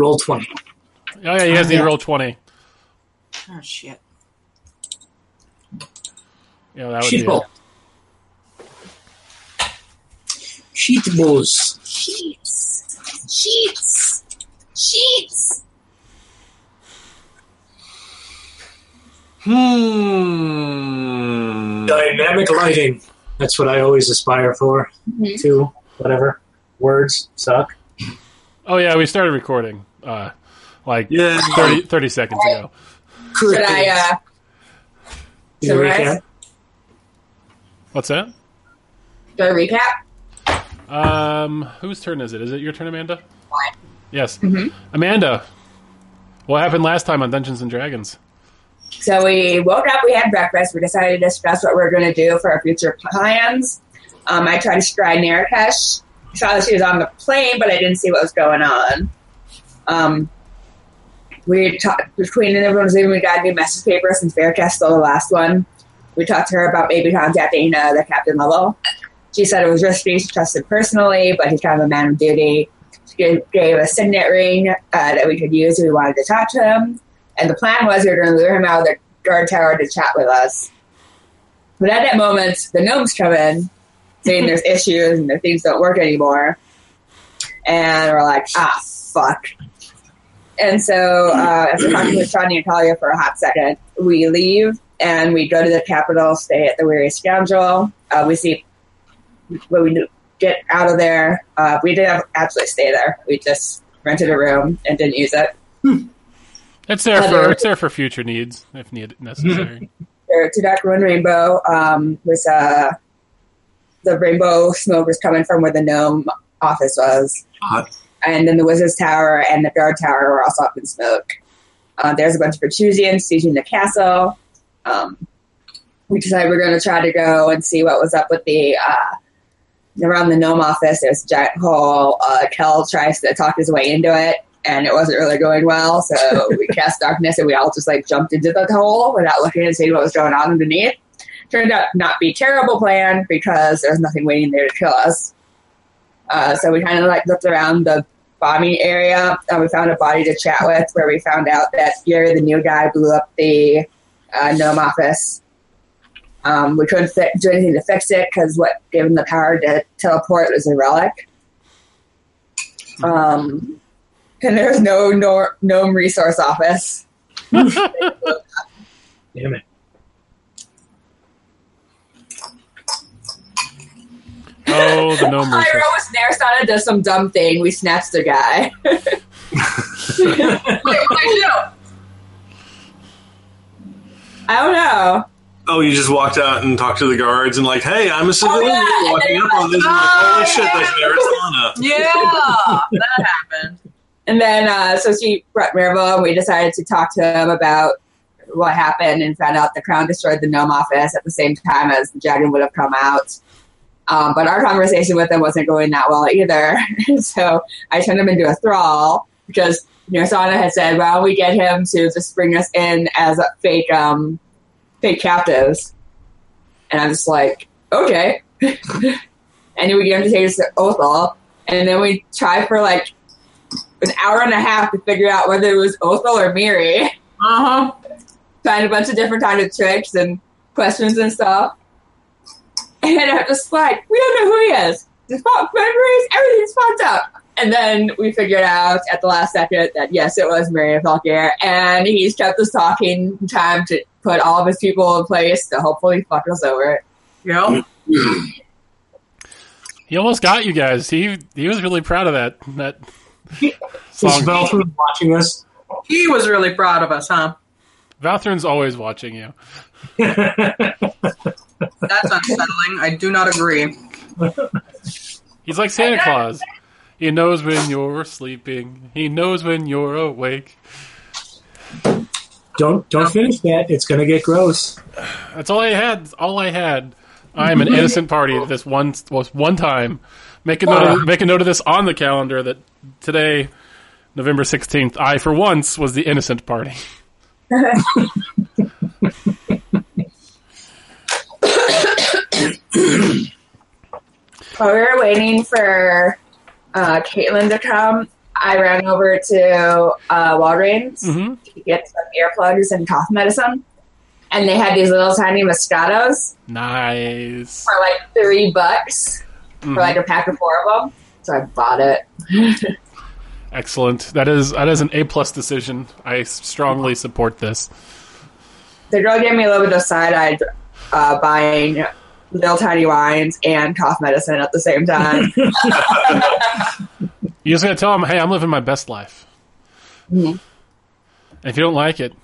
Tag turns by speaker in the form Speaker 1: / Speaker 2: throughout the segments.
Speaker 1: Roll 20.
Speaker 2: Oh yeah, you guys need to roll twenty.
Speaker 3: Oh shit.
Speaker 2: Yeah, that would be.
Speaker 1: Sheet roll. Sheet balls.
Speaker 3: Sheets. Sheets. Sheets.
Speaker 4: Hmm.
Speaker 1: Dynamic lighting. That's what I always aspire for.
Speaker 3: Mhm.
Speaker 1: Two, whatever. Words suck.
Speaker 2: Oh yeah, we started recording uh, like
Speaker 4: Yeah.
Speaker 2: 30, 30 seconds ago.
Speaker 3: Should I uh
Speaker 1: Do a
Speaker 3: should I-
Speaker 1: recap?
Speaker 2: What's that?
Speaker 3: do I recap?
Speaker 2: Um, whose turn is it? Is it your turn, Amanda?
Speaker 3: Mine.
Speaker 2: Yes,
Speaker 3: Mhm.
Speaker 2: Amanda. What happened last time on Dungeons and Dragons?
Speaker 3: So we woke up, we had breakfast, we decided to discuss what we are going to do for our future plans. Um, I tried to scry Narakesh. I saw that she was on the plane, but I didn't see what was going on. Um, we talked between and everyone was leaving. We got a new message paper since Faircast stole the last one. We talked to her about maybe contacting uh, the captain level. She said it was risky. She trusted personally, but he's kind of a man of duty. She gave, gave a signet ring uh, that we could use if we wanted to talk to him. And the plan was we were going to lure him out of the guard tower to chat with us. But at that moment, the gnomes come in, saying there's issues and their things don't work anymore. And we're like, ah, fuck. And so, uh, after talking with Sean and Talia for a hot second, we leave and we go to the capital, stay at the Weary Scoundrel. Uh, we see when we get out of there, uh, we didn't actually stay there. We just rented a room and didn't use it.
Speaker 2: It's there for
Speaker 3: Other-
Speaker 2: it's there for future needs if need necessary.
Speaker 3: or to Dark Run Rainbow um, was uh, the rainbow smoke was coming from where the gnome office was.
Speaker 4: Hot.
Speaker 3: And then the Wizard's Tower and the Guard Tower were also up in smoke. Uh, there's a bunch of Petrusians sieging the castle. Um, we decided we are going to try to go and see what was up with the. Uh, around the gnome office, there's a giant hole. Uh, Kel tries to talk his way into it. And it wasn't really going well, so we cast darkness, and we all just like jumped into the hole without looking and seeing what was going on underneath. Turned out not be a terrible plan because there's nothing waiting there to kill us. Uh, so we kind of like looked around the bombing area, and we found a body to chat with, where we found out that Gary, the new guy, blew up the uh, gnome office. Um, we couldn't fi- do anything to fix it because what gave him the power to teleport was a relic. Um, and there was no nor- gnome resource office.
Speaker 1: Damn it.
Speaker 2: oh, the gnome
Speaker 3: Pyro
Speaker 2: resource.
Speaker 3: was there, Sana does some dumb thing. We snatched the guy. Wait, wait, no. I don't know.
Speaker 4: Oh, you just walked out and talked to the guards and like, hey, I'm a civilian
Speaker 3: Oh, yeah, and
Speaker 4: walking
Speaker 3: they're
Speaker 4: up on this. and
Speaker 3: like,
Speaker 4: like, holy
Speaker 3: "Oh,
Speaker 4: shit,
Speaker 3: yeah."
Speaker 4: that's Arizona.
Speaker 3: Yeah, that happened. And then, uh, so she brought Mirabel, and we decided to talk to him about what happened and found out the crown destroyed the gnome office at the same time as the dragon would have come out. Um, but our conversation with him wasn't going that well either. so I turned him into a thrall because Nirsana had said, why don't we get him to just bring us in as a fake, um, fake captives? And I'm just like, okay. and we get him to take us to Othal. And then we tried for like an hour and a half to figure out whether it was Othal or Miri.
Speaker 5: Uh huh.
Speaker 3: Tried a bunch of different kinds of tricks and questions and stuff. And I'm just like, we don't know who he is. His font memories, everything's fucked up. And then we figured out at the last second that yes, it was Miriam Falkier, and he's kept us talking time to put all of his people in place to hopefully fuck us over.
Speaker 5: Yep.
Speaker 2: He almost got you guys. He he was really proud of that that
Speaker 1: Is
Speaker 2: song.
Speaker 1: Valtrum watching us?
Speaker 5: He was really proud of us, huh?
Speaker 2: Valthrun's always watching you.
Speaker 5: That's unsettling. I do not agree.
Speaker 2: He's like Santa Claus. He knows when you're sleeping. He knows when you're awake.
Speaker 1: don't don't finish that. It's gonna get gross.
Speaker 2: That's all I had. That's all I had. I am an innocent party this one was one time. Make a note. Of, make a note of this on the calendar that today, November sixteenth, I for once was the innocent party.
Speaker 3: While we were waiting for uh, Caitlin to come, I ran over to uh, Walgreens
Speaker 2: hmm
Speaker 3: to get some earplugs and cough medicine, and they had these little tiny Moscatos
Speaker 2: Nice.
Speaker 3: for like three bucks
Speaker 2: Mhm.
Speaker 3: for like a pack of four of them. So I bought it.
Speaker 2: Mm-hmm. Excellent. That is that is an A plus decision. I strongly support this.
Speaker 3: The girl gave me a little bit of side eye uh, buying little tiny wines and cough medicine at the same time.
Speaker 2: You just gotta tell them, hey, I'm living my best life.
Speaker 3: Mhm.
Speaker 2: And if you don't like it,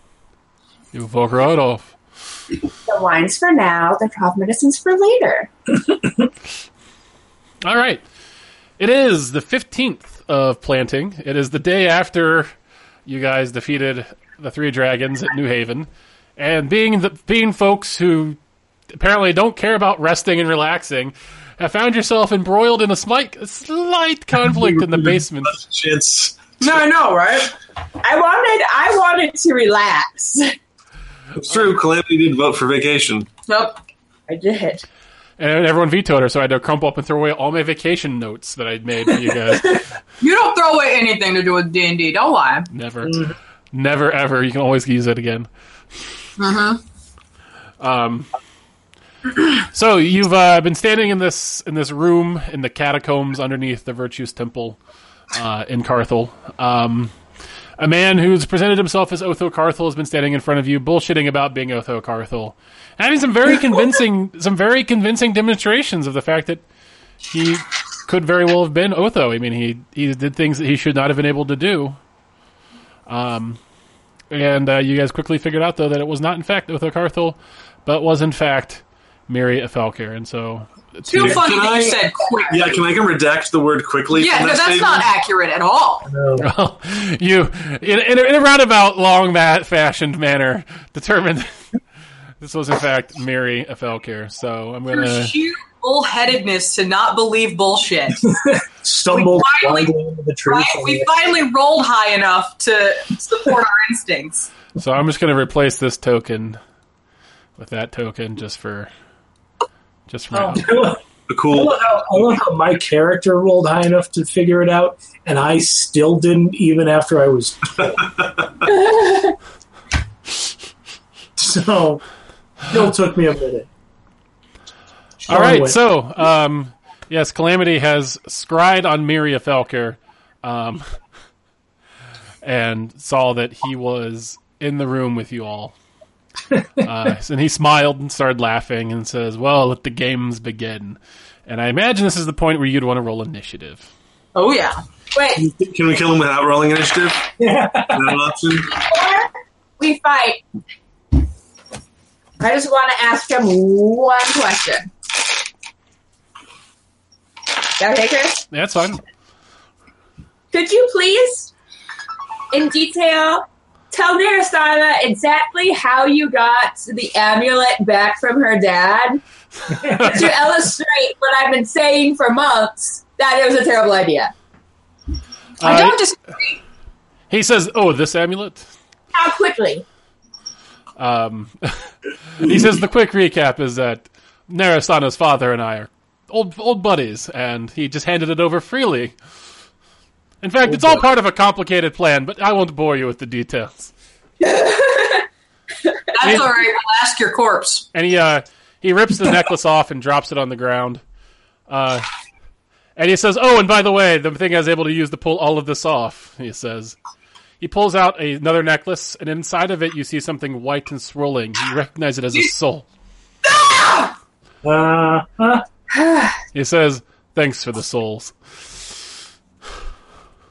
Speaker 2: you fuck right off.
Speaker 3: the wines for now, the cough medicines for later.
Speaker 2: All right. It is the 15th of planting. It is the day after you guys defeated the three dragons at New Haven. And being the being folks who apparently don't care about resting and relaxing, have found yourself embroiled in a slight, slight conflict in the basement.
Speaker 4: Chance.
Speaker 5: No, I know, right?
Speaker 3: I wanted, I wanted to relax.
Speaker 4: It's true. Calamity did vote for vacation.
Speaker 5: Nope.
Speaker 3: I did.
Speaker 2: And everyone vetoed her, so I had to crumple up and throw away all my vacation notes that I'd made for you guys.
Speaker 5: You don't throw away anything to do with D and D. Don't lie.
Speaker 2: Never. Never ever. You can always use it again. Um, so you've uh, been standing in this in this room in the catacombs underneath the Virtues Temple uh, in Carthel. Um, a man who's presented himself as Otho Carthel has been standing in front of you, bullshitting about being Otho Carthel, having some very convincing some very convincing demonstrations of the fact that he could very well have been Otho. I mean, he he did things that he should not have been able to do. Um, And uh, you guys quickly figured out, though, that it was not, in fact, Otho Carthel, but was, in fact, Mary Falker. And so,
Speaker 5: Too
Speaker 2: Yeah.
Speaker 5: funny
Speaker 4: Can
Speaker 5: that you
Speaker 4: I-
Speaker 5: said quick.
Speaker 4: Yeah, can I can redact the word quickly?
Speaker 5: Yeah,
Speaker 4: from
Speaker 5: no,
Speaker 4: that
Speaker 5: that's
Speaker 4: statement?
Speaker 5: not accurate at all.
Speaker 2: you, in, in, a, in a roundabout, long, that fashioned manner, determined that this was, in fact, Mary Falker. So I'm going
Speaker 5: Your
Speaker 4: Uh,
Speaker 2: to.
Speaker 5: sheer bullheadedness to not believe bullshit.
Speaker 1: Stumbled
Speaker 5: We finally-
Speaker 1: blindly into the truth.
Speaker 5: right? We finally rolled high enough to support our instincts.
Speaker 2: So I'm just going to replace this token with that token just for. Just for now.
Speaker 1: I love,
Speaker 4: A
Speaker 1: I
Speaker 4: cool.
Speaker 1: love how, I love how my character rolled high enough to figure it out, and I still didn't, even after I was. so, still took me a minute.
Speaker 2: All right,
Speaker 1: Anyway.
Speaker 2: so um, yes, Calamity has scried on Miria Felker, um, and saw that he was in the room with you all. Uh, and he smiled and started laughing and says, "Well, let the games begin." And I imagine this is the point where you'd want to roll initiative.
Speaker 5: Oh yeah.
Speaker 3: Wait,
Speaker 4: Can we kill him without rolling initiative? Is that an option?
Speaker 3: before we fight, I just want to ask him one question. Dr. Akers,
Speaker 2: That's fine.
Speaker 3: could you please, in detail, tell Narasana exactly how you got the amulet back from her dad to illustrate what I've been saying for months that it was a terrible idea?
Speaker 5: I
Speaker 2: Uh,
Speaker 5: don't just
Speaker 2: he says, "Oh, this amulet."
Speaker 3: How quickly?
Speaker 2: Um, he says the quick recap is that Narasana's father and I are old old buddies, and he just handed it over freely. In fact, it's all part of a complicated plan, but I won't bore you with the details.
Speaker 5: that's all right. We'll ask your corpse.
Speaker 2: And he uh, he rips the necklace off and drops it on the ground. Uh, and he says, "Oh, and by the way, the thing I was able to use to pull all of this off," he says. He pulls out a- another necklace, and inside of it, you see something white and swirling. You recognize it as a soul.
Speaker 1: Uh, huh?
Speaker 2: He says, "Thanks for the souls."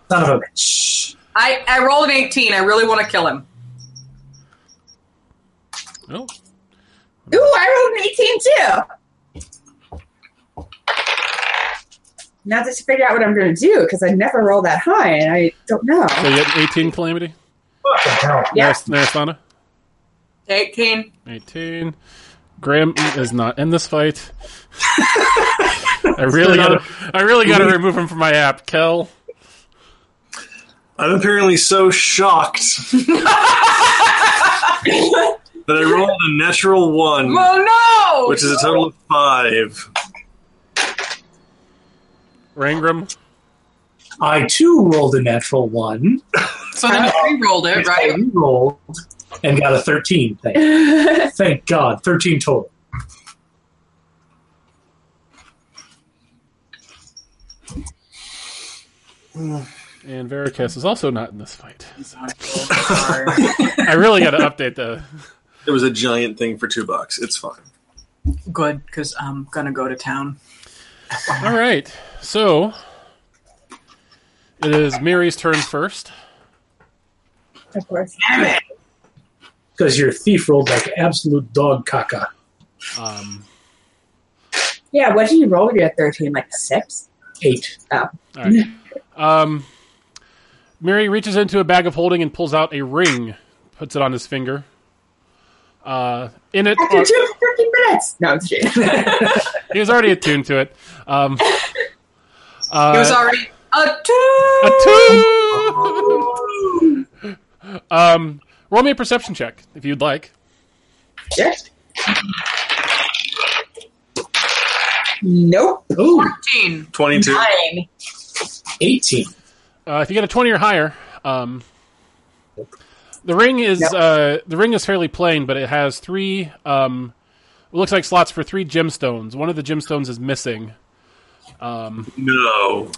Speaker 1: Son of a bitch.
Speaker 5: I, I rolled an 18. I really want to kill him.
Speaker 2: Oh,
Speaker 3: Ooh, I rolled an 18 too. Now just to figure out what I'm going to do because I never roll that high and I don't know.
Speaker 2: so you had 18 calamity?
Speaker 1: What the hell?
Speaker 3: Yeah.
Speaker 2: Naras- Narasana?
Speaker 5: 18.
Speaker 2: 18. Graham is not in this fight. I really gotta I really gotta remove him from my app. Kel.
Speaker 4: I'm apparently so shocked that I rolled a natural one,
Speaker 5: Oh no!
Speaker 4: which is a total of five.
Speaker 2: Rangram.
Speaker 1: I too rolled a natural one.
Speaker 5: So then you re-rolled it,
Speaker 1: I
Speaker 5: right?
Speaker 1: rolled and got a 13. Thank, thank God. 13 total.
Speaker 2: And Veracast is also not in this fight. So
Speaker 5: Sorry.
Speaker 2: I really got to update the.
Speaker 4: It was a giant thing for two bucks. It's fine.
Speaker 5: Good, because I'm gonna go to town.
Speaker 2: All right, so it is Miri's turn first.
Speaker 3: Of course.
Speaker 1: Because your thief rolled like absolute dog caca.
Speaker 2: Um,
Speaker 3: Yeah, what did you roll to get a 13? Like a 6?
Speaker 1: Eight.
Speaker 3: Oh.
Speaker 2: all right. Um, Miri reaches into a bag of holding and pulls out a ring, puts it on his finger. Uh, in it,
Speaker 3: After two freaking minutes! Oh. No, I'm just kidding.
Speaker 2: he was already attuned to it. Um, uh,
Speaker 5: He was already a two.
Speaker 2: A two. um, roll me a perception check if you'd like.
Speaker 3: Sure. Nope.
Speaker 1: Ooh,
Speaker 5: 14.
Speaker 4: 22.
Speaker 3: Nine.
Speaker 1: 18.
Speaker 2: Uh, if you get a twenty or higher, um, the ring is
Speaker 3: Yep.
Speaker 2: uh, the ring is fairly plain, but it has three. Um, it looks like slots for three gemstones. One of the gemstones is missing,
Speaker 4: No.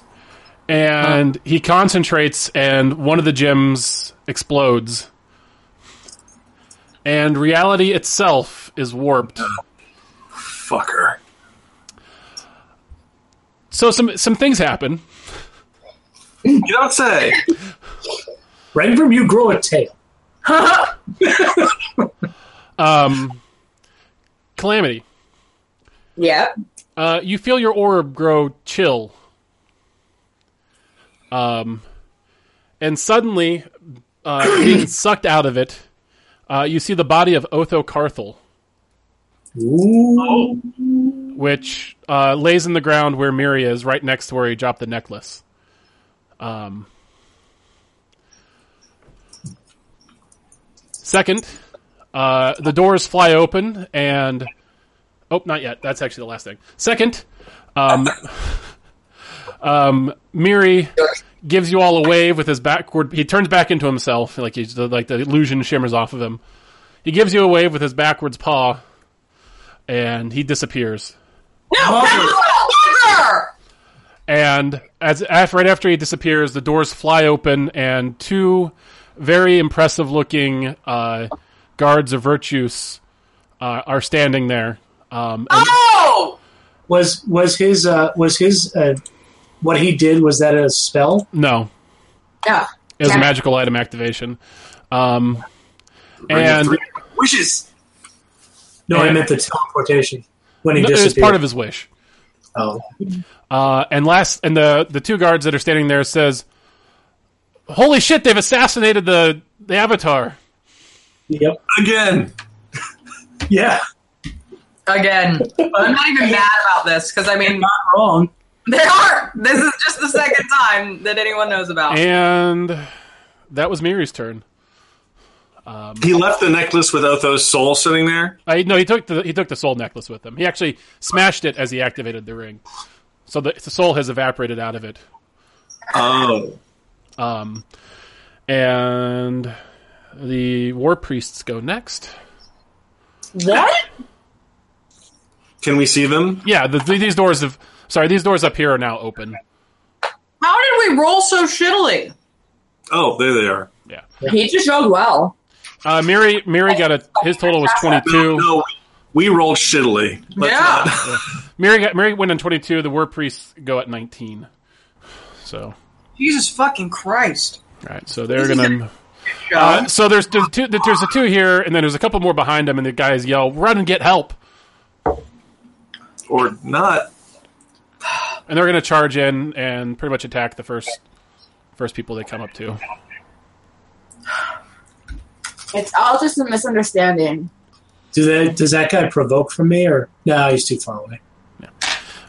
Speaker 2: and he concentrates, and one of the gems explodes. And reality itself is warped.
Speaker 4: Fucker.
Speaker 2: So some some things happen.
Speaker 4: You don't say.
Speaker 1: Right from you grow a tail.
Speaker 2: Um, calamity.
Speaker 3: Yep.
Speaker 2: Uh, you feel your orb grow chill. Um, and suddenly, uh, being sucked out of it, uh, you see the body of Otho Carthel,
Speaker 1: Ooh.
Speaker 2: which uh, lays in the ground where Miri is, right next to where he dropped the necklace. Um, second, uh, the doors fly open and. Oh, not yet. That's actually the last thing. Second, um, um, Miri gives you all a wave with his backward. He turns back into himself, like he's like the illusion shimmers off of him. He gives you a wave with his backwards paw, and he disappears.
Speaker 5: Mother!
Speaker 2: And as, af right after he disappears, the doors fly open, and two very impressive looking uh, guards of Virtus uh, are standing there. Um, and
Speaker 5: Oh!
Speaker 1: Was was his uh, was his uh, what he did was that a spell?
Speaker 2: No,
Speaker 3: No.
Speaker 2: it was a
Speaker 3: Yeah.
Speaker 2: magical item activation. Um,
Speaker 4: Ring of
Speaker 2: and
Speaker 4: three wishes.
Speaker 1: No, I
Speaker 2: Yeah.
Speaker 1: meant the teleportation when he
Speaker 2: no, it was
Speaker 1: disappeared.
Speaker 2: part of his wish.
Speaker 1: oh.
Speaker 2: Uh, and last, and the the two guards that are standing there says, "Holy shit! They've assassinated the the avatar."
Speaker 1: Yep.
Speaker 4: Again.
Speaker 1: Yeah.
Speaker 5: Again. I'm not even mad about this, because I mean,
Speaker 1: Wrong.
Speaker 5: they are. This is just the second time that anyone knows about.
Speaker 2: And that was Miri's turn.
Speaker 4: He left the necklace with Otho's soul sitting there.
Speaker 2: Uh, no, he took the he took the soul necklace with him. He actually smashed it as he activated the ring, so the, the soul has evaporated out of it.
Speaker 4: Oh.
Speaker 2: Um, and the war priests go next.
Speaker 5: What?
Speaker 4: Can we see them?
Speaker 2: Yeah, the, these doors of sorry, these doors up here are now open.
Speaker 5: How did we roll so shittily?
Speaker 4: Oh, there they are.
Speaker 2: Yeah,
Speaker 3: He just rolled well.
Speaker 2: uh, Miri Miri got a his total was twenty two.
Speaker 4: No, we rolled shittily. Let's
Speaker 5: Yeah.
Speaker 4: not-
Speaker 2: Miri got Miri went on twenty two. The war priests go at nineteen. So
Speaker 5: Jesus fucking Christ.
Speaker 2: all right, so they're gonna.
Speaker 5: John.
Speaker 2: Uh, so there's there's, two, there's the two here, and then there's a couple more behind them, and the guys yell, "Run and get help!"
Speaker 4: or not.
Speaker 2: and they're going to charge in and pretty much attack the first first people they come up to.
Speaker 3: It's all just a misunderstanding.
Speaker 1: Do that? Does that guy provoke from me or no? He's too far away.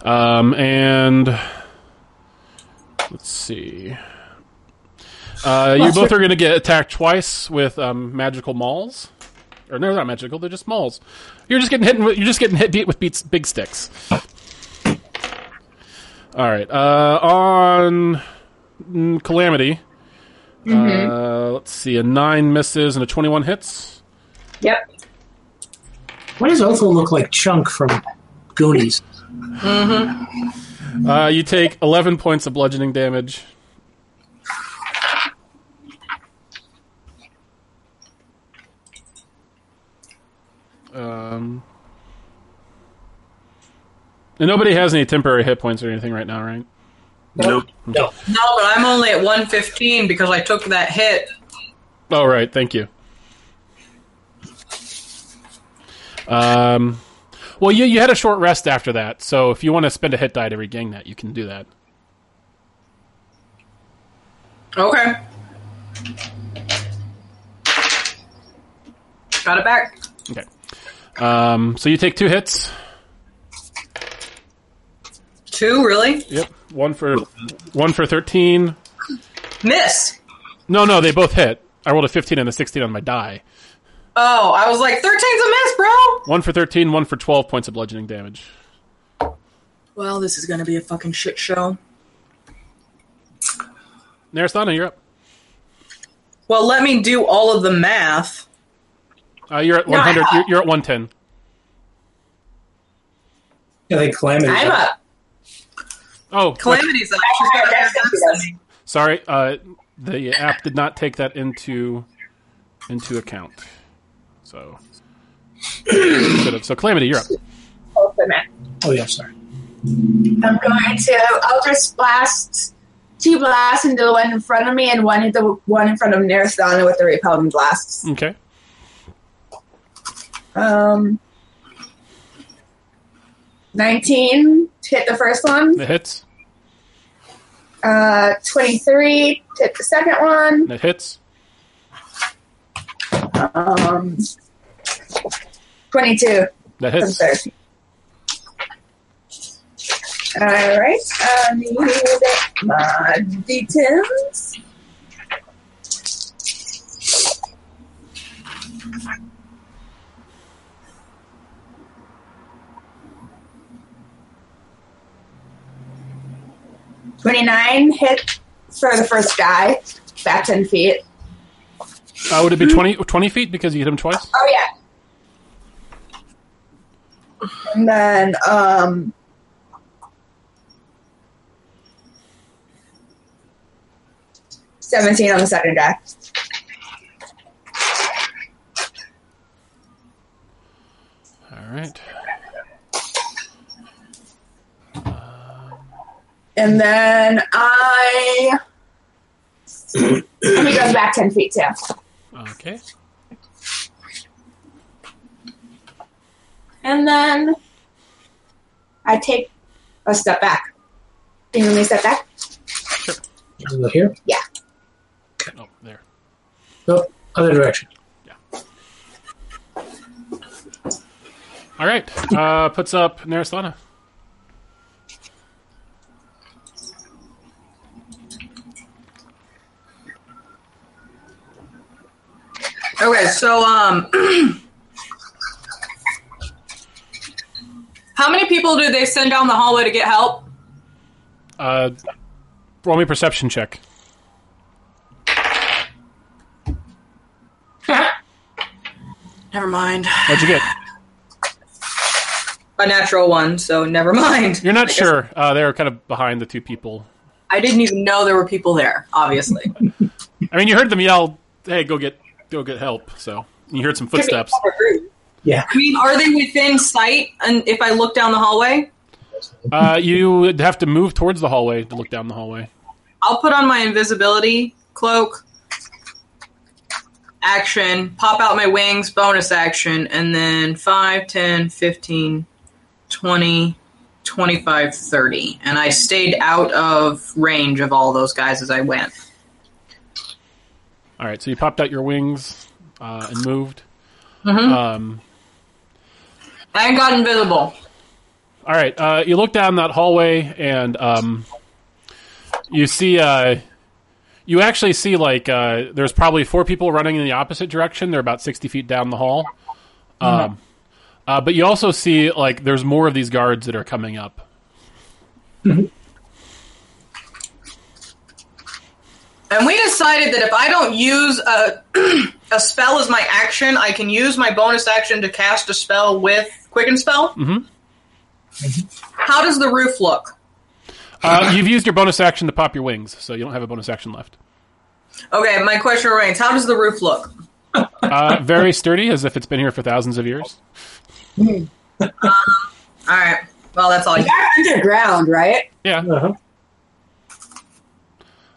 Speaker 2: Um, and let's see. Uh, you both are going to get attacked twice with um, magical mauls, or no, they're not magical; they're just mauls. You're just getting hit. With, you're just getting hit beat with beats, big sticks. All right. Uh, on mm, Calamity. Uh, let's see, a nine misses and a twenty-one hits.
Speaker 3: Yep.
Speaker 1: Why does Otho look like Chunk from Goonies?
Speaker 2: Uh, you take eleven points of bludgeoning damage. Um, and nobody has any temporary hit points or anything right now, right?
Speaker 4: Nope.
Speaker 1: No.
Speaker 5: No, but I'm only at 115 because I took that hit.
Speaker 2: Oh, right. Thank you. Um, well, you, you had a short rest after that, so if you want to spend a hit die to regain that, you can do that.
Speaker 5: Okay. Got it back.
Speaker 2: Okay. Um, so you take two hits.
Speaker 5: Two, really?
Speaker 2: Yep. One for one for thirteen.
Speaker 5: Miss.
Speaker 2: No, no, they both hit. I rolled a fifteen and a sixteen on my die.
Speaker 5: Oh, I was like, 13's a miss, bro.
Speaker 2: One for thirteen, one for twelve points of bludgeoning damage.
Speaker 5: Well, this is going to be a fucking shit show.
Speaker 2: Narasana, you're up.
Speaker 5: Well, let me do all of the math.
Speaker 2: Uh, you're at one hundred. You're, you're at one ten.
Speaker 1: I think Calamity.
Speaker 3: I'm up.
Speaker 2: Oh,
Speaker 5: Calamity's up. She's got better sense than me.
Speaker 2: Sorry, uh, the app did not take that into into account. So, should have. so calamity, you're up.
Speaker 3: Hold the map.
Speaker 1: Oh yeah, sorry.
Speaker 3: I'm going to Ultra Blast, two blasts into the one in front of me, and one hit the one in front of Narasana with the repelling blasts.
Speaker 2: Okay.
Speaker 3: Um, 19 to hit the first one,
Speaker 2: That hits.
Speaker 3: uh, 23 to hit the second one,
Speaker 2: That hits.
Speaker 3: um, 22
Speaker 2: That
Speaker 3: from
Speaker 2: hits.
Speaker 3: third. All right, I need my d10s. Twenty-nine hit for the first guy, back ten feet.
Speaker 2: Uh, would it be 20, 20 feet because you hit him twice?
Speaker 3: Oh yeah. And then um seventeen on the second guy.
Speaker 2: All right.
Speaker 3: And then I he goes back ten feet too.
Speaker 2: Okay.
Speaker 3: And then I take a step back. Can you let me step back?
Speaker 1: Is it here?
Speaker 2: Oh, there.
Speaker 1: No, other direction.
Speaker 2: All right. Uh, puts up Narasana.
Speaker 5: Okay, so um How many people did they send down the hallway to get help?
Speaker 2: Uh, roll me a perception check.
Speaker 5: Never mind.
Speaker 2: What'd you get?
Speaker 5: A natural one, so never mind.
Speaker 2: You're not
Speaker 5: I guess-
Speaker 2: sure. Uh, they're kind of behind the two people.
Speaker 5: I didn't even know there were people there, obviously.
Speaker 2: I mean, you heard them yell, "Hey, go get, go get help!" So you heard some footsteps.
Speaker 1: Yeah.
Speaker 5: I mean, are they within sight and if I look down the hallway?
Speaker 2: Uh, you would have to move towards the hallway to look down the hallway.
Speaker 5: I'll put on my invisibility cloak. Action, pop out my wings, bonus action, and then 5, 10, 15, 20, 25, 30. And I stayed out of range of all those guys as I went.
Speaker 2: All right, so you popped out your wings uh, and moved. Um,
Speaker 5: I got invisible.
Speaker 2: all right, uh, you look down that hallway and um, you see. Uh, you actually see like uh, there's probably four people running in the opposite direction. They're about sixty feet down the hall. Um, uh, but you also see like there's more of these guards that are coming up.
Speaker 5: And we decided that if I don't use a, a spell as my action, I can use my bonus action to cast a spell with Quicken Spell.
Speaker 2: Mhm.
Speaker 5: How does the roof look?
Speaker 2: Uh, you've used your bonus action to pop your wings, so you don't have a bonus action left.
Speaker 5: Okay, my question remains how does the roof look?
Speaker 2: Uh, very sturdy, as if it's been here for thousands of years.
Speaker 5: All right. Well, that's all I
Speaker 3: They're underground, right?
Speaker 2: Yeah.
Speaker 1: Uh-huh.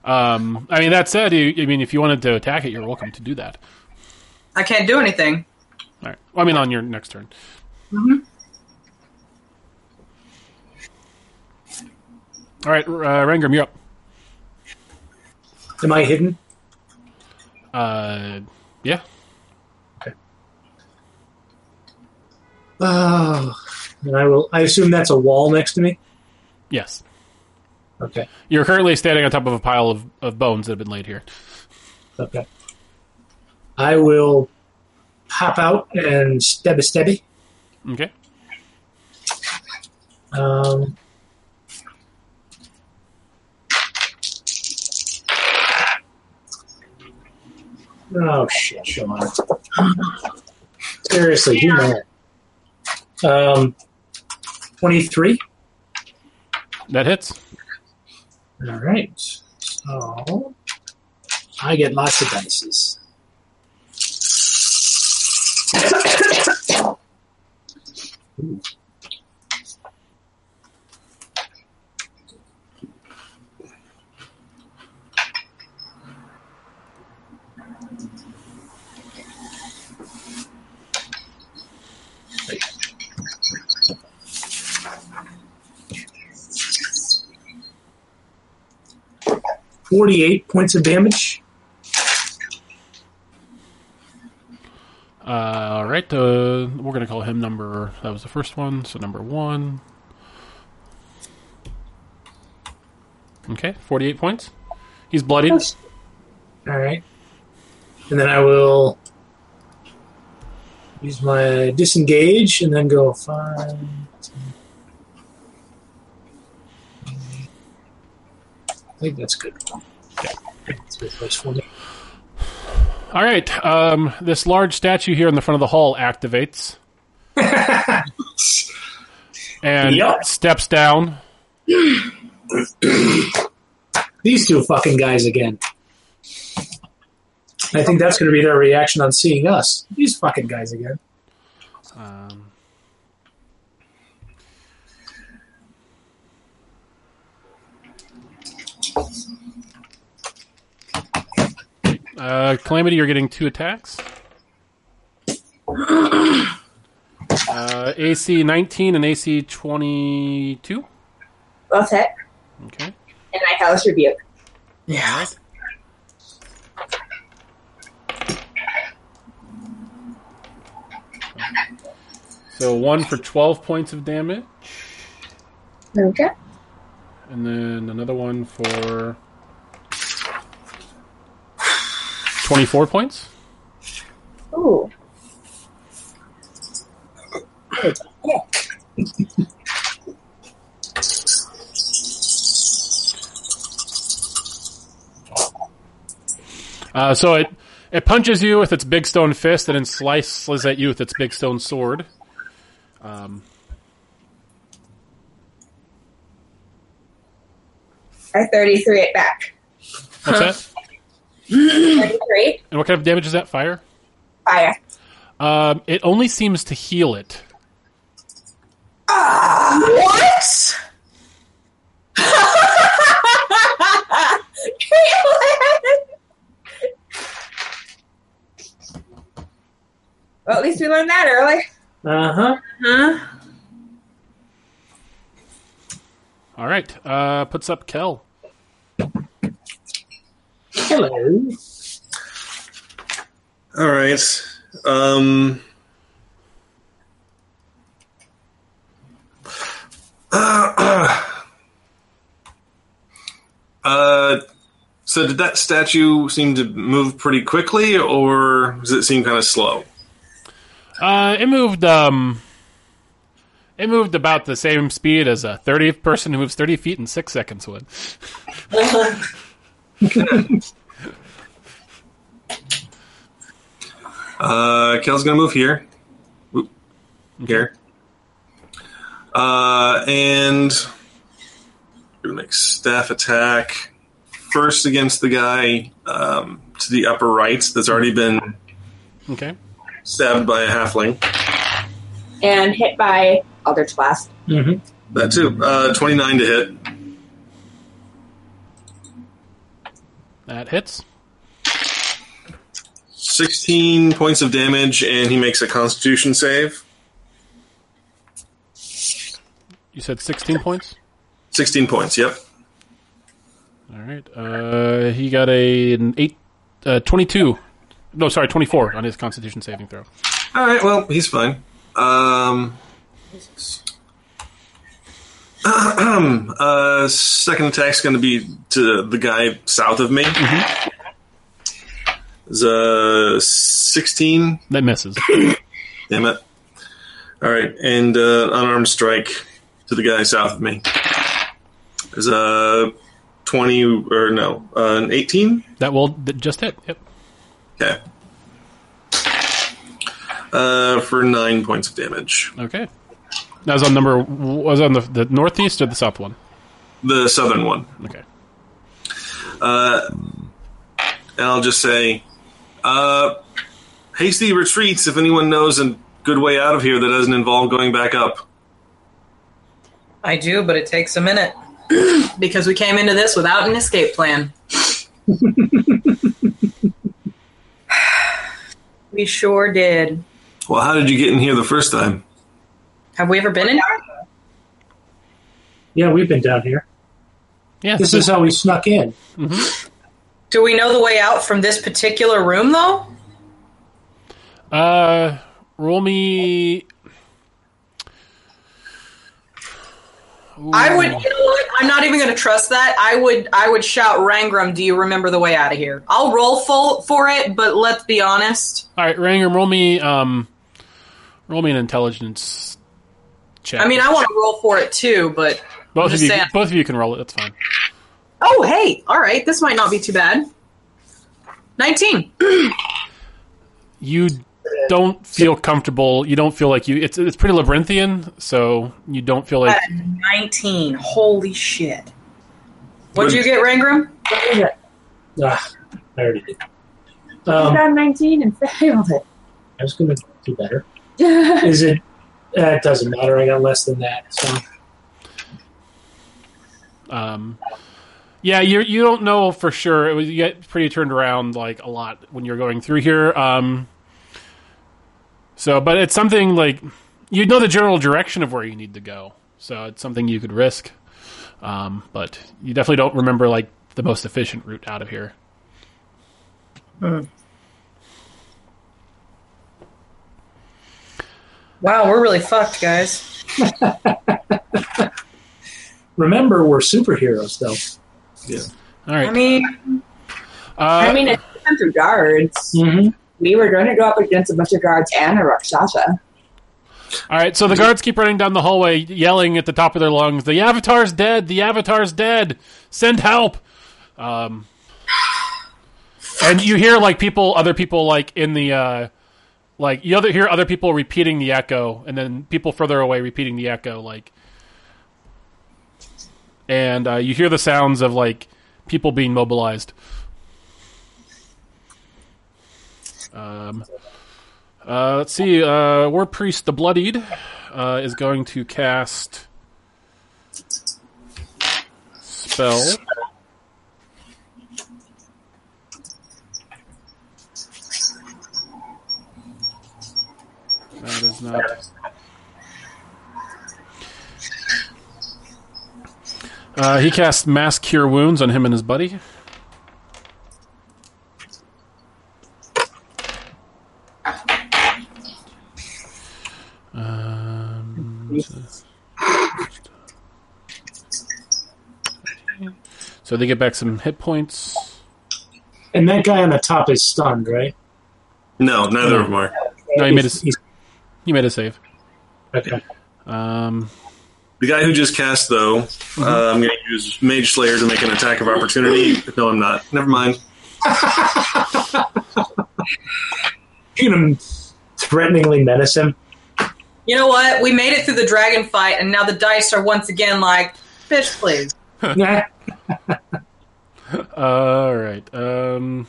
Speaker 2: Um, I mean, that said, you, I mean, if you wanted to attack it, you're welcome to do that.
Speaker 5: I can't do anything.
Speaker 2: All right. Well, I mean, on your next turn. All right, uh, Rangram, you're up.
Speaker 1: Am I hidden?
Speaker 2: Uh, yeah.
Speaker 1: Oh, and I will. I assume that's a wall next to me.
Speaker 2: Yes.
Speaker 1: Okay.
Speaker 2: You're currently standing on top of a pile of, of bones that have been laid here.
Speaker 1: Okay. I will pop out and stab a stabby.
Speaker 2: Okay.
Speaker 1: Um, oh shit! Come on. Seriously, do that. Um, twenty-three.
Speaker 2: That hits.
Speaker 1: All right. So I get lots of dices. Ooh. Forty-eight points of damage.
Speaker 2: Uh, all right. Uh, we're going to call him number. That was the first one. So number one. Okay. 48 points. He's bloodied.
Speaker 1: All right. And then I will use my disengage and then go five. 10. I think that's good. That's a good place for me.
Speaker 2: All right. Um, this large statue here in the front of the hall activates. and
Speaker 1: Yup.
Speaker 2: steps down.
Speaker 1: These two fucking guys again. I think that's going to be their reaction on seeing us. These fucking guys again.
Speaker 2: Um, uh, Calamity, you're getting two attacks. Uh, AC 19 and AC 22.
Speaker 3: Both hit.
Speaker 2: Okay.
Speaker 3: And I hellish rebuke.
Speaker 5: Yeah.
Speaker 2: So one for 12 points of damage,
Speaker 3: Okay.
Speaker 2: and then another one for 24 points.
Speaker 3: Ooh.
Speaker 2: Uh, so it it punches you with its big stone fist and then slices at you with its big stone sword. Um,
Speaker 3: I 33 it back.
Speaker 2: what's that?
Speaker 3: 33.
Speaker 2: And what kind of damage is that? Fire.
Speaker 3: Fire.
Speaker 2: Um, it only seems to heal it.
Speaker 5: What?
Speaker 3: Well, at least we learned that early.
Speaker 1: Uh huh.
Speaker 5: Huh?
Speaker 2: All right, uh, puts up Kel.
Speaker 1: Hello.
Speaker 4: All right. Um. Uh, so did that statue seem to move pretty quickly, or does it seem kind of slow?
Speaker 2: Uh, it moved. Um, it moved about the same speed as a thirty person who moves thirty feet in six seconds would.
Speaker 4: Uh, Kel's gonna move here. Oop. Here. Uh, and do like staff attack first against the guy um, to the upper right that's already been
Speaker 2: Okay.
Speaker 4: stabbed by a halfling.
Speaker 3: and hit by Eldritch Blast.
Speaker 1: hmm
Speaker 4: That too. Uh, Twenty nine to hit.
Speaker 2: That hits.
Speaker 4: 16 points of damage, and he makes a constitution save.
Speaker 2: You said 16 points?
Speaker 4: 16 points, yep.
Speaker 2: All right. Uh, he got a, an eight, uh, 22. No, sorry, 24 on his constitution saving throw.
Speaker 4: All right, well, he's fine. Um, uh, second attack's going to be to the guy south of me. Is a 16.
Speaker 2: That misses.
Speaker 4: uh, Damn it. All right, and uh, unarmed strike to the guy south of me. Is a 20, or no, uh, an 18?
Speaker 2: That will that just hit. Yep.
Speaker 4: Okay. Uh, for nine points of damage.
Speaker 2: Okay. That was on number, was on the, the northeast or the south one?
Speaker 4: The southern one.
Speaker 2: Okay.
Speaker 4: And I'll just say, uh, hasty retreats if anyone knows a good way out of here that doesn't involve going back up.
Speaker 5: I do, but it takes a minute because we came into this without an escape plan. we sure did.
Speaker 4: Well, how did you get in here the first time?
Speaker 5: Have we ever been in?
Speaker 1: Yeah, we've been down here.
Speaker 2: Yeah.
Speaker 1: This is how we snuck in.
Speaker 5: Do we know the way out from this particular room, though?
Speaker 2: Uh, roll me.
Speaker 5: I would. You know what? I'm not even going to trust that. I would. I would shout, Rangram, do you remember the way out of here? I'll roll full for it, but let's be honest.
Speaker 2: All right, Rangram, roll me. Um, roll me an intelligence check.
Speaker 5: I mean, I want to roll for it too, but
Speaker 2: both of
Speaker 5: just
Speaker 2: you,
Speaker 5: saying.
Speaker 2: both of you can roll it. That's fine.
Speaker 5: oh hey, all right, this might not be too bad. Nineteen.
Speaker 2: You don't feel comfortable. You don't feel like you. It's it's pretty labyrinthian, so you don't feel like.
Speaker 5: 19. Holy shit. What'd you get, Rangram?
Speaker 1: Ah, I already did. Um,
Speaker 3: Down 19 and failed it.
Speaker 1: I was going to do better. Is it? Uh, it doesn't matter. I got less than that. So
Speaker 2: Um, yeah, you you don't know for sure. It was you get pretty turned around like a lot when you're going through here. Um, so, but it's something like you know the general direction of where you need to go. So it's something you could risk, um, but you definitely don't remember like the most efficient route out of here.
Speaker 5: Wow, we're really fucked, guys.
Speaker 1: remember, we're superheroes, though.
Speaker 2: All right.
Speaker 5: I mean,
Speaker 3: I
Speaker 2: uh,
Speaker 3: mean, it's been through guards.
Speaker 1: Mm-hmm.
Speaker 3: We were going to go up against a bunch of guards and a Rakshasa.
Speaker 2: all right. So the guards keep running down the hallway, yelling at the top of their lungs, "The Avatar's dead! The Avatar's dead! Send help!" Um, and you hear like people, other people, like in the, uh, like you other hear other people repeating the echo, and then people further away repeating the echo, like, and uh, you hear the sounds of like people being mobilized. Um, uh, let's see. Uh, War Priest the Bloodied uh, is going to cast spell. That is not. Uh, he casts Mass Cure Wounds on him and his buddy. Um, so they get back some hit points.
Speaker 1: And that guy on the top is stunned, right?
Speaker 4: No, neither of them are.
Speaker 2: No, he made a,
Speaker 1: He's-
Speaker 2: he made a save.
Speaker 1: Okay.
Speaker 2: Um,
Speaker 4: The guy who just cast, though, uh, I'm going to use Mage Slayer to make an attack of opportunity. No, I'm not. Never mind.
Speaker 1: You can threateningly menace him.
Speaker 5: You know what? We made it through the dragon fight, and now the dice are once again like, bitch, please.
Speaker 1: Nah.
Speaker 2: All right. Um,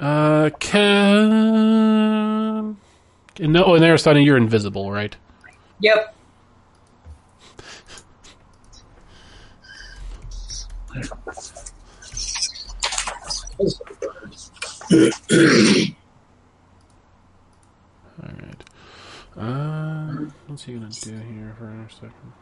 Speaker 2: uh, can and no, oh, and Aristotle, you're invisible, right?
Speaker 5: Yep.
Speaker 2: All right. Uh, what's he gonna do here for a second?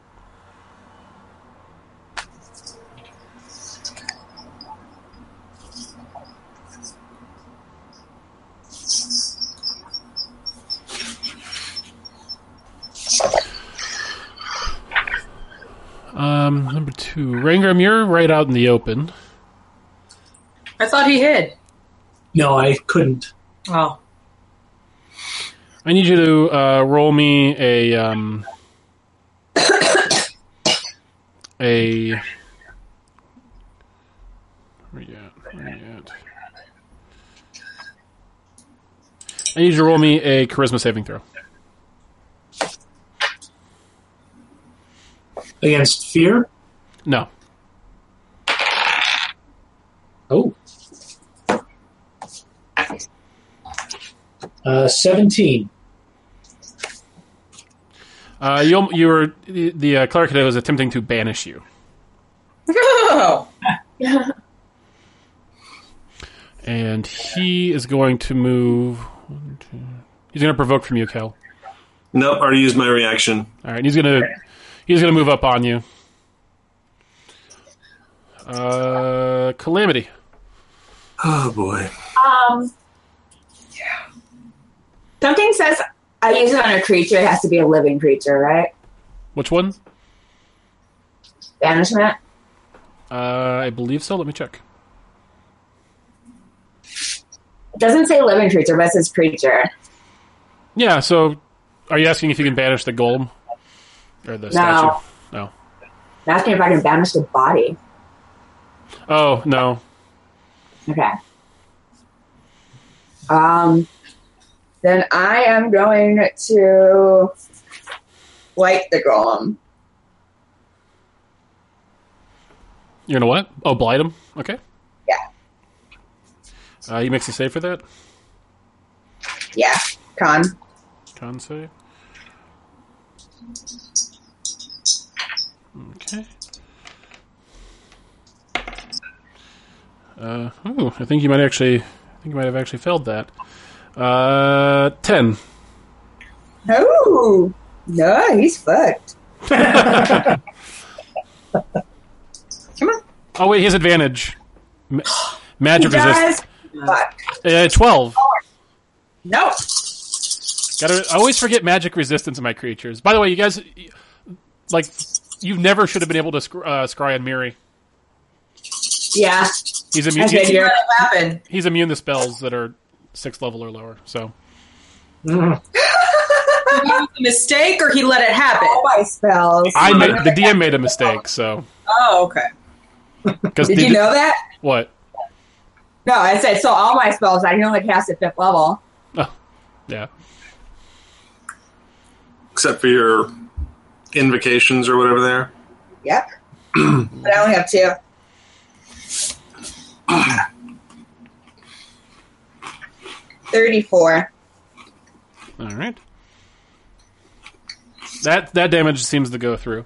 Speaker 2: Um, number two, Rangram, you're right out in the open.
Speaker 5: I thought he hid.
Speaker 1: No, I couldn't.
Speaker 5: Oh.
Speaker 2: I need you to uh, roll me a um, a where you at? Where you at? I need you to roll me a charisma saving throw
Speaker 1: Against fear?
Speaker 2: no
Speaker 1: Oh. Uh, 17.
Speaker 2: uh, you you were the, the uh, cleric today was attempting to banish you
Speaker 5: No!
Speaker 2: and he is going to move one, two, he's going to provoke from you Kel
Speaker 4: Nope, already used my reaction.
Speaker 2: All right, and he's gonna he's gonna move up on you. Uh, calamity.
Speaker 4: Oh boy.
Speaker 3: Um, something says I use it on a creature. It has to be a living creature, right?
Speaker 2: Which one?
Speaker 3: Banishment.
Speaker 2: Uh, I believe so. Let me check.
Speaker 3: It doesn't say living creature, but it says creature.
Speaker 2: Yeah. So, are you asking if you can banish the golem or the
Speaker 3: No.
Speaker 2: statue? No.
Speaker 3: I'm asking if I can banish the body.
Speaker 2: Oh no.
Speaker 3: Okay. Um, then I am going to light the golem.
Speaker 2: You're gonna what? Oh, blight him. Okay.
Speaker 3: Yeah.
Speaker 2: Uh, he makes a save for that.
Speaker 3: Yeah, con.
Speaker 2: Con save. Okay. Uh, ooh, I think you might actually, I think you might have actually failed that. Uh, ten.
Speaker 3: Oh no, he's fucked. Come on,
Speaker 2: Oh wait, he has advantage. Ma-
Speaker 3: he
Speaker 2: magic resist.
Speaker 3: does. Fuck.
Speaker 2: Uh, Twelve.
Speaker 3: Nope.
Speaker 2: Gotta, I always forget magic resistance in my creatures. By the way, you guys, y- like, you never should have been able to scry, uh, scry on Miri.
Speaker 3: Yeah,
Speaker 2: He's immune.
Speaker 3: I said
Speaker 2: He's,
Speaker 3: you're
Speaker 5: What happened?
Speaker 2: he's immune to spells that are sixth level or lower. So.
Speaker 5: Did he make a mistake or he let it happen?
Speaker 3: all my spells.
Speaker 2: I made, the DM made a mistake, so
Speaker 5: Oh, okay.
Speaker 2: because
Speaker 3: Did you know that?
Speaker 2: what?
Speaker 3: No, I said so. All my spells I can only cast at fifth level.
Speaker 2: Oh, yeah,
Speaker 4: Except for your invocations or whatever they are.
Speaker 3: Yep. but I only have two. Thirty-four.
Speaker 2: all right. That that damage seems to go through.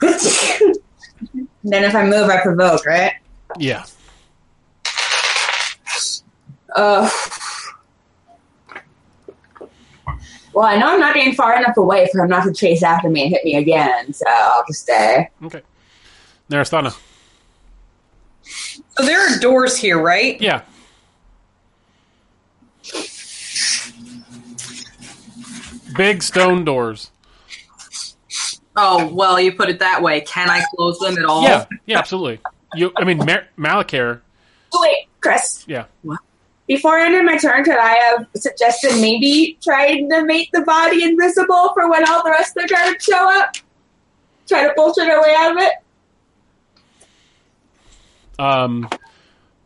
Speaker 3: Then if I move, I provoke, right?
Speaker 2: Yeah,
Speaker 3: Uh. Well, I know I'm not getting far enough away for him not to chase after me and hit me again, so I'll just stay.
Speaker 2: okay. Narasthana.
Speaker 5: So there are doors here, right?
Speaker 2: Yeah, big stone doors.
Speaker 5: Oh, well, you put it that way. Can I close them at all?
Speaker 2: Yeah, yeah, absolutely. You, I mean, Mar- Malakar.
Speaker 3: Oh, Wait, Chris.
Speaker 2: Yeah.
Speaker 3: Before I end my turn, could I have suggested maybe trying to make the body invisible for when all the rest of the guards show up? try to bullshit our way out of it?
Speaker 2: Um,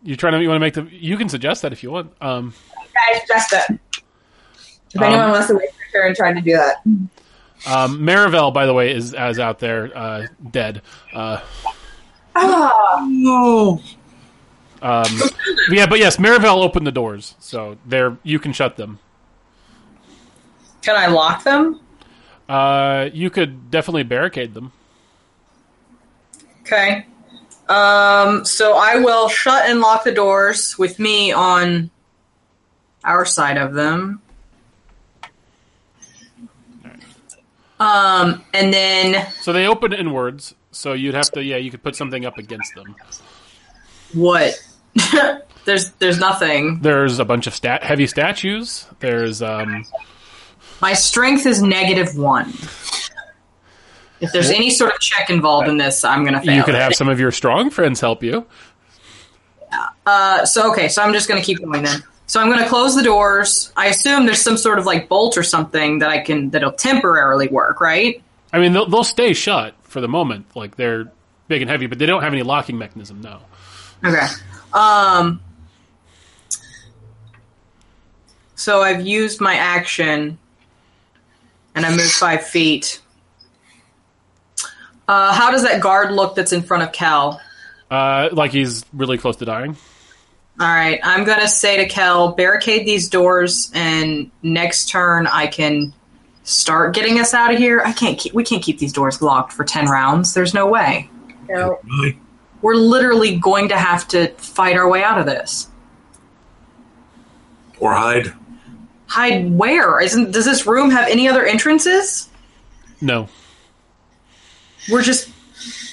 Speaker 2: you trying to you want to make the you can suggest that if you want. Um,
Speaker 3: I suggest it. If
Speaker 2: Um,
Speaker 3: anyone wants to waste their turn trying to do that,
Speaker 2: um, Marivelle, by the way, is as out there uh, dead. Uh,
Speaker 3: oh,
Speaker 5: No.
Speaker 2: um, but yeah, but yes, Marivelle opened the doors, so there you can shut them.
Speaker 5: Can I lock them?
Speaker 2: Uh, you could definitely barricade them.
Speaker 5: Okay. Um, so I will shut and lock the doors with me on our side of them. Um, and then
Speaker 2: So they open inwards. So you'd have to yeah, you could put something up against them.
Speaker 5: what? there's there's nothing.
Speaker 2: There's a bunch of stat heavy statues. There's um,
Speaker 5: My strength is negative one. If there's any sort of check involved in this, I'm gonna fail.
Speaker 2: you could
Speaker 5: it.
Speaker 2: have some of your strong friends help you.
Speaker 5: Uh, so okay, so I'm just gonna keep going then. So I'm gonna close the doors. I assume there's some sort of like bolt or something that I can that'll temporarily work, right?
Speaker 2: I mean, they'll, they'll stay shut for the moment. Like they're big and heavy, but they don't have any locking mechanism. No.
Speaker 5: Okay. Um. So I've used my action, and I moved five feet. Uh, how does that guard look that's in front of Cal?
Speaker 2: Uh, like he's really close to dying.
Speaker 5: All right, I'm gonna say to Cal, barricade these doors, and next turn I can start getting us out of here. I can't keep, we can't keep these doors locked for ten rounds. There's no way.
Speaker 3: no.
Speaker 4: Really?
Speaker 5: We're literally going to have to fight our way out of this.
Speaker 4: Or hide.
Speaker 5: Hide where? Isn't does this room have any other entrances?
Speaker 2: No.
Speaker 5: We're just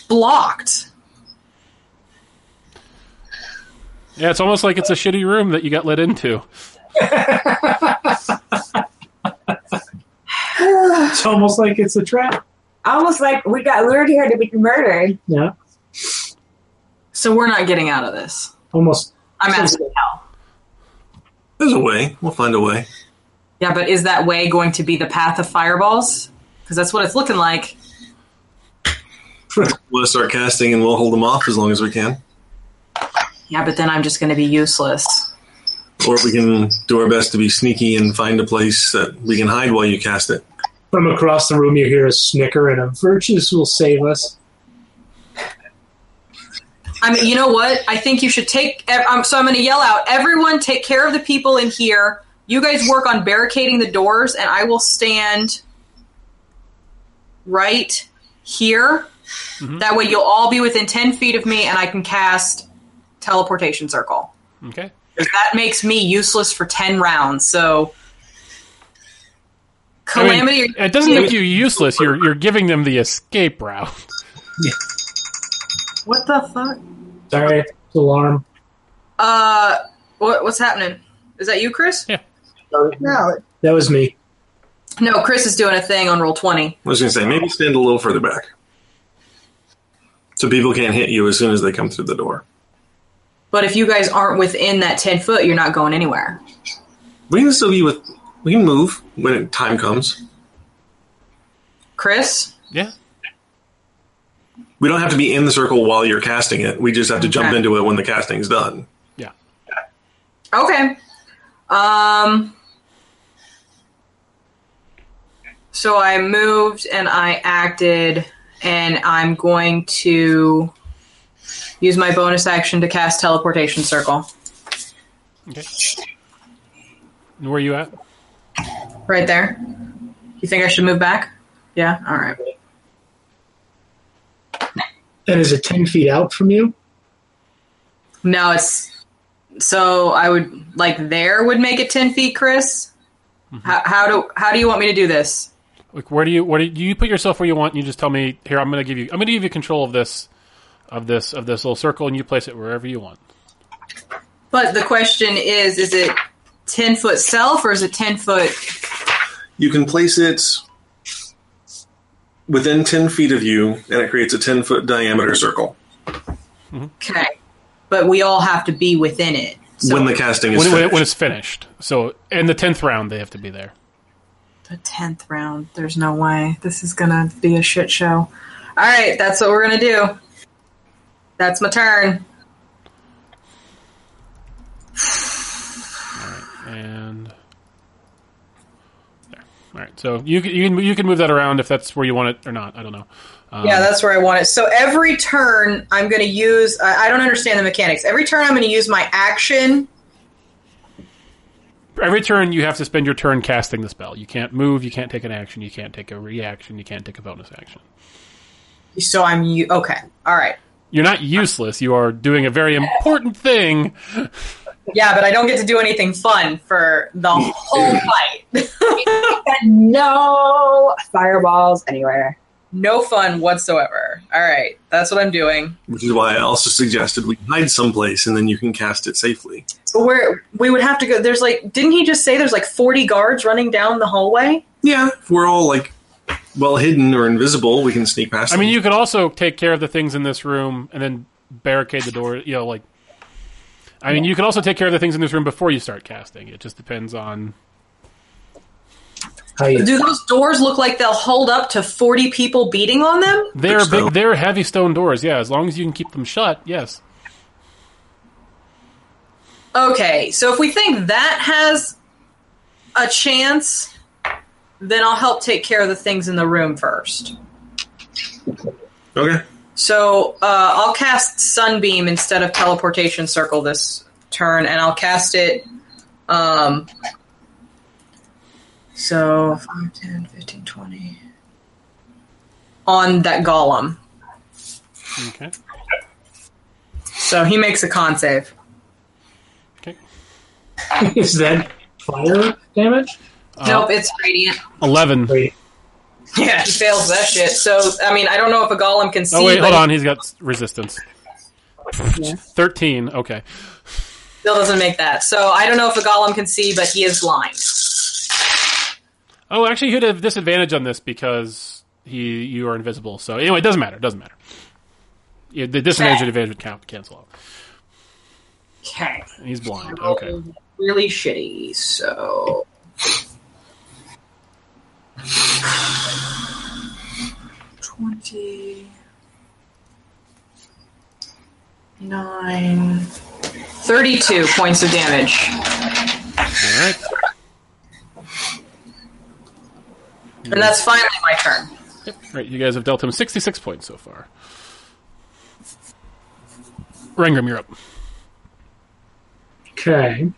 Speaker 5: blocked.
Speaker 2: Yeah, it's almost like it's a shitty room that you got let into.
Speaker 1: It's almost like it's a trap.
Speaker 3: Almost like we got lured here to be murdered.
Speaker 1: Yeah,
Speaker 5: So we're not getting out of this.
Speaker 1: almost.
Speaker 5: I'm asking Cal.
Speaker 4: There's a way. We'll find a way.
Speaker 5: Yeah, but is that way going to be the path of fireballs? Because that's what it's looking like.
Speaker 4: We'll start casting and we'll hold them off as long as we can.
Speaker 5: Yeah, but then I'm just going to be useless.
Speaker 4: Or we can do our best to be sneaky and find a place that we can hide while you cast it.
Speaker 1: From across the room, you hear a snicker and a virtues will save us.
Speaker 5: I mean, you know what? I think you should take. ev- I'm, so I'm going to yell out, everyone, take care of the people in here. You guys work on barricading the doors, and I will stand right here.
Speaker 2: Mhm.
Speaker 5: That way, you'll all be within 10 feet of me, and I can cast teleportation circle.
Speaker 2: Okay.
Speaker 5: 'Cause that makes me useless for 10 rounds. So,
Speaker 2: I mean, uh,
Speaker 5: Calamity.
Speaker 2: it doesn't make you useless. You're you're giving them the escape route.
Speaker 5: What the fuck?
Speaker 1: Sorry, it's alarm.
Speaker 5: Uh, what, what's happening? Is that you, Chris?
Speaker 3: No,
Speaker 1: That was me.
Speaker 5: No, Chris is doing a thing on roll 20.
Speaker 4: I was going to say, maybe stand a little further back. So people can't hit you as soon as they come through the door.
Speaker 5: But if you guys aren't within that 10 foot, you're not going anywhere.
Speaker 4: We can still be with. We can move when it- time comes.
Speaker 5: Chris?
Speaker 2: Yeah.
Speaker 4: We don't have to be in the circle while you're casting it. We just have to jump
Speaker 5: Okay.
Speaker 4: into it when the casting's done.
Speaker 2: Yeah.
Speaker 5: Okay. Um, so I moved and I acted, and I'm going to use my bonus action to cast Teleportation Circle
Speaker 2: Okay. And where are you at?
Speaker 5: right there. You think I should move back? Yeah? All right.
Speaker 1: And is it ten feet out from you?
Speaker 5: No, it's so I would like there would make it ten feet, Chris. How, how do how do you want me to do this?
Speaker 2: Like where do you where do you, you put yourself where you want? And you just tell me here. I'm gonna give you. I'm gonna give you control of this, of this of this little circle, and you place it wherever you want.
Speaker 5: But the question is, is it ten foot self or is it ten foot?
Speaker 4: You can place it within 10 feet of you, and it creates a 10 foot diameter circle
Speaker 5: Okay, but we all have to be within it. So
Speaker 4: when the casting is
Speaker 2: When, when,
Speaker 4: finished.
Speaker 2: when it's finished. So in the tenth round, they have to be there.
Speaker 5: the tenth round, there's no way this is gonna be a shit show. All right, that's what we're gonna do. That's my turn.
Speaker 2: and there. All right, so you can- you can you can move that around if that's where you want it or not. I don't know. Um,
Speaker 5: Yeah, that's where I want it. So every turn, I'm going to use. I, I don't understand the mechanics. Every turn, I'm going to use my action.
Speaker 2: every turn you have to spend your turn casting the spell. You can't move. You can't take an action. You can't take a reaction. You can't take a bonus action.
Speaker 5: So I'm you. Okay. All right.
Speaker 2: You're not useless. You are doing a very important thing.
Speaker 5: Yeah, but I don't get to do anything fun for the whole fight.
Speaker 3: no fireballs anywhere.
Speaker 5: no fun whatsoever. All right, that's what I'm doing.
Speaker 4: Which is why I also suggested we hide someplace and then you can cast it safely.
Speaker 5: But where we would have to go? There's like, didn't he just say there's like 40 guards running down the hallway?
Speaker 4: Yeah, if we're all like well hidden or invisible, we can sneak past.
Speaker 2: I mean,
Speaker 4: them.
Speaker 2: you could also take care of the things in this room and then barricade the door. You know, like. I mean, you can also take care of the things in this room before you start casting. It just depends on.
Speaker 1: How you-
Speaker 5: Do those doors look like they'll hold up to 40 people beating on them?
Speaker 2: They're
Speaker 4: Think so.
Speaker 2: big. They're heavy stone doors. Yeah, as long as you can keep them shut. Yes.
Speaker 5: Okay, so if we think that has a chance, then I'll help take care of the things in the room first.
Speaker 4: okay.
Speaker 5: So uh, I'll cast Sunbeam instead of Teleportation Circle this turn, and I'll cast it. Um, so 5, 10, 15, 20. On that golem.
Speaker 2: Okay.
Speaker 5: So he makes a con save.
Speaker 2: Okay.
Speaker 1: is that fire damage?
Speaker 2: Oh.
Speaker 5: nope, it's radiant.
Speaker 2: Uh, Eleven. Oh,
Speaker 1: Wait,
Speaker 5: Yeah, he fails that shit. So, I mean, I don't know if a golem can see.
Speaker 2: Oh wait,
Speaker 5: but
Speaker 2: hold on. He's got s- resistance. Thirteen. Okay.
Speaker 5: Still doesn't make that. So I don't know if a golem can see, but he is blind.
Speaker 2: Oh, actually, he'd have disadvantage on this because he you are invisible. So anyway, it doesn't matter. It doesn't matter. Yeah, the disadvantage and advantage would count, cancel out.
Speaker 5: Okay.
Speaker 2: And he's blind. Okay.
Speaker 5: Um, Really shitty. So. Twenty. Nine. Thirty-two points of damage.
Speaker 2: All right.
Speaker 5: And that's finally my turn.
Speaker 2: Yep. All right. You guys have dealt him sixty-six points so far. Rangram, you're up.
Speaker 1: Okay.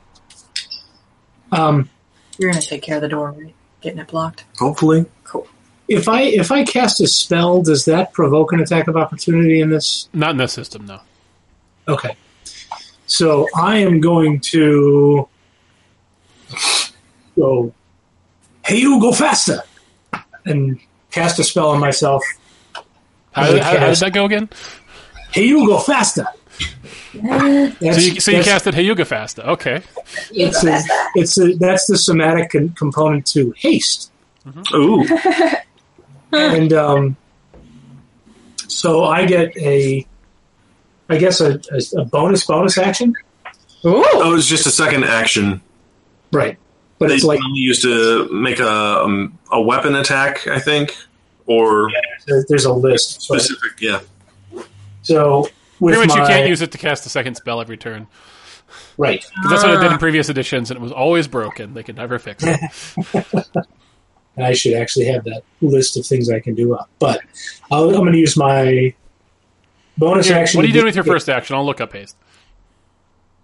Speaker 1: Um,
Speaker 5: You're gonna take care of the door, right? Getting it blocked.
Speaker 4: Hopefully,
Speaker 5: Cool.
Speaker 1: if I if I cast a spell, does that provoke an attack of opportunity in this?
Speaker 2: Not in this system, no.
Speaker 1: Okay. So I am going to go. Hey, you go faster! And cast a spell on myself.
Speaker 2: How did, how, how did that go again?
Speaker 1: Hey, you go faster!
Speaker 2: So you, so you casted Hayuga Fasta. Okay.
Speaker 1: it's a, it's a, that's the somatic con- component to haste.
Speaker 4: ooh,
Speaker 1: and um, so I get a, I guess a, a, a bonus bonus action,
Speaker 4: oh, it's just a second action.
Speaker 1: right? But
Speaker 4: They
Speaker 1: it's like
Speaker 4: only used to make a um, a weapon attack, I think, or
Speaker 1: there- there's a list. So,
Speaker 4: specific. Yeah,
Speaker 1: so with
Speaker 2: Pretty much, you
Speaker 1: my-
Speaker 2: can't use it to cast a second spell every turn.
Speaker 1: right.
Speaker 2: 'Cause that's what it did in previous editions, and it was always broken. They could never fix it.
Speaker 1: And I should actually have that list of things I can do up. But I'll, I'm going to use my bonus
Speaker 2: Here,
Speaker 1: action.
Speaker 2: what are you
Speaker 1: to
Speaker 2: doing with
Speaker 1: do-
Speaker 2: your first action? I'll look up haste.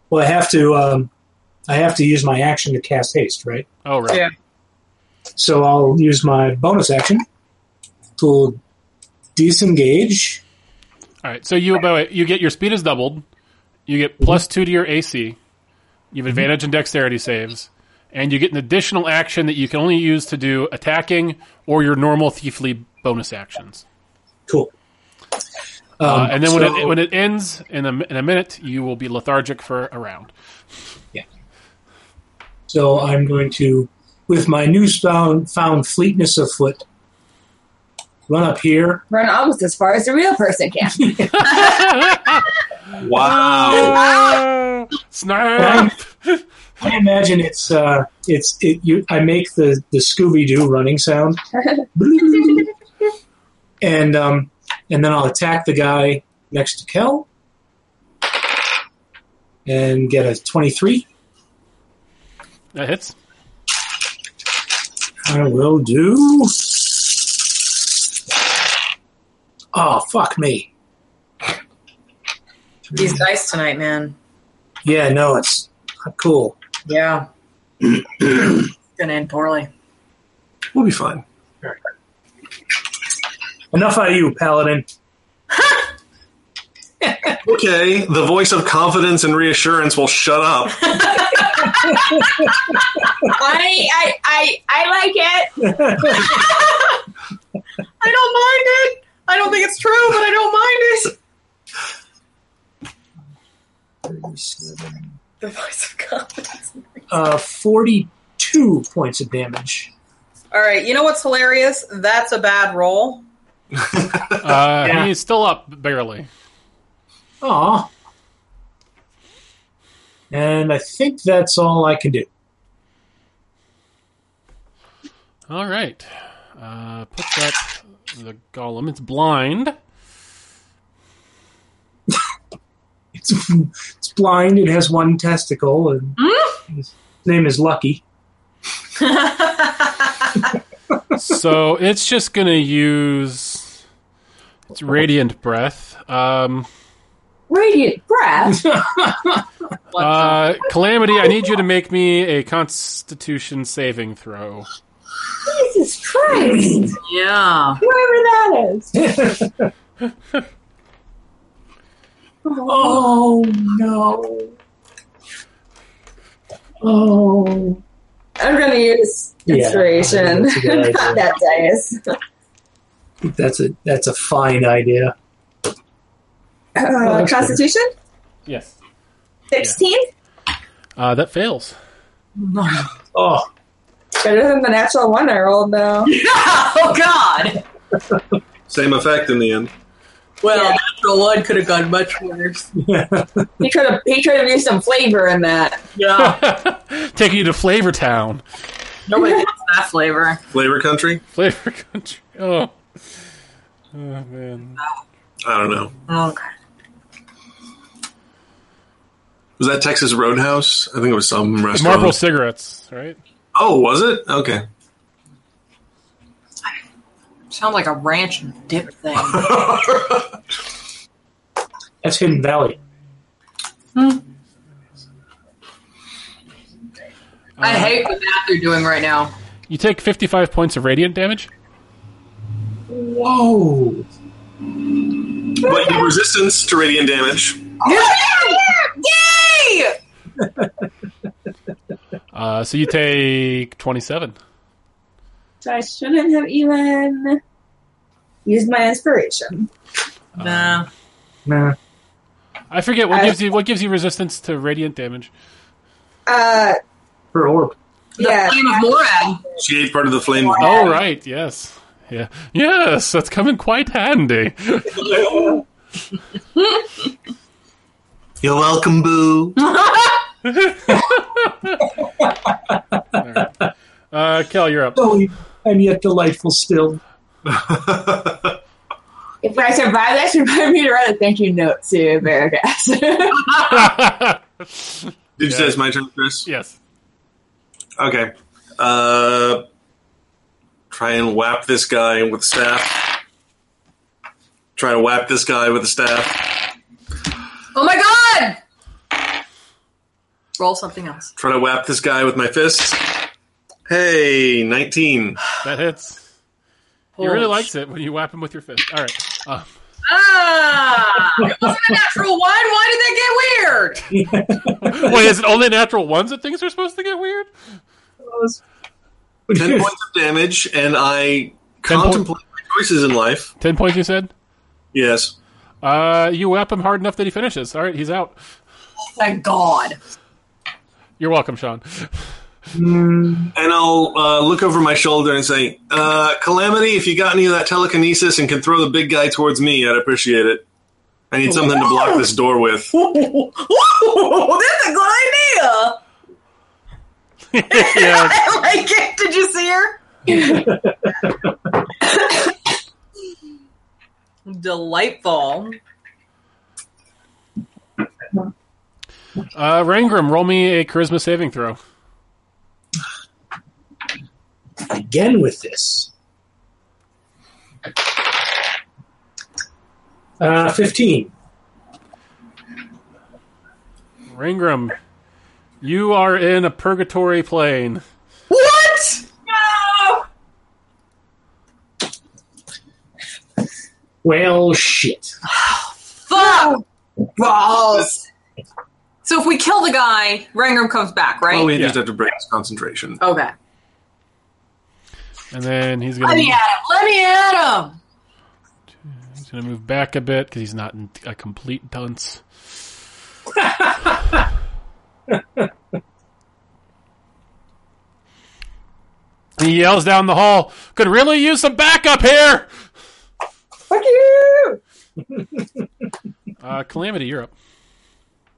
Speaker 1: Well, I have to. Um, I have to use my action to cast haste, right?
Speaker 2: Oh, right.
Speaker 5: Yeah.
Speaker 1: So I'll use my bonus action to disengage.
Speaker 2: All right. So you by the way, you get your speed is doubled. You get plus two to your AC. You have advantage in dexterity saves, and you get an additional action that you can only use to do attacking or your normal thiefly bonus actions.
Speaker 1: Cool. Um,
Speaker 2: Uh, and then when
Speaker 1: so-
Speaker 2: it when it ends in a, in a minute, you will be lethargic for a round.
Speaker 1: So I'm going to, with my newfound found fleetness of foot, run up here.
Speaker 3: Run almost as far as the real person can.
Speaker 4: wow.
Speaker 2: Snap!
Speaker 1: I imagine it's uh, it's it. You, I make the the Scooby Doo running sound, and um, and then I'll attack the guy next to Kel and get a 23.
Speaker 2: That hits.
Speaker 1: I will do. Oh, fuck me.
Speaker 5: These dice tonight, man.
Speaker 1: Yeah, no, it's not cool.
Speaker 5: Yeah. Gonna end poorly.
Speaker 4: We'll be fine.
Speaker 1: Enough out of you, Paladin.
Speaker 4: Okay, the voice of confidence and reassurance will shut up.
Speaker 3: I, I, I, I like it.
Speaker 5: I don't mind it. I don't think it's true, but I don't mind it. The voice of confidence.
Speaker 1: Uh, 42 points of damage.
Speaker 5: All right, you know what's hilarious? That's a bad roll.
Speaker 2: Uh,
Speaker 1: Yeah.
Speaker 2: He's still up barely.
Speaker 1: Aw. And I think that's all I can do.
Speaker 2: All right. Uh, puts up the golem. It's blind.
Speaker 1: It's, it's blind. It has one testicle. And His name is Lucky.
Speaker 2: so it's just gonna use its radiant breath. Um,
Speaker 3: Radiant breath.
Speaker 5: What
Speaker 2: uh, Calamity, I need you to make me a Constitution saving throw.
Speaker 3: Jesus Christ.
Speaker 5: the- yeah.
Speaker 3: Whoever that is.
Speaker 1: Oh, no. Oh.
Speaker 3: I'm gonna use
Speaker 1: Yeah,
Speaker 3: inspiration.
Speaker 1: that's a good idea.
Speaker 3: Not that dice.
Speaker 1: That's a that's a fine idea.
Speaker 3: Uh,
Speaker 1: that's
Speaker 3: Constitution
Speaker 2: Yes.
Speaker 3: sixteen.
Speaker 2: Uh, that fails.
Speaker 1: Oh,
Speaker 3: Better than the natural one I rolled though.
Speaker 5: oh God.
Speaker 4: Same effect in the end.
Speaker 5: Well,
Speaker 3: Yeah.
Speaker 5: natural one could have gone much worse.
Speaker 3: He tried to he tried to do some flavor in that.
Speaker 5: Yeah.
Speaker 2: Taking you to Flavor Town,
Speaker 5: Nobody gets that flavor.
Speaker 4: Flavor country?
Speaker 2: Flavor Country. Oh. Oh man.
Speaker 4: I don't know.
Speaker 5: Oh,
Speaker 4: Was that Texas Roadhouse? I think it was some restaurant.
Speaker 2: Marlboro cigarettes, right?
Speaker 4: Oh, was it? Okay.
Speaker 5: sounds like a ranch and dip thing.
Speaker 1: that's Hidden Valley.
Speaker 5: I hate what math you're doing right now.
Speaker 2: You take 55 points of radiant damage.
Speaker 1: Whoa.
Speaker 4: but your resistance to radiant damage.
Speaker 3: Oh,
Speaker 5: Yay!
Speaker 2: Uh, so you take 27.
Speaker 3: So I shouldn't have even used my inspiration.
Speaker 2: Uh-huh.
Speaker 5: Nah.
Speaker 1: Nah.
Speaker 2: I forget what
Speaker 3: I-
Speaker 2: gives you what gives you resistance to radiant damage.
Speaker 3: Uh
Speaker 1: Her orb.
Speaker 5: The
Speaker 3: yeah.
Speaker 5: flame of Morad.
Speaker 4: She ate part of the flame.
Speaker 2: Oh right, yes, yeah, yes. That's coming quite handy.
Speaker 4: You're welcome, boo.
Speaker 2: Uh, Kel, you're up.
Speaker 1: Oh, and yet delightful still.
Speaker 3: If I survive this, remind me to write a thank you note to Veracast.
Speaker 4: Did you say
Speaker 2: Yeah.
Speaker 4: it's my turn, Chris?
Speaker 2: yes.
Speaker 4: Okay. Uh, try and whap this guy with a staff. Try to whap this guy with a staff.
Speaker 5: Oh my God! Roll something else.
Speaker 4: Try to whap this guy with my fists. Hey, 19.
Speaker 2: That hits. He really likes it when you whap him with your fist. All right. Uh,
Speaker 5: Ah! It wasn't a natural one. Why did that get weird?
Speaker 2: wait, is it only natural ones that things are supposed to get weird?
Speaker 4: 10 points of damage, and I contemplate my choices in life.
Speaker 2: Ten points, you said.
Speaker 4: Yes.
Speaker 2: Uh, you whap him hard enough that he finishes. All right, he's out.
Speaker 5: Thank God.
Speaker 2: You're welcome, Sean.
Speaker 4: And I'll uh, look over my shoulder and say, uh, Calamity, if you got any of that telekinesis and can throw the big guy towards me, I'd appreciate it. I need something to block this door with.
Speaker 5: Whoa, that's a good idea.
Speaker 2: yeah.
Speaker 5: I like it. Did you see her? Delightful.
Speaker 2: Uh, Rangram, roll me a charisma saving throw.
Speaker 1: Again with this. Uh, 15.
Speaker 2: Rangram, you are in a purgatory plane.
Speaker 5: What?
Speaker 3: No!
Speaker 1: Well, shit.
Speaker 5: Fuck!
Speaker 3: Balls!
Speaker 5: So if we kill the guy, Rangram comes back, right?
Speaker 4: Well, Oh, we
Speaker 2: Oh, Yeah.
Speaker 4: just have to break his concentration.
Speaker 5: Okay.
Speaker 2: And then he's
Speaker 5: Let
Speaker 2: going
Speaker 5: me at him. Let me at him.
Speaker 2: to move back a bit because he's not in- a complete dunce. he yells down the hall, could really use some backup here!
Speaker 3: Fuck you!
Speaker 2: Uh, Calamity, you're up.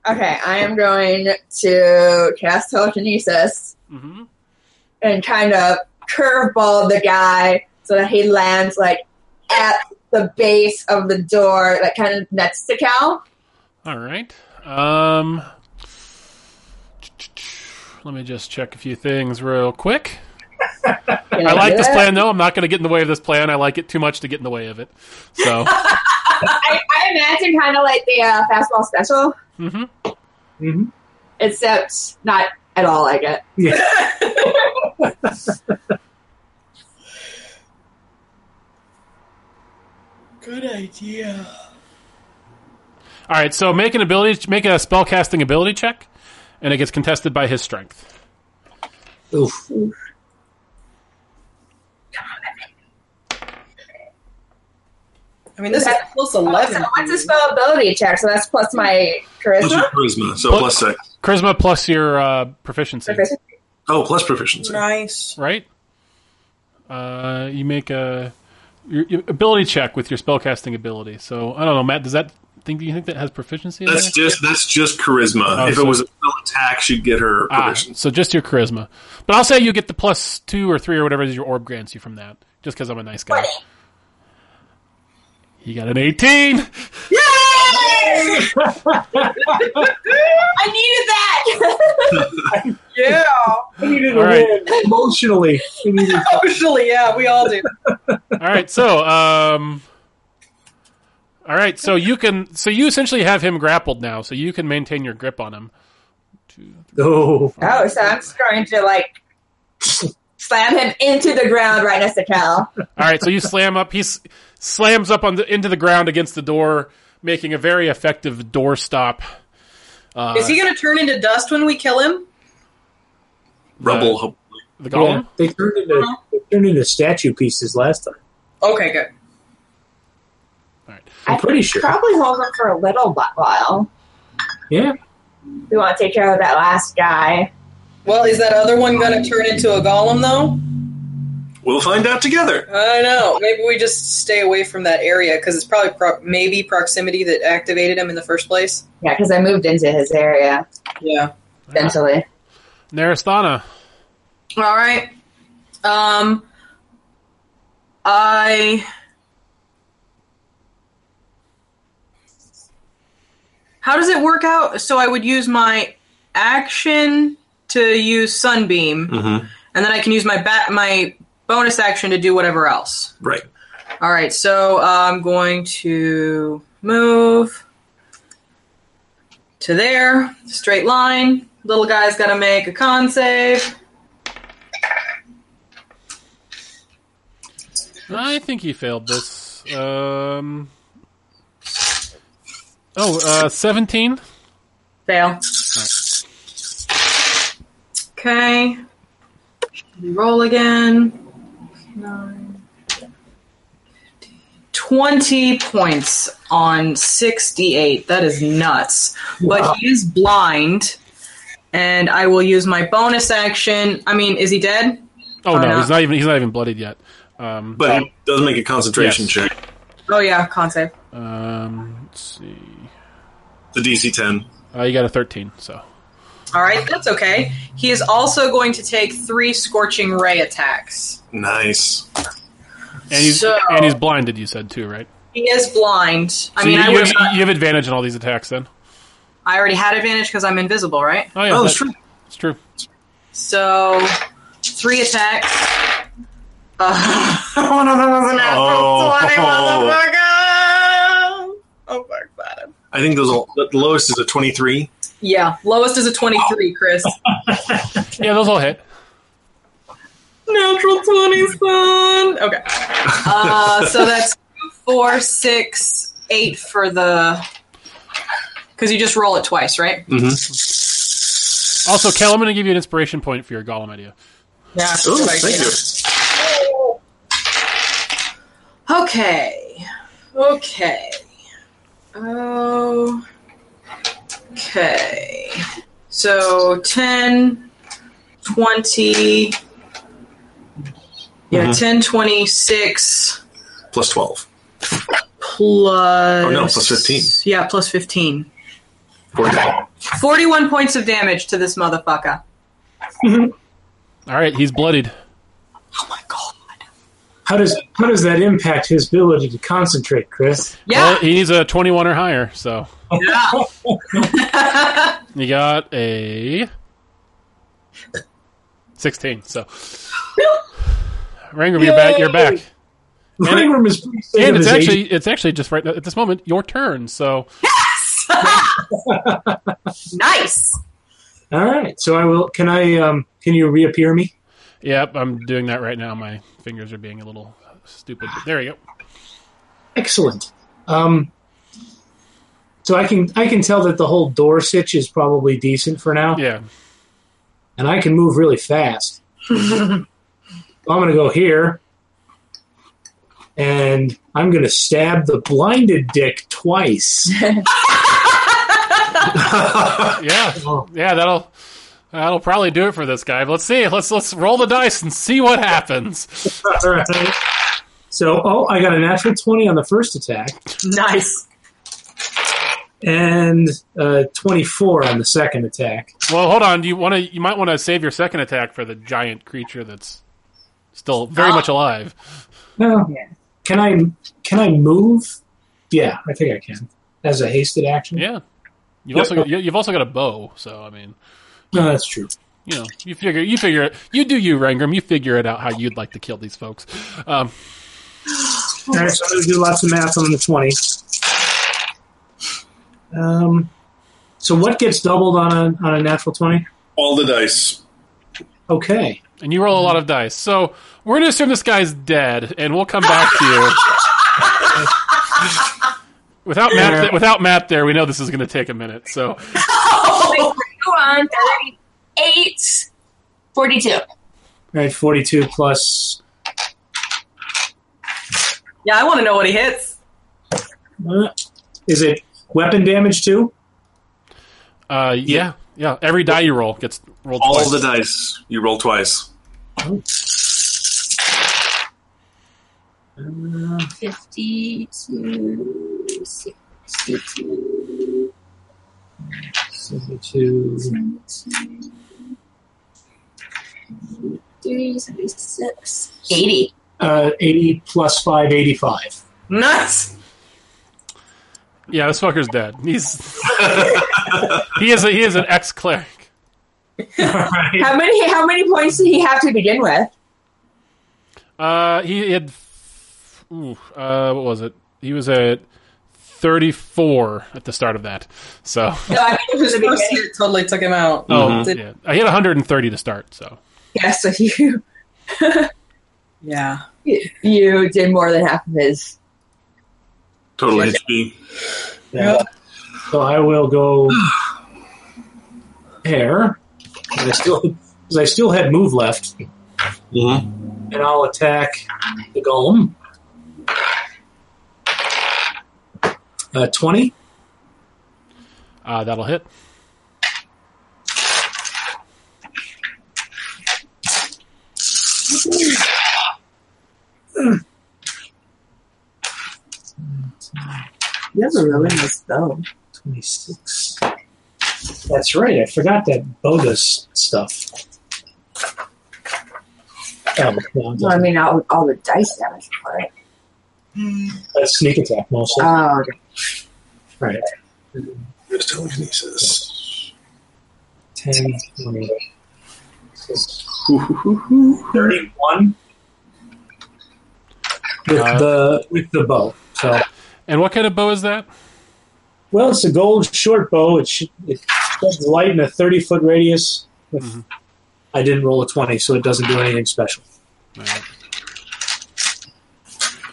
Speaker 3: Okay, I am going to cast telekinesis
Speaker 2: Mm-hmm.
Speaker 3: and kind of curveball the guy so that he lands like at the base of the door, like kind of next to Cal.
Speaker 2: All right. Um, let me just check a few things real quick.
Speaker 3: Can
Speaker 2: I like
Speaker 3: do
Speaker 2: this
Speaker 3: that?
Speaker 2: plan, though. I'm not going to get in the way of this plan. I like it too much to get in the way of it. So,
Speaker 3: I, I imagine kind of like the uh, fastball special,
Speaker 2: Mhm.
Speaker 1: Mhm.
Speaker 3: except not at all like it.
Speaker 1: Yeah.
Speaker 5: Good idea.
Speaker 2: all right. So make an ability, make a spellcasting ability check, and it gets contested by his strength.
Speaker 1: Oof.
Speaker 5: I mean, this is close
Speaker 3: Oh,
Speaker 5: eleven.
Speaker 3: so what's a spell ability check? So that's plus my
Speaker 4: Plus your
Speaker 3: charisma.
Speaker 4: charisma, so
Speaker 2: Plus-
Speaker 4: plus six.
Speaker 2: Charisma plus your uh, proficiency,
Speaker 3: proficiency.
Speaker 4: Oh, plus proficiency.
Speaker 5: Nice.
Speaker 2: right? Uh, you make a your, your ability check with your spellcasting ability. So I don't know, Matt. Does that think? Do you think that has proficiency? in
Speaker 4: That's
Speaker 2: there?
Speaker 4: just that's just charisma.
Speaker 2: Oh,
Speaker 4: if
Speaker 2: so-
Speaker 4: it was a spell attack, she'd get her
Speaker 2: Ah,
Speaker 4: proficiency.
Speaker 2: so just your charisma. But I'll say you get the plus two or three or whatever it is your orb grants you from that, just because I'm a nice guy. You got an 18.
Speaker 3: Yay! I needed that.
Speaker 5: Yeah.
Speaker 1: I needed
Speaker 2: All
Speaker 1: a
Speaker 2: right.
Speaker 1: win emotionally. I needed-
Speaker 5: Usually, yeah, we all do.
Speaker 2: All right, so um, all right, so you can so you essentially have him grappled now, so you can maintain your grip on him.
Speaker 1: oh,
Speaker 3: Oh, so I'm just going to like slam him into the ground right next to Cal.
Speaker 2: All right, so you slam up. He s- slams up on the into the ground against the door, making a very effective door stop. Uh,
Speaker 5: Is he going to turn into dust when we kill him?
Speaker 4: Rubble. hopefully.
Speaker 2: the
Speaker 1: yeah.
Speaker 2: golem?
Speaker 1: They turned into they turned into statue pieces last time.
Speaker 5: Okay, good.
Speaker 2: All right.
Speaker 1: I'm pretty sure.
Speaker 3: Probably hold him for a little wh- while.
Speaker 1: Yeah.
Speaker 3: We want to take care of that last guy.
Speaker 5: Well, is that other one going to turn into a golem though?
Speaker 4: We'll find out together.
Speaker 5: I know. Maybe we just stay away from that area because it's probably pro- maybe proximity that activated him in the first place.
Speaker 3: Yeah, because I moved into his area
Speaker 5: Yeah.
Speaker 3: eventually.
Speaker 2: Naristana.
Speaker 5: All right. Um, I. How does it work out? So I would use my action to use sunbeam,
Speaker 4: Mm-hmm.
Speaker 5: and then I can use my bat my bonus action to do whatever else.
Speaker 4: Right.
Speaker 5: All right, so I'm going to move to there, straight line. Little guy's gonna make a con save.
Speaker 2: I think he failed this. Um, oh, uh, 17.
Speaker 5: Fail. Okay. Roll again. Nine, 15, 20 points on 68. That is nuts. But he is blind. And I will use my bonus action. I mean, is he dead?
Speaker 2: Oh
Speaker 5: Or
Speaker 2: no,
Speaker 5: not.
Speaker 2: he's not even he's not even bloodied yet. Um,
Speaker 4: But it does make a concentration
Speaker 2: Yes.
Speaker 4: check.
Speaker 5: Oh, yeah, con save.
Speaker 2: um, let's see.
Speaker 4: The DC ten.
Speaker 2: Uh, you got a 13, so.
Speaker 5: All right, that's okay. He is also going to take three scorching ray attacks.
Speaker 4: Nice.
Speaker 2: And he's,
Speaker 5: So-
Speaker 2: and he's blinded, you said, too, right?
Speaker 5: He is blind. I
Speaker 2: So
Speaker 5: mean,
Speaker 2: you,
Speaker 5: I
Speaker 2: you
Speaker 5: would.
Speaker 2: have, you have advantage in all these attacks then.
Speaker 5: I already had advantage because I'm invisible, right?
Speaker 2: Oh yeah,
Speaker 4: Oh,
Speaker 2: that's
Speaker 4: sure.
Speaker 2: It's true.
Speaker 5: So three attacks. Uh, one of them was an
Speaker 4: Oh.
Speaker 5: oh. oh fuck that.
Speaker 4: I think those are, the lowest is a 23.
Speaker 5: Yeah, lowest is a twenty-three, Chris.
Speaker 2: Yeah, those all hit.
Speaker 5: Natural twenty, son. Okay. Uh, so that's two, four, six, eight for the. Because you just roll it twice, right?
Speaker 4: Mm-hmm.
Speaker 2: Also, Kel, I'm going to give you an inspiration point for your golem idea.
Speaker 5: Yeah.
Speaker 4: Ooh, thank you.
Speaker 5: Okay. Okay. Okay. So 10, 20.
Speaker 4: Mm-hmm.
Speaker 5: Yeah, ten twenty six
Speaker 4: Plus 12.
Speaker 5: plus.
Speaker 4: Oh, no, plus 15.
Speaker 5: Yeah, plus 15.
Speaker 4: 41.
Speaker 5: 41 points of damage to this motherfucker.
Speaker 2: All right, he's bloodied.
Speaker 5: Oh my god.
Speaker 1: How does how does that impact his ability to concentrate, Chris?
Speaker 5: Yeah.
Speaker 2: Well, he needs a 21 or higher, so you got a 16. So, Rangram, you're back. You're back,
Speaker 1: The ring room is pretty sick
Speaker 2: and
Speaker 1: of
Speaker 2: it's
Speaker 1: his
Speaker 2: actually it's actually just right now, at this moment your turn. So,
Speaker 5: nice.
Speaker 1: age. All right, so I will. Can I? Um, can you reappear me?
Speaker 2: yep, I'm doing that right now. My fingers are being a little stupid. But there you go.
Speaker 1: Excellent. Um, so I can I can tell that the whole door sitch is probably decent for now,
Speaker 2: Yeah,
Speaker 1: and I can move really fast. So I'm going to go here, and I'm going to stab the blinded dick twice.
Speaker 2: yeah,
Speaker 1: Oh.
Speaker 2: yeah. That'll that'll probably do it for this guy. But let's see. Let's let's roll the dice and see what happens.
Speaker 1: All right. So, oh, I got a natural 20 on the first attack
Speaker 5: Nice.
Speaker 1: and uh, 24 on the second attack.
Speaker 2: Well, hold on. Do you want to? You might want to save your second attack for the giant creature that's still very much alive.
Speaker 1: Well,
Speaker 3: Yeah.
Speaker 1: Can I can I move? Yeah, I think I can. As a hasted action?
Speaker 2: Yeah. You've
Speaker 1: Yep.
Speaker 2: also got, you- you've also got a bow, so I mean,
Speaker 1: No, that's true.
Speaker 2: you know, you figure you figure it. You do you, Rangram. You figure it out how you'd like to kill these folks. Um,
Speaker 1: All right, so I'm going to do lots of math on the 20. Um, so what gets doubled on a, on a natural 20?
Speaker 4: All the dice.
Speaker 1: Okay.
Speaker 2: and you roll a lot of dice, so we're gonna assume this guy's dead, and we'll come back to you. Without map, th- without map, there we know this is going to take a minute. So,
Speaker 5: Oh.
Speaker 3: Go on, 38, 42.
Speaker 1: All right, 42 plus.
Speaker 5: Yeah, I want to know what he hits.
Speaker 1: uh, is it weapon damage too?
Speaker 2: uh, yeah, yeah. Every die you roll gets rolled.
Speaker 4: All
Speaker 2: twice.
Speaker 4: the dice. You roll twice.
Speaker 1: Uh,
Speaker 6: 52, 62,
Speaker 1: 72.
Speaker 6: 73, 76, 80.
Speaker 1: Uh, 80 plus 5, 85.
Speaker 5: Nice.
Speaker 2: Yeah, this fucker's dead. He's he is a, he is an ex cleric.
Speaker 3: How many how many points did he have to begin with?
Speaker 2: Uh, he had f- ooh, uh, what was it? He was at thirty four at the start of that. So
Speaker 3: No, I mean it was the beginning.
Speaker 5: totally took him out.
Speaker 2: oh
Speaker 4: Mm-hmm.
Speaker 5: Did-
Speaker 2: yeah, he had one hundred and thirty to start. So
Speaker 3: Yeah, so you
Speaker 5: yeah.
Speaker 3: you did more than half of his.
Speaker 4: Total HP.
Speaker 1: Yeah. So I will go there. 'cause I still, because I still had move left,
Speaker 4: Mm-hmm.
Speaker 1: and I'll attack the golem. Uh, Twenty.
Speaker 2: uh, that'll hit.
Speaker 3: You have a really nice bow.
Speaker 1: 26. That's right. I forgot that bogus stuff. Oh, Um, no, it
Speaker 3: Well, I
Speaker 1: doesn't-
Speaker 3: mean all, all the dice damage for it.
Speaker 1: That's sneak attack mostly.
Speaker 3: Oh, okay.
Speaker 1: right.
Speaker 4: There's telekinesis.
Speaker 1: 10, 20, 31 with
Speaker 2: Uh,
Speaker 1: the with the bow. So,
Speaker 2: And what kind of bow is that?
Speaker 1: well, it's a gold short bow. It sh- it sheds light in a thirty foot radius. With, I didn't roll a twenty, so it doesn't do anything special.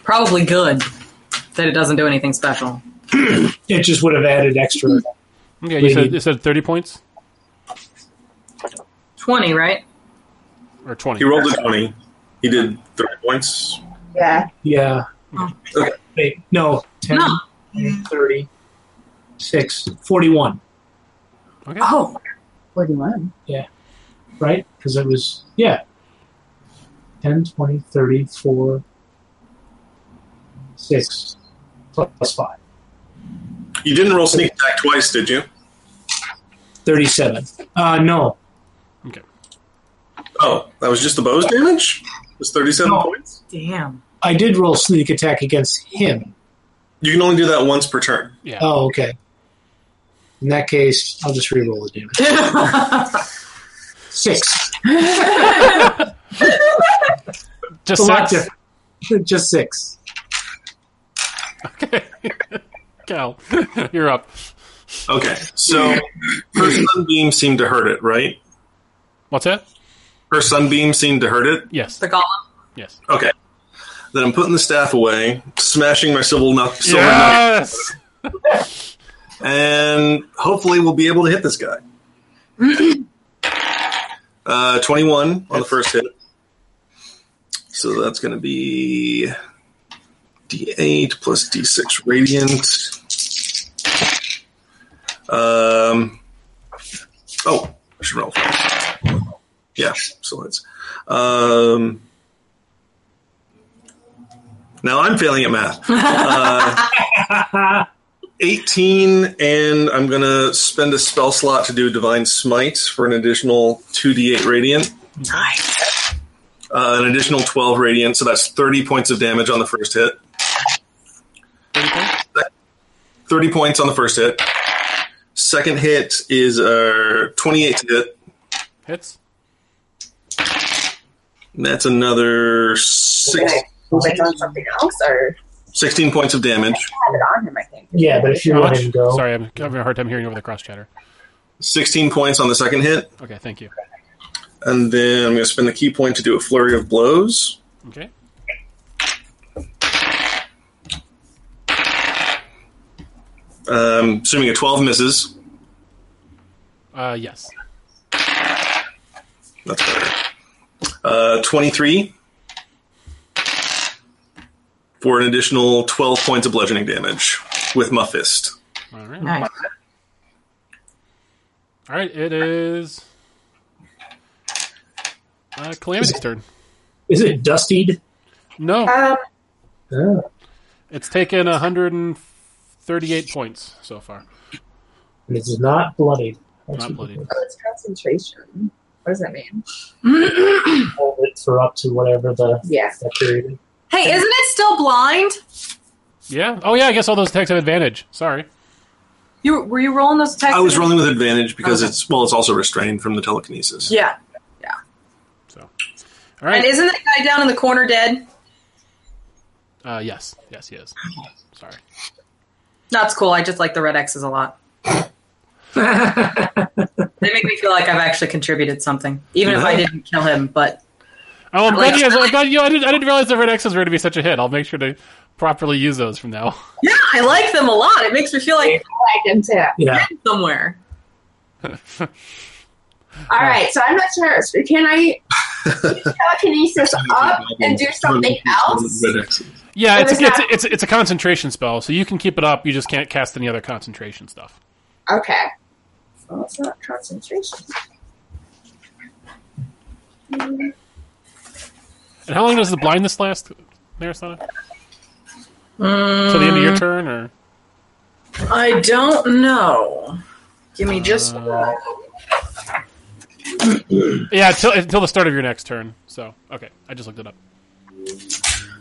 Speaker 5: Probably good that it doesn't do anything special.
Speaker 1: It just would have added extra.
Speaker 2: Okay, you
Speaker 1: We
Speaker 2: said
Speaker 1: need-
Speaker 2: you said thirty points
Speaker 5: Twenty, right?
Speaker 2: or twenty.
Speaker 4: He rolled a 20. He did three points.
Speaker 3: Yeah.
Speaker 1: Yeah.
Speaker 4: Okay.
Speaker 1: Wait, no, 10,
Speaker 5: No.
Speaker 1: 30, 6, 41,
Speaker 2: Okay.
Speaker 5: Oh,
Speaker 3: Forty-one.
Speaker 1: right? Because it was, yeah. 10, 20, 30, 4, 6, plus 5.
Speaker 4: You didn't roll sneak attack twice, did you?
Speaker 1: 37. Uh, no.
Speaker 4: Oh, that was just the bow's damage? It was 37
Speaker 1: No.
Speaker 4: points?
Speaker 5: damn.
Speaker 1: I did roll sneak attack against him.
Speaker 4: You can only do that once per turn.
Speaker 2: Yeah.
Speaker 1: Oh, okay. In that case, I'll just re-roll the damage. Six.
Speaker 2: Just
Speaker 1: It's a lot
Speaker 2: six.
Speaker 1: different. Just six.
Speaker 2: Okay. Cal, you're up.
Speaker 4: Okay, so her sunbeam seemed to hurt it, right?
Speaker 2: What's that?
Speaker 4: Her sunbeam seemed to hurt it.
Speaker 2: Yes.
Speaker 5: The golem.
Speaker 2: Yes.
Speaker 4: Okay. Then I'm putting the staff away, smashing my silver knuck- silver knuck,
Speaker 2: Yes.
Speaker 4: and hopefully we'll be able to hit this guy. uh, 21 on the first hit. So that's going to be D8 plus D6 radiant. Um, oh, I should roll. Yeah, so it's. Um, now I'm failing at math. Uh, 18, and I'm going to spend a spell slot to do Divine Smite for an additional 2d8 radiant.
Speaker 5: Nice.
Speaker 4: Uh, an additional 12 radiant, so that's 30 points of damage on the first hit. 30 points on the first hit. Second hit is uh, 28 to hit.
Speaker 2: Hits.
Speaker 4: and That's another six,
Speaker 3: Was I doing something else or
Speaker 4: 16 points of damage.
Speaker 3: have it on him? I think.
Speaker 1: Yeah, but if you
Speaker 2: How
Speaker 1: let
Speaker 2: much?
Speaker 1: him go.
Speaker 2: Sorry, I'm having a hard time hearing over the cross chatter.
Speaker 4: 16 points on the second hit.
Speaker 2: Okay, thank you.
Speaker 4: And then I'm going to spend the key point to do a flurry of blows.
Speaker 2: Okay.
Speaker 4: Um, assuming a 12 misses.
Speaker 2: Uh, yes.
Speaker 4: That's better. Uh, 23 for an additional 12 points of bludgeoning damage with my fist.
Speaker 2: All right.
Speaker 5: Nice.
Speaker 2: All right. It is. Uh, Calamity's turn.
Speaker 1: Is it dustied?
Speaker 2: No,
Speaker 3: Um,
Speaker 1: Oh,
Speaker 2: it's taken 138 points so far.
Speaker 1: and it's not bloodied.
Speaker 2: Not bloodied.
Speaker 3: oh, it's concentration. What does that mean?
Speaker 1: Hold it for up to whatever the
Speaker 3: Yeah.
Speaker 1: that period. is.
Speaker 5: Hey, isn't it still blind?
Speaker 2: Yeah. Oh yeah. I guess all those attacks have advantage. Sorry.
Speaker 5: You were you rolling those attacks?
Speaker 4: I was
Speaker 5: again?
Speaker 4: rolling with advantage because
Speaker 5: Okay.
Speaker 4: it's, well, it's also restrained from the telekinesis.
Speaker 5: Yeah.
Speaker 2: So. All
Speaker 5: And
Speaker 2: right.
Speaker 5: isn't that guy down in the corner dead?
Speaker 2: Uh, yes. Yes. He is. Sorry.
Speaker 5: That's cool. I just like the red X's a lot. they make me feel like I've actually contributed something, even if I didn't kill him. But
Speaker 2: Oh, I'm glad
Speaker 5: Like-
Speaker 2: you guys. I'm glad you. I didn't. I didn't realize the red X's were going to be such a hit. I'll make sure to properly use those from now. on.
Speaker 5: yeah, I like them a lot. It makes me feel like
Speaker 3: I like him too.
Speaker 1: Yeah.
Speaker 5: I'm somewhere.
Speaker 3: All right, so I'm not sure. So Can I use telekinesis up and do something else?
Speaker 2: Yeah,
Speaker 3: Or
Speaker 2: it's
Speaker 3: is
Speaker 2: a, it's,
Speaker 3: that-
Speaker 2: a, it's, a, it's a concentration spell, so you can keep it up. You just can't cast any other concentration stuff.
Speaker 3: Okay. Well, it's not concentration.
Speaker 2: And how long does the blindness last, Narasana? To the end
Speaker 5: Mm.
Speaker 2: of your turn, or
Speaker 5: I don't know. Give me just.
Speaker 4: Uh,
Speaker 2: yeah, until, until the start of your next turn. So okay, I just looked it up.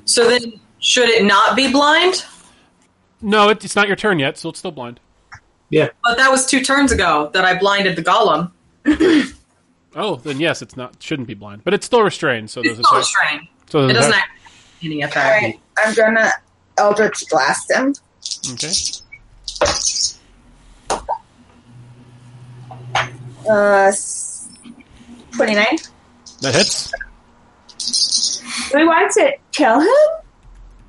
Speaker 5: so then, Should it not be blind?
Speaker 2: No, it, it's not your turn yet, so it's still blind.
Speaker 1: Yeah.
Speaker 5: But that was two turns ago that I blinded the golem.
Speaker 2: Oh, then yes, it's not. Shouldn't be blind, but it's still restrained. So
Speaker 5: It's
Speaker 2: there's
Speaker 5: still
Speaker 2: a
Speaker 5: restrained.
Speaker 2: so
Speaker 5: It
Speaker 2: there's
Speaker 5: doesn't
Speaker 2: a-
Speaker 5: act any
Speaker 3: All
Speaker 5: effect.
Speaker 3: right, I'm gonna Eldritch Blast him.
Speaker 2: okay.
Speaker 3: Uh, s- 29.
Speaker 2: That hits.
Speaker 3: Do we want to kill him?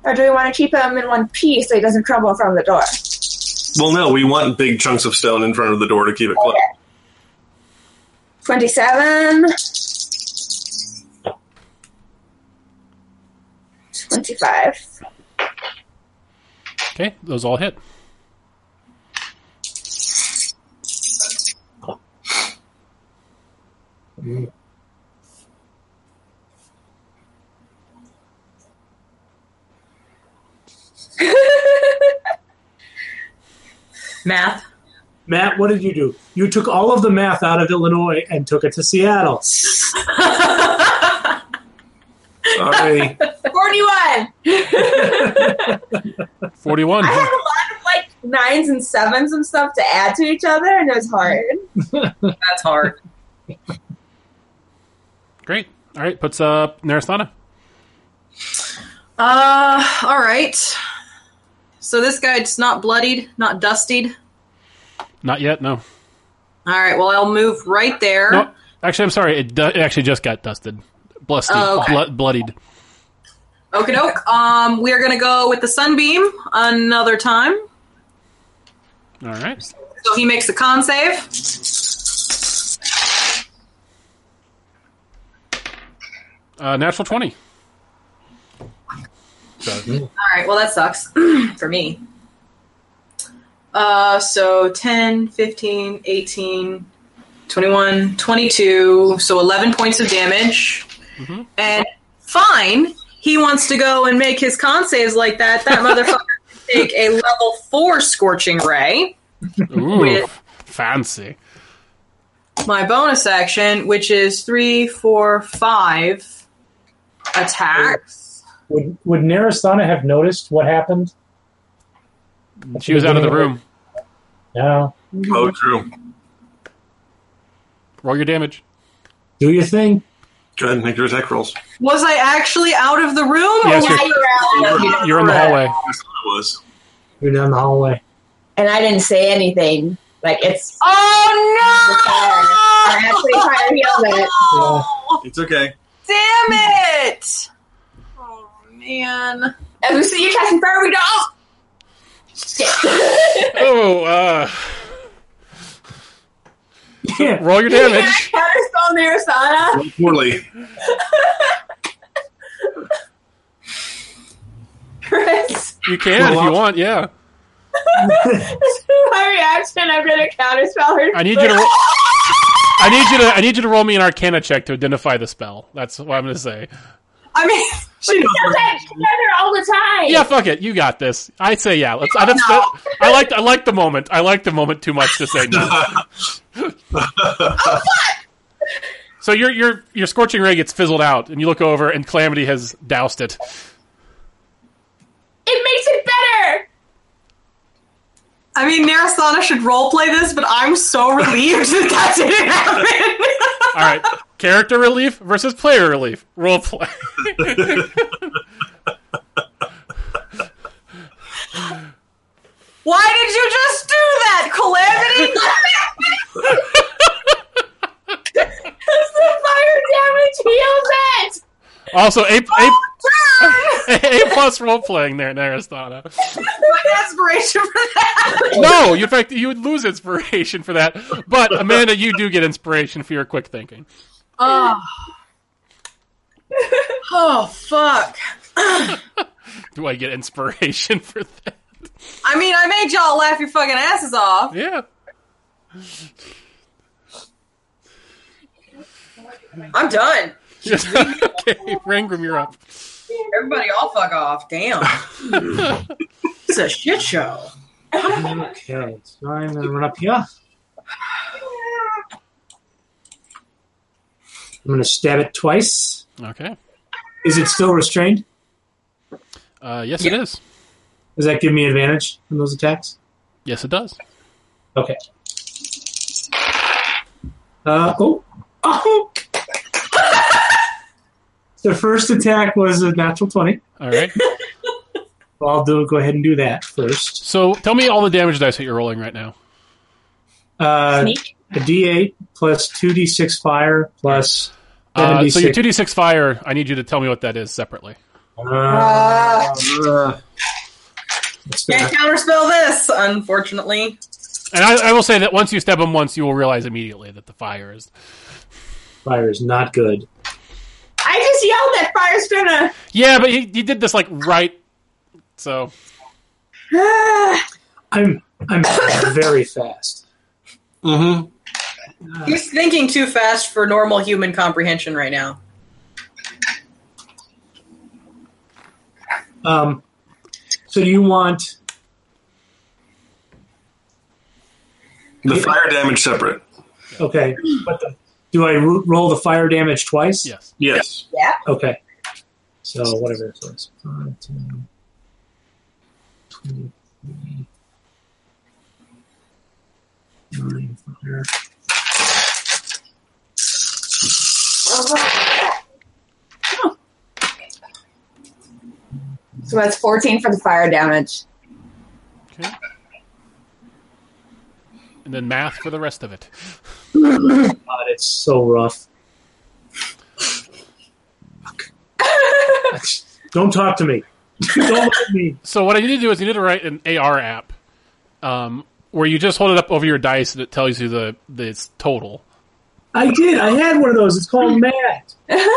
Speaker 3: Or do we want to keep him in one piece so he doesn't crumble in front of the door?
Speaker 4: Well, no, we want big chunks of stone in front of the door to keep it closed.
Speaker 3: 27. 25.
Speaker 2: Okay, those all hit.
Speaker 5: Math.
Speaker 1: Matt, what did you do? You took all of the math out of Illinois and took it to Seattle.
Speaker 4: Sorry.
Speaker 3: 41.
Speaker 2: Forty-one.
Speaker 3: I
Speaker 5: Ah!
Speaker 3: had a lot of like nines and sevens and stuff to add to each other, and it was hard.
Speaker 5: That's hard.
Speaker 2: Great. All right, puts up Narasana.
Speaker 5: Uh, all right. So this guy's not bloodied, not dustied.
Speaker 2: Not yet. No.
Speaker 5: All right. Well, I'll move right there.
Speaker 2: No. Actually, I'm sorry. It, du- it actually just got dusted. Blusty.
Speaker 5: Oh, okay.
Speaker 2: Blo- bloodied.
Speaker 5: Okie doke. Um, we are gonna go with the sunbeam another time.
Speaker 2: All right.
Speaker 5: So he makes a con save.
Speaker 2: Uh, natural twenty. So,
Speaker 5: All right. Well, that sucks for me. Uh, so 10, 15, 18, 21, 22. So 11 points of damage.
Speaker 2: Mhm.
Speaker 5: And fine. He wants to go and make his con saves like that. That motherfucker can take a level four scorching ray.
Speaker 2: ooh, fancy.
Speaker 5: My bonus action, which is three, four, five attacks.
Speaker 1: Would would Narasana have noticed what happened?
Speaker 2: She was out of the room.
Speaker 1: No.
Speaker 4: oh, true.
Speaker 2: Roll your damage.
Speaker 1: Do your thing.
Speaker 4: Go ahead and make your attack rolls.
Speaker 5: Was I actually out of the room?
Speaker 2: Yes,
Speaker 5: or
Speaker 2: you're-
Speaker 5: was I-
Speaker 2: You're in the hallway.
Speaker 4: That's what it was.
Speaker 1: You're down the hallway.
Speaker 3: And I didn't say anything. Like, it's.
Speaker 5: Oh no!
Speaker 3: I'm actually trying to heal it.
Speaker 5: Oh,
Speaker 4: It's okay.
Speaker 5: damn it! Oh man.
Speaker 3: As we see you casting fire, we don't.
Speaker 2: Oh, uh,
Speaker 1: Yeah.
Speaker 2: roll your
Speaker 3: Can I
Speaker 2: damage.
Speaker 3: counterspell Narasana?
Speaker 4: Roll poorly.
Speaker 3: Chris,
Speaker 2: You can if you want. Yeah.
Speaker 3: my reaction, I'm gonna counterspell her.
Speaker 2: I need you to. Ro- I need you to. I need you to roll me an Arcana check to identify the spell. That's what I'm going to say.
Speaker 5: I mean, she knows
Speaker 3: She does that together all the time.
Speaker 2: Yeah, fuck it. You got this. I say yeah. Let's. I, that's, that, I like. I like the moment. I like the moment too much to say no. So your your your scorching ray gets fizzled out, and you look over, and Calamity has doused it.
Speaker 3: It makes it better.
Speaker 5: I mean, Narasana should roleplay this, but I'm so relieved that that didn't happen.
Speaker 2: All right, character relief versus player relief. Role play.
Speaker 5: Why did you just do that, Calamity?
Speaker 3: Because the fire damage heals it.
Speaker 2: Also, a a, a plus role playing there, Narasana.
Speaker 5: My inspiration for that.
Speaker 2: No, in fact, you would lose inspiration for that. But Amanda, you do get inspiration for your quick thinking.
Speaker 5: Oh. oh fuck.
Speaker 2: Do I get inspiration for that?
Speaker 5: I mean, I made y'all laugh your fucking asses off.
Speaker 2: Yeah.
Speaker 5: I'm done.
Speaker 2: okay, Rangram, you're up.
Speaker 5: Everybody all fuck off. Damn. it's a shit show.
Speaker 1: Okay, so I'm gonna run up here. I'm gonna stab it twice.
Speaker 2: Okay.
Speaker 1: Is it still restrained?
Speaker 2: Uh, yes, it is.
Speaker 1: Does that give me advantage on those attacks?
Speaker 2: Yes, it does.
Speaker 1: Okay. Uh, oh. oh. the first attack was a natural 20.
Speaker 2: All right.
Speaker 1: Well, I'll do, go ahead and do that first.
Speaker 2: So tell me all the damage dice that you're rolling right now.
Speaker 1: Uh,
Speaker 3: Sneak.
Speaker 1: a D8 plus 2D6 fire plus
Speaker 2: Uh,
Speaker 1: 76.
Speaker 2: so your 2d6 fire, I need you to tell me what that is separately.
Speaker 1: Uh, let's go.
Speaker 5: Can't counterspell this, unfortunately.
Speaker 2: And I, I will say that once you stab him once, you will realize immediately that the fire is.
Speaker 1: Fire is not good.
Speaker 3: I just yelled that fire's gonna.
Speaker 2: Yeah, but he, he did this like right. So
Speaker 1: I'm I'm very fast.
Speaker 4: Mm-hmm.
Speaker 5: He's thinking too fast for normal human comprehension right now.
Speaker 1: Um, so do you want?
Speaker 4: The fire damage separate.
Speaker 1: Okay, but the, do I ro- roll the fire damage twice?
Speaker 2: yes,
Speaker 4: Yes.
Speaker 3: Yeah.
Speaker 1: Okay. So whatever it was. Five, 10, 20, 9, fire.
Speaker 3: So that's 14 for the fire damage.
Speaker 2: okay. And then math for the rest of it.
Speaker 1: God, it's so rough. Don't talk to me. Don't look at me.
Speaker 2: So what I need to do is you need to write an AR app, um, where you just hold it up over your dice and it tells you the, the its total.
Speaker 1: I did. I had one of those. It's called Matt.
Speaker 3: Oh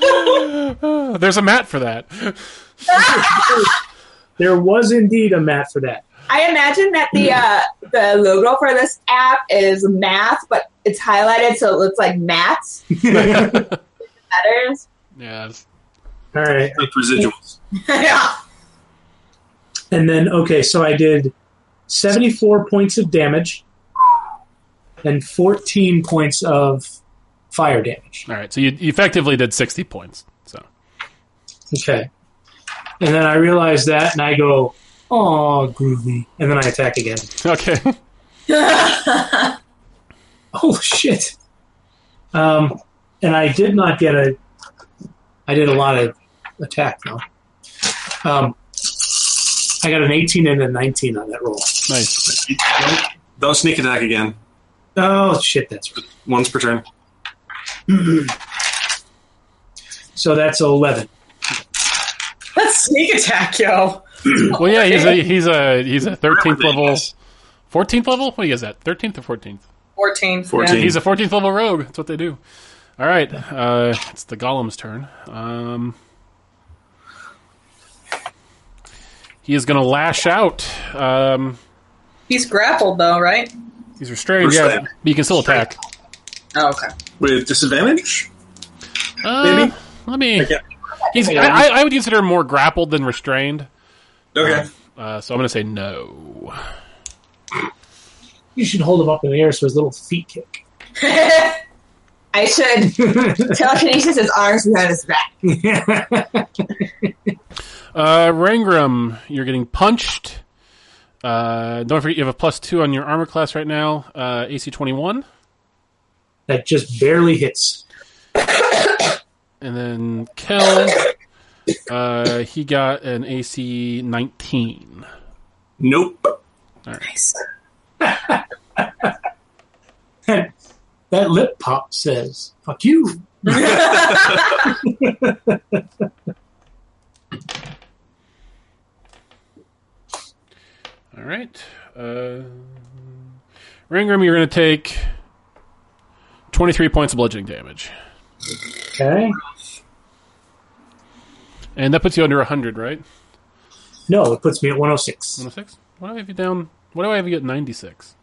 Speaker 2: There's a mat for that.
Speaker 1: there was indeed a Matt for that.
Speaker 3: I imagine that the uh, the logo for this app is math, but it's highlighted so it looks like maths letters.
Speaker 2: yes.
Speaker 1: All right.
Speaker 4: With residuals.
Speaker 5: yeah.
Speaker 1: And then, okay, so I did 74 points of damage and 14 points of fire damage.
Speaker 2: All right. So you, you effectively did 60 points. So
Speaker 1: Okay. And then I realize that and I go, oh, groovy. And then I attack again.
Speaker 2: okay.
Speaker 1: Oh, shit. Um, and I did not get a. I did a lot of attack, though. Um, I got an 18 and a 19 on that roll.
Speaker 2: nice.
Speaker 4: Don't, don't sneak attack again.
Speaker 1: Oh, shit, that's right.
Speaker 4: Once per turn.
Speaker 1: So that's 11.
Speaker 5: That's sneak attack, yo.
Speaker 2: Well, yeah. He's a he's a he's a 13th level,
Speaker 4: Yes.
Speaker 2: 14th level. What is that? 13th or 14th?
Speaker 5: 14.
Speaker 4: 14.
Speaker 2: He's a 14th level rogue. That's what they do. All right. Uh, it's the golem's turn. Um, he is going to lash out. Um,
Speaker 5: He's grappled, though, right?
Speaker 2: he's restrained.
Speaker 4: First
Speaker 2: Yeah,
Speaker 4: stab.
Speaker 2: but you can still attack.
Speaker 5: Oh, okay.
Speaker 4: With disadvantage?
Speaker 2: Uh,
Speaker 4: Maybe.
Speaker 2: Let me.
Speaker 4: can't-
Speaker 2: He's. I, I, I would consider him more grappled than restrained.
Speaker 4: Okay.
Speaker 2: Uh, so I'm going to say no.
Speaker 1: You should hold him up in the air so his little feet kick.
Speaker 3: I should telekinesis his arms behind his back.
Speaker 2: Uh, Rangram, you're getting punched. Uh, don't forget you have a plus two on your armor class right now. Uh, AC 21.
Speaker 1: that just barely hits.
Speaker 2: And then Kel, uh, he got an AC 19.
Speaker 4: Nope.
Speaker 1: that lip pop says, fuck you.
Speaker 2: All right. Uh, Ringram, you're going to take 23 points of bludgeoning damage.
Speaker 1: Okay.
Speaker 2: And that puts you under 100, right?
Speaker 1: No, it puts me at 106.
Speaker 2: 106? Why do I have you down? Why do I have you at 96?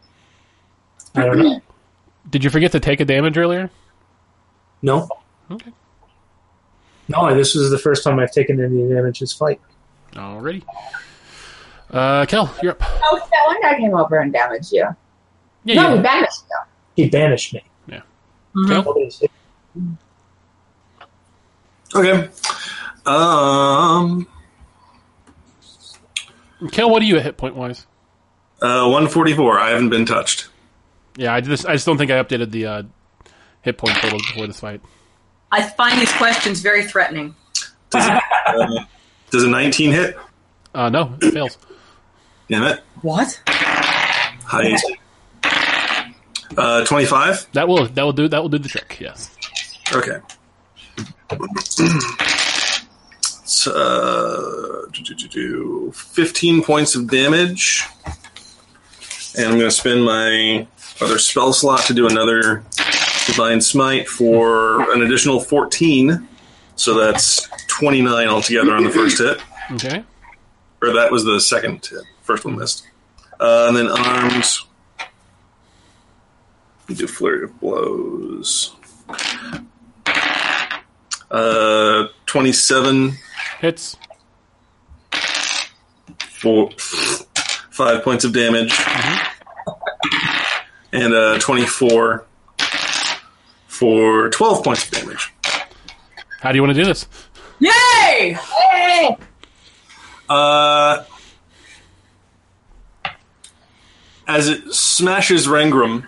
Speaker 1: I don't know.
Speaker 2: Did you forget to take a damage earlier?
Speaker 1: No.
Speaker 2: Okay.
Speaker 1: No, this is the first time I've taken any damage this fight.
Speaker 2: Alrighty. Uh, Kel, you're up.
Speaker 3: Oh, that one guy came over and damaged you.
Speaker 2: Yeah,
Speaker 3: No,
Speaker 2: you,
Speaker 3: he banished you.
Speaker 1: He banished me.
Speaker 2: Yeah.
Speaker 3: Mm-hmm.
Speaker 1: Okay.
Speaker 4: Okay. Um,
Speaker 2: Kel, what are you at hit point wise?
Speaker 4: uh, 144. I haven't been touched.
Speaker 2: Yeah, I just I just don't think I updated the uh, hit point total before this fight.
Speaker 5: I find these questions very threatening.
Speaker 4: Does a 19 hit?
Speaker 2: Uh, no, it fails.
Speaker 4: Damn it.
Speaker 5: What?
Speaker 4: High AC. Uh, 25?
Speaker 2: That will that will do that will do the trick. Yes.
Speaker 4: Okay. so, uh, do, do, do, do, 15 points of damage. And I'm going to spend my other spell slot to do another Divine Smite for an additional 14. So that's 29 altogether on the first hit.
Speaker 2: Okay.
Speaker 4: Or that was the second hit. First one missed. Uh, and then arms. You do flurry of blows. Uh, twenty-seven
Speaker 2: Hits.
Speaker 4: for five points of damage, and uh, twenty-four for twelve points of damage.
Speaker 2: How do you want to do this?
Speaker 5: Yay!
Speaker 4: Uh, as it smashes Rangram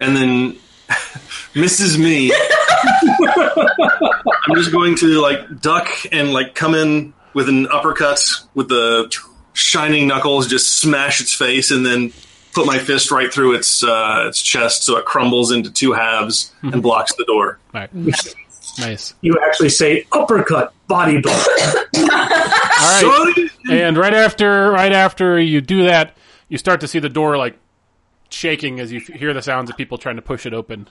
Speaker 4: and then misses me, I'm just going to like duck and like come in with an uppercut with the shining knuckles, just smash its face, and then put my fist right through its uh, its chest so it crumbles into two halves and blocks the door.
Speaker 2: All right. Nice.
Speaker 1: You actually say uppercut, body blow.
Speaker 2: All right.
Speaker 4: Sorry.
Speaker 2: And right after, right after you do that, you start to see the door like shaking as you f- hear the sounds of people trying to push it open.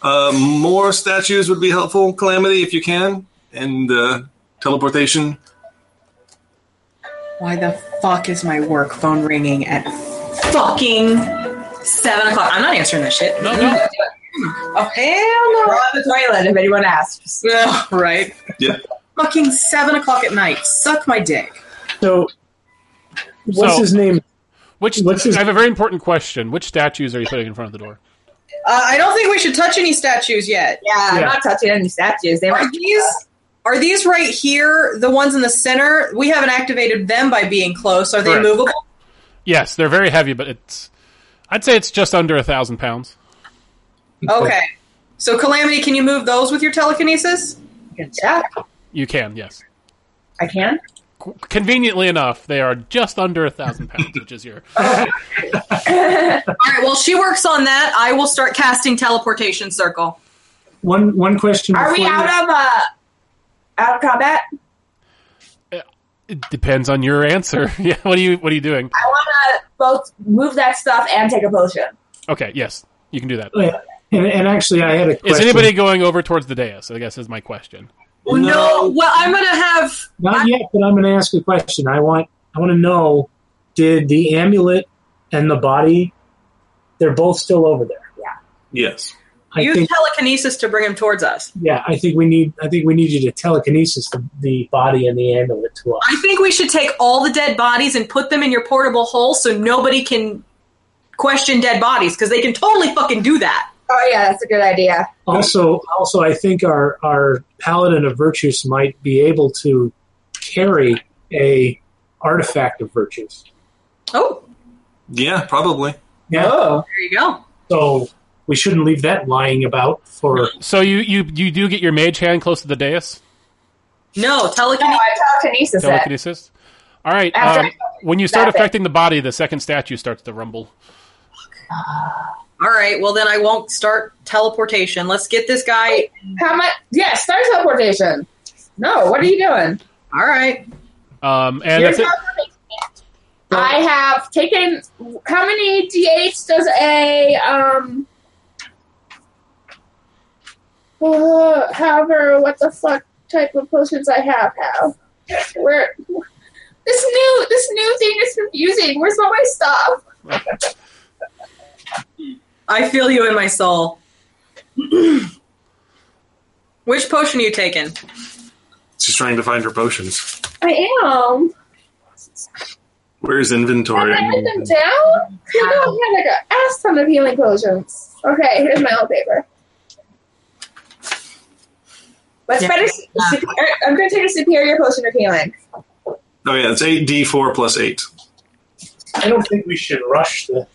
Speaker 4: Uh, more statues would be helpful, Calamity, if you can, and uh, teleportation.
Speaker 5: Why the fuck is my work phone ringing at fucking seven o'clock? I'm not answering that shit.
Speaker 2: No, no.
Speaker 5: Oh hell
Speaker 3: We're on the toilet if anyone asks.
Speaker 5: no! Ugh, right.
Speaker 4: Yeah.
Speaker 5: Fucking seven o'clock at night. Suck my dick.
Speaker 1: So, what's
Speaker 2: So-
Speaker 1: his name?
Speaker 2: Which
Speaker 1: What's his-
Speaker 2: I have a very important question. Which statues are you putting in front of the door?
Speaker 7: Uh, I don't think we should touch any statues yet.
Speaker 3: Yeah, I'm
Speaker 1: Yeah.
Speaker 3: not touching any statues. They
Speaker 7: Are
Speaker 3: might
Speaker 7: these are these right here? The ones in the center? We haven't activated them by being close. Are they
Speaker 2: Correct.
Speaker 7: movable?
Speaker 2: Yes, they're very heavy, but it's I'd say it's just under a thousand pounds.
Speaker 7: Okay. So calamity, can you move those with your telekinesis?
Speaker 3: Yeah,
Speaker 2: You can, yes.
Speaker 3: I can.
Speaker 2: C- Conveniently enough, they are just under a thousand pounds, which is your
Speaker 5: All right. Well, she works on that. I will start casting teleportation circle.
Speaker 1: One one question.
Speaker 3: Are we
Speaker 1: before you-
Speaker 3: out of uh, out of combat?
Speaker 2: It depends on your answer. Yeah, what are you what are you doing?
Speaker 3: I want to both move that stuff and take a potion.
Speaker 2: Okay, yes, you can do that. Is
Speaker 1: Oh, yeah. And, and actually, I had a question.
Speaker 2: anybody going over towards the dais? I guess is my question.
Speaker 5: Oh,
Speaker 4: No.
Speaker 5: Well, I'm gonna have.
Speaker 1: Not yet, but I'm going to ask a question. I want I want to know: Did the amulet and the body? They're both still over there.
Speaker 4: Yes.
Speaker 1: I
Speaker 7: Use
Speaker 1: think.
Speaker 7: telekinesis to bring him towards us.
Speaker 1: Yeah, I think we need. I think we need you to telekinesis the, the body and the amulet to us.
Speaker 5: I think we should take all the dead bodies and put them in your portable hole so nobody can question dead bodies because they can totally fucking do that.
Speaker 3: Oh yeah, that's a good idea.
Speaker 1: Also, also, I think our our paladin of virtues might be able to carry a artifact of virtues.
Speaker 5: Oh,
Speaker 4: Yeah, probably.
Speaker 1: Yeah.
Speaker 5: there you go.
Speaker 1: So we shouldn't leave that lying about for.
Speaker 2: So you you you do get your mage hand close to the dais
Speaker 5: No
Speaker 3: No,
Speaker 5: telekinesis.
Speaker 3: I telekinesis it.
Speaker 2: telekinesis. All right.
Speaker 3: After
Speaker 2: Um,
Speaker 3: I-
Speaker 2: when you start
Speaker 3: That's it.
Speaker 2: affecting the body, the second statue starts to rumble.
Speaker 5: All right. Well, then I won't start teleportation. Let's get this guy.
Speaker 3: How much? Yeah, star teleportation. No, what are you doing?
Speaker 5: All right.
Speaker 2: Um, and
Speaker 3: You're
Speaker 2: that's it.
Speaker 3: teleporting. I have taken how many d8s does a um uh, however what the fuck type of potions I have have where this new this new thing is confusing. Where's all my stuff?
Speaker 5: I feel you in my soul. Which potion are you taking?
Speaker 4: She's trying to find her potions.
Speaker 3: I am.
Speaker 4: Where's
Speaker 8: Have
Speaker 4: inventory?
Speaker 8: I written them down? You know, I had like an ass ton of healing potions. Okay, here's my old paper.
Speaker 3: Let's
Speaker 9: Yeah.
Speaker 3: find a su- superior- I'm going to take a superior potion of healing.
Speaker 4: Oh yeah, it's eight D four plus eight.
Speaker 1: I don't think we should rush the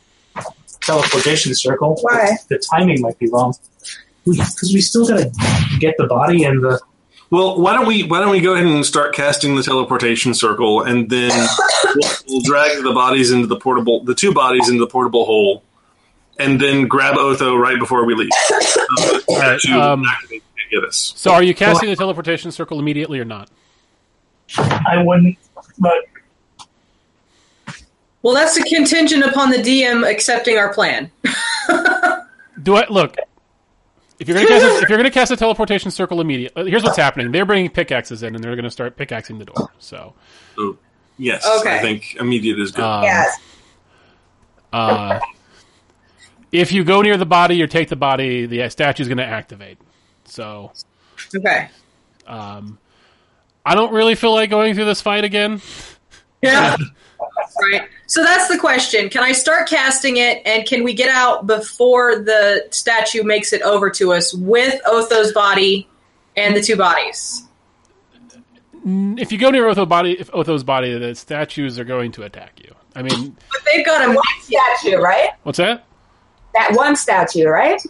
Speaker 1: teleportation circle.
Speaker 3: Why?
Speaker 1: The timing might be wrong. Because we, still got to get the body and the.
Speaker 4: Well, why don't we why don't we go ahead and start casting the teleportation circle, and then we'll, we'll drag the bodies into the portable the two bodies into the portable hole, and then grab Otho right before we leave. Uh,
Speaker 2: Alright,
Speaker 4: to
Speaker 2: um,
Speaker 4: activate and get us.
Speaker 2: So are you casting the teleportation circle immediately or not?
Speaker 1: I wouldn't, but
Speaker 5: Well, that's a contingent upon the DM accepting our plan.
Speaker 2: Do I look? If you're gonna cast a, if you're gonna cast a teleportation circle immediately, here's what's happening. They're bringing pickaxes in and they're gonna start pickaxing the door. So
Speaker 4: So, yes,
Speaker 5: Okay.
Speaker 4: I think immediate is good.
Speaker 2: um,
Speaker 3: yes.
Speaker 2: uh, if you go near the body or take the body, the statue's gonna activate. So
Speaker 5: Okay.
Speaker 2: um, I don't really feel like going through this fight again.
Speaker 5: Yeah. right. So that's the question. Can I start casting it, and can we get out before the statue makes it over to us with Otho's body and the two bodies?
Speaker 2: If you go near Otho body, if Otho's body, the statues are going to attack you. I mean,
Speaker 5: But they've got
Speaker 3: That
Speaker 5: him.
Speaker 3: one statue, right?
Speaker 2: what's that?
Speaker 3: That one statue, right?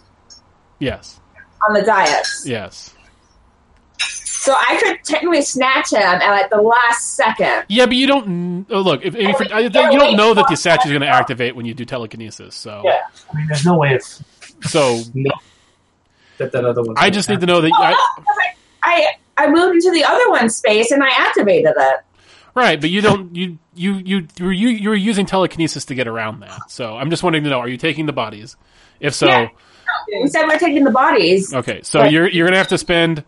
Speaker 2: Yes,
Speaker 3: On the dais.
Speaker 2: yes,
Speaker 3: So I could technically snatch him at like the last second.
Speaker 2: yeah, but you don't kn- oh, look. If, if, I- you don't know that the statue's going to activate when you do telekinesis. So,
Speaker 1: yeah. I mean, there's no way of
Speaker 2: so
Speaker 1: that that other one.
Speaker 2: I just need to know that.
Speaker 3: Oh,
Speaker 2: I,
Speaker 3: I I moved into the other one's space and I activated it.
Speaker 2: right, but you don't. You you you you were- you you were using telekinesis to get around that. So I'm just wanting to know: Are you taking the bodies? If so,
Speaker 3: Yeah. We said we're taking the bodies.
Speaker 2: Okay, so you're you're gonna have to spend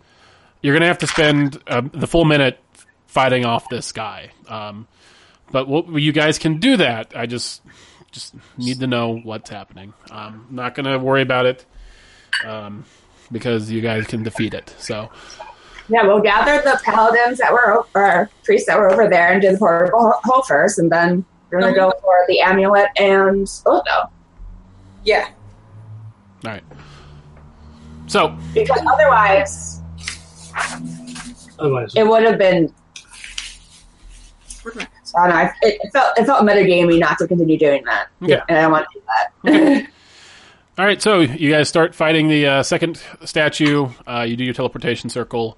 Speaker 2: you're gonna have to spend um, the full minute fighting off this guy. Um, but what, you guys can do that. I just just need to know what's happening. I'm not gonna worry about it um, because you guys can defeat it. So
Speaker 3: Yeah, we'll gather the paladins that were o- or priests that were over there and do the portable ho- hole first, and then we're gonna go for the amulet and oh no,
Speaker 5: Yeah.
Speaker 2: all right. So
Speaker 3: because otherwise
Speaker 1: Otherwise,
Speaker 3: it would have been. I don't know. It it felt it felt metagamey not to continue doing that,
Speaker 2: Okay.
Speaker 3: and I don't want to do that.
Speaker 2: all right, so you guys start fighting the uh, second statue. Uh, you do your teleportation circle.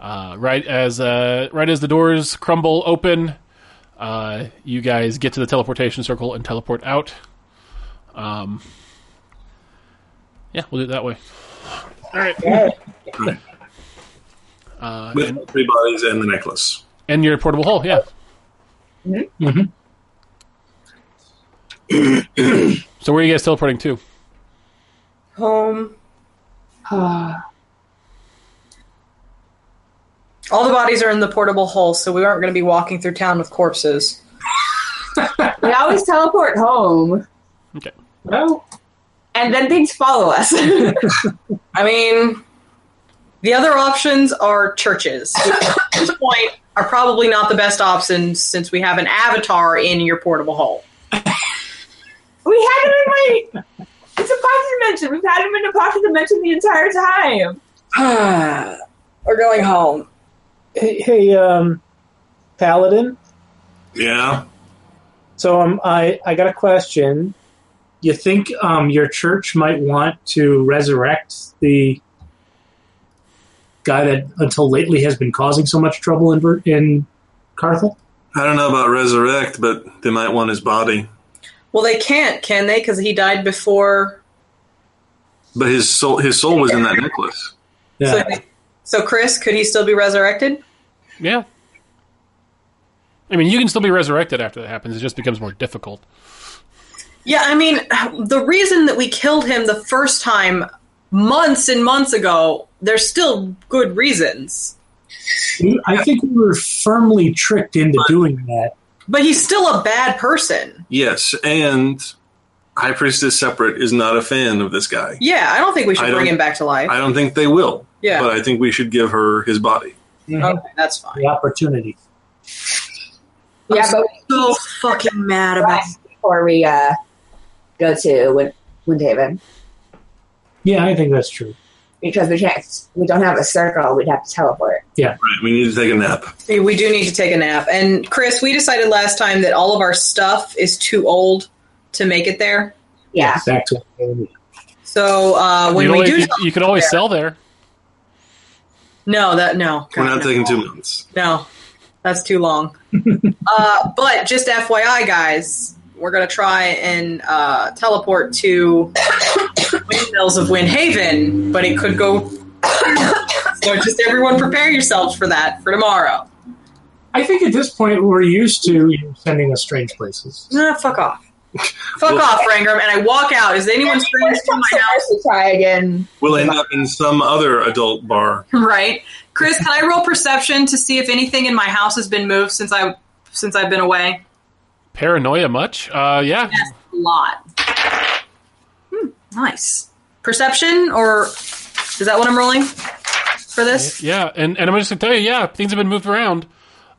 Speaker 2: Uh, right as uh, right as the doors crumble open, uh, you guys get to the teleportation circle and teleport out. Um, yeah, we'll do it that way. All right. Uh,
Speaker 4: With
Speaker 2: and,
Speaker 4: the three bodies and the necklace.
Speaker 2: and your portable hole, yeah.
Speaker 1: Mhm.
Speaker 2: So where are you guys teleporting to?
Speaker 5: Home.
Speaker 3: Uh,
Speaker 5: All the bodies are in the portable hole, so we aren't going to be walking through town with corpses.
Speaker 3: we always teleport home,
Speaker 2: Okay.
Speaker 1: well,
Speaker 3: and then things follow us.
Speaker 5: I mean, the other options are churches. which at this point, are probably not the best options since we have an avatar in your portable hole.
Speaker 3: We had him in my. It's a pocket dimension. We've had him in a pocket dimension the entire time.
Speaker 5: We're going home.
Speaker 1: hey, hey, um, Paladin.
Speaker 4: Yeah.
Speaker 1: So um, I I got a question. You think um, your church might want to resurrect the guy that until lately has been causing so much trouble in Ver- in Carthel?
Speaker 4: I don't know about resurrect, but they might want his body.
Speaker 5: Well, they can't, can they? Because he died before.
Speaker 4: But his soul his soul was in that necklace.
Speaker 1: Yeah.
Speaker 5: So, so, Chris, could he still be resurrected?
Speaker 2: Yeah. I mean, you can still be resurrected after that happens. It just becomes more difficult.
Speaker 5: Yeah, I mean, the reason that we killed him the first time months and months ago, there's still good reasons.
Speaker 1: We- I think we were firmly tricked into doing that.
Speaker 5: But he's still a bad person.
Speaker 4: Yes, and High Priestess Separate is not a fan of this guy.
Speaker 5: Yeah, I don't think we should
Speaker 4: I
Speaker 5: bring
Speaker 4: don't-
Speaker 5: him back to life.
Speaker 4: I don't think they will.
Speaker 5: Yeah.
Speaker 4: But I think we should give her his body.
Speaker 1: Mhm.
Speaker 5: okay, that's fine.
Speaker 1: The opportunity.
Speaker 3: Yeah, but
Speaker 10: So fucking mad about
Speaker 3: rest before we uh, go to Wind, Windhaven
Speaker 1: Yeah, I think that's true.
Speaker 3: because we can't. We don't have a circle. We'd have to teleport.
Speaker 4: Right, we need to take a nap.
Speaker 5: We do need to take a nap. And Chris, we decided last time that all of our stuff is too old to make it there.
Speaker 3: Yeah,
Speaker 1: Back to
Speaker 5: So uh, when
Speaker 2: You'd
Speaker 5: we
Speaker 2: always-
Speaker 5: do,
Speaker 2: you, you could always sell there.
Speaker 5: no, that no,
Speaker 4: We're
Speaker 5: God,
Speaker 4: not
Speaker 5: no.
Speaker 4: taking two months.
Speaker 5: No, that's too long. uh, but just FYI, guys, we're going to try and uh, teleport to Windmills of Windhaven, but it could go. so just everyone prepare yourselves for that for tomorrow.
Speaker 1: I think at this point we're used to you sending us strange places.
Speaker 5: Nah, Ah, fuck off. Fuck
Speaker 4: Well-
Speaker 5: off, Rangram. And I walk out. Is anyone strange to my house?
Speaker 3: we try again.
Speaker 4: We'll end up in some other adult bar.
Speaker 10: Right. Chris, can I roll perception to see if anything in my house has been moved since I since I've been away?
Speaker 2: Paranoia much? Uh, yeah.
Speaker 10: Yes, a lot. Hmm, nice.
Speaker 5: Perception, or is that what I'm rolling for this?
Speaker 2: Yeah, and, and I'm just going to tell you, yeah, things have been moved around.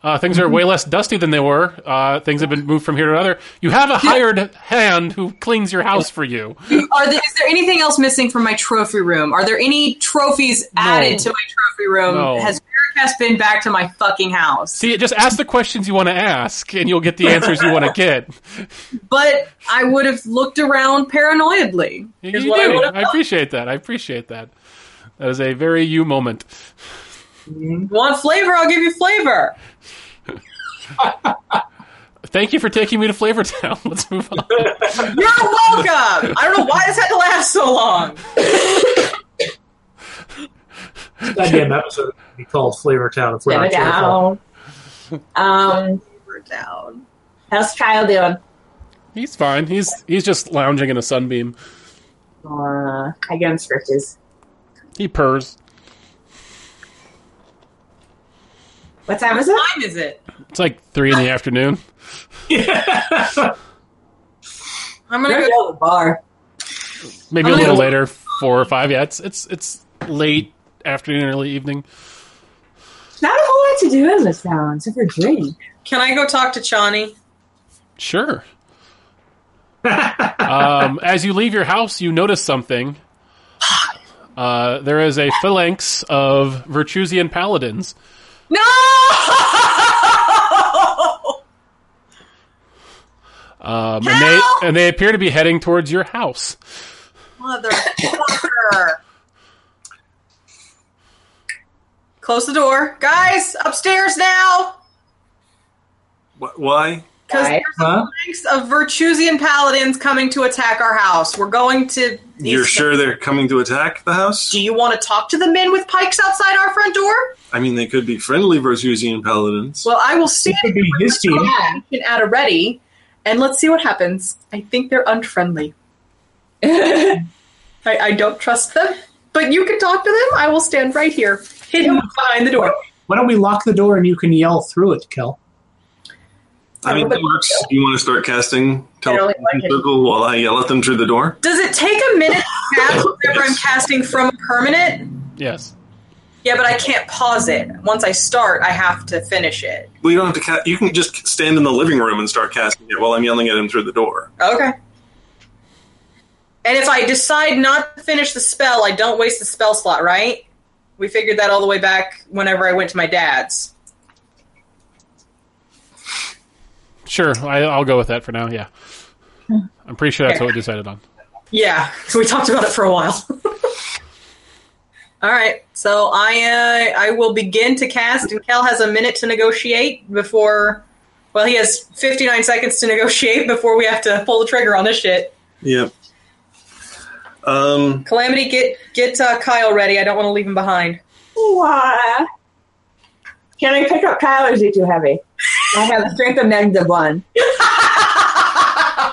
Speaker 2: Uh, things are way less dusty than they were. Uh, things have been moved from here to another. You have a hired hand who cleans your house for you.
Speaker 10: Are there, is there anything else missing from my trophy room? Are there any trophies added to my trophy room?
Speaker 2: No.
Speaker 10: Has Veracast been back to my fucking house?
Speaker 2: See, just ask the questions you want to ask, and you'll get the answers you want to get.
Speaker 10: But I would have looked around paranoidly.
Speaker 2: You,
Speaker 10: Is
Speaker 2: you
Speaker 10: what I
Speaker 2: do.
Speaker 10: would've
Speaker 2: I, appreciate that. I appreciate that. That is a very you moment.
Speaker 5: Want flavor? I'll give you flavor.
Speaker 2: Thank you for taking me to Flavor Town. Let's move on.
Speaker 5: You're welcome. I don't know why this had to last so long.
Speaker 1: Goddamn episode would be called Flavor Town if we're
Speaker 3: Never
Speaker 1: not careful.
Speaker 3: down. Um,
Speaker 5: We're down.
Speaker 3: how's Kyle doing?
Speaker 2: He's fine. He's he's just lounging in a sunbeam.
Speaker 3: Uh, I give him scriptures.
Speaker 2: He purrs.
Speaker 3: What time is it?
Speaker 5: What time is it?
Speaker 2: It's like three in the afternoon.
Speaker 5: I'm
Speaker 3: We're
Speaker 5: gonna go.
Speaker 3: gonna go to the bar.
Speaker 2: Maybe
Speaker 5: I'm
Speaker 2: a
Speaker 5: gonna
Speaker 2: little
Speaker 5: go-
Speaker 2: later, four or five. Yeah, it's it's it's late afternoon, early evening.
Speaker 3: Not a whole lot to do in this town except for drink.
Speaker 5: Can I go talk to Chani?
Speaker 2: Sure. um, as you leave your house, you notice something. Uh, there is a phalanx of Virtusian paladins.
Speaker 5: No.
Speaker 2: Um, and they
Speaker 5: Help!
Speaker 2: and they appear to be heading towards your house.
Speaker 5: Motherfucker. Close the door, guys. Upstairs now.
Speaker 4: Wh- Why?
Speaker 5: Because
Speaker 3: Why?
Speaker 5: there's a ranks of Virtusian paladins coming to attack our house. We're going to.
Speaker 4: You're sure they're coming to attack the house?
Speaker 5: Do you want to talk to the men with pikes outside our front door?
Speaker 4: I mean, they could be friendly Versusian paladins.
Speaker 5: Well, I will stand
Speaker 1: It could be his team.
Speaker 5: Yeah. You can add a ready, and let's see what happens. I think they're unfriendly. I, I don't trust them, but you can talk to them. I will stand right here, hidden behind the door.
Speaker 1: Why don't we lock the door and you can yell through it, Kel?
Speaker 4: I mean, that works. You want to start casting
Speaker 3: I don't like
Speaker 4: teleportation
Speaker 3: it.
Speaker 4: circle while I yell at them through the door?
Speaker 5: Does it take a minute to cast whenever I'm casting from a permanent?
Speaker 2: Yes.
Speaker 5: Yeah, but I can't pause it. Once I start, I have to finish it.
Speaker 4: Well, you don't have to cast. You can just stand in the living room and start casting it while I'm yelling at him through the door.
Speaker 5: Okay. And if I decide not to finish the spell, I don't waste the spell slot, right? We figured that all the way back whenever I went to my dad's.
Speaker 2: Sure, I, I'll go with that for now. Yeah, I'm pretty sure that's what we decided on.
Speaker 5: Yeah, so we talked about it for a while. All right, so I uh, I will begin to cast, and Cal has a minute to negotiate before. Well, he has fifty nine seconds to negotiate before we have to pull the trigger on this shit.
Speaker 4: Yep. Um,
Speaker 5: Calamity, get get uh, Kyle ready. I don't want to leave him behind.
Speaker 3: Why? Can I pick up Kyle or is he too heavy? I have a strength of negative one.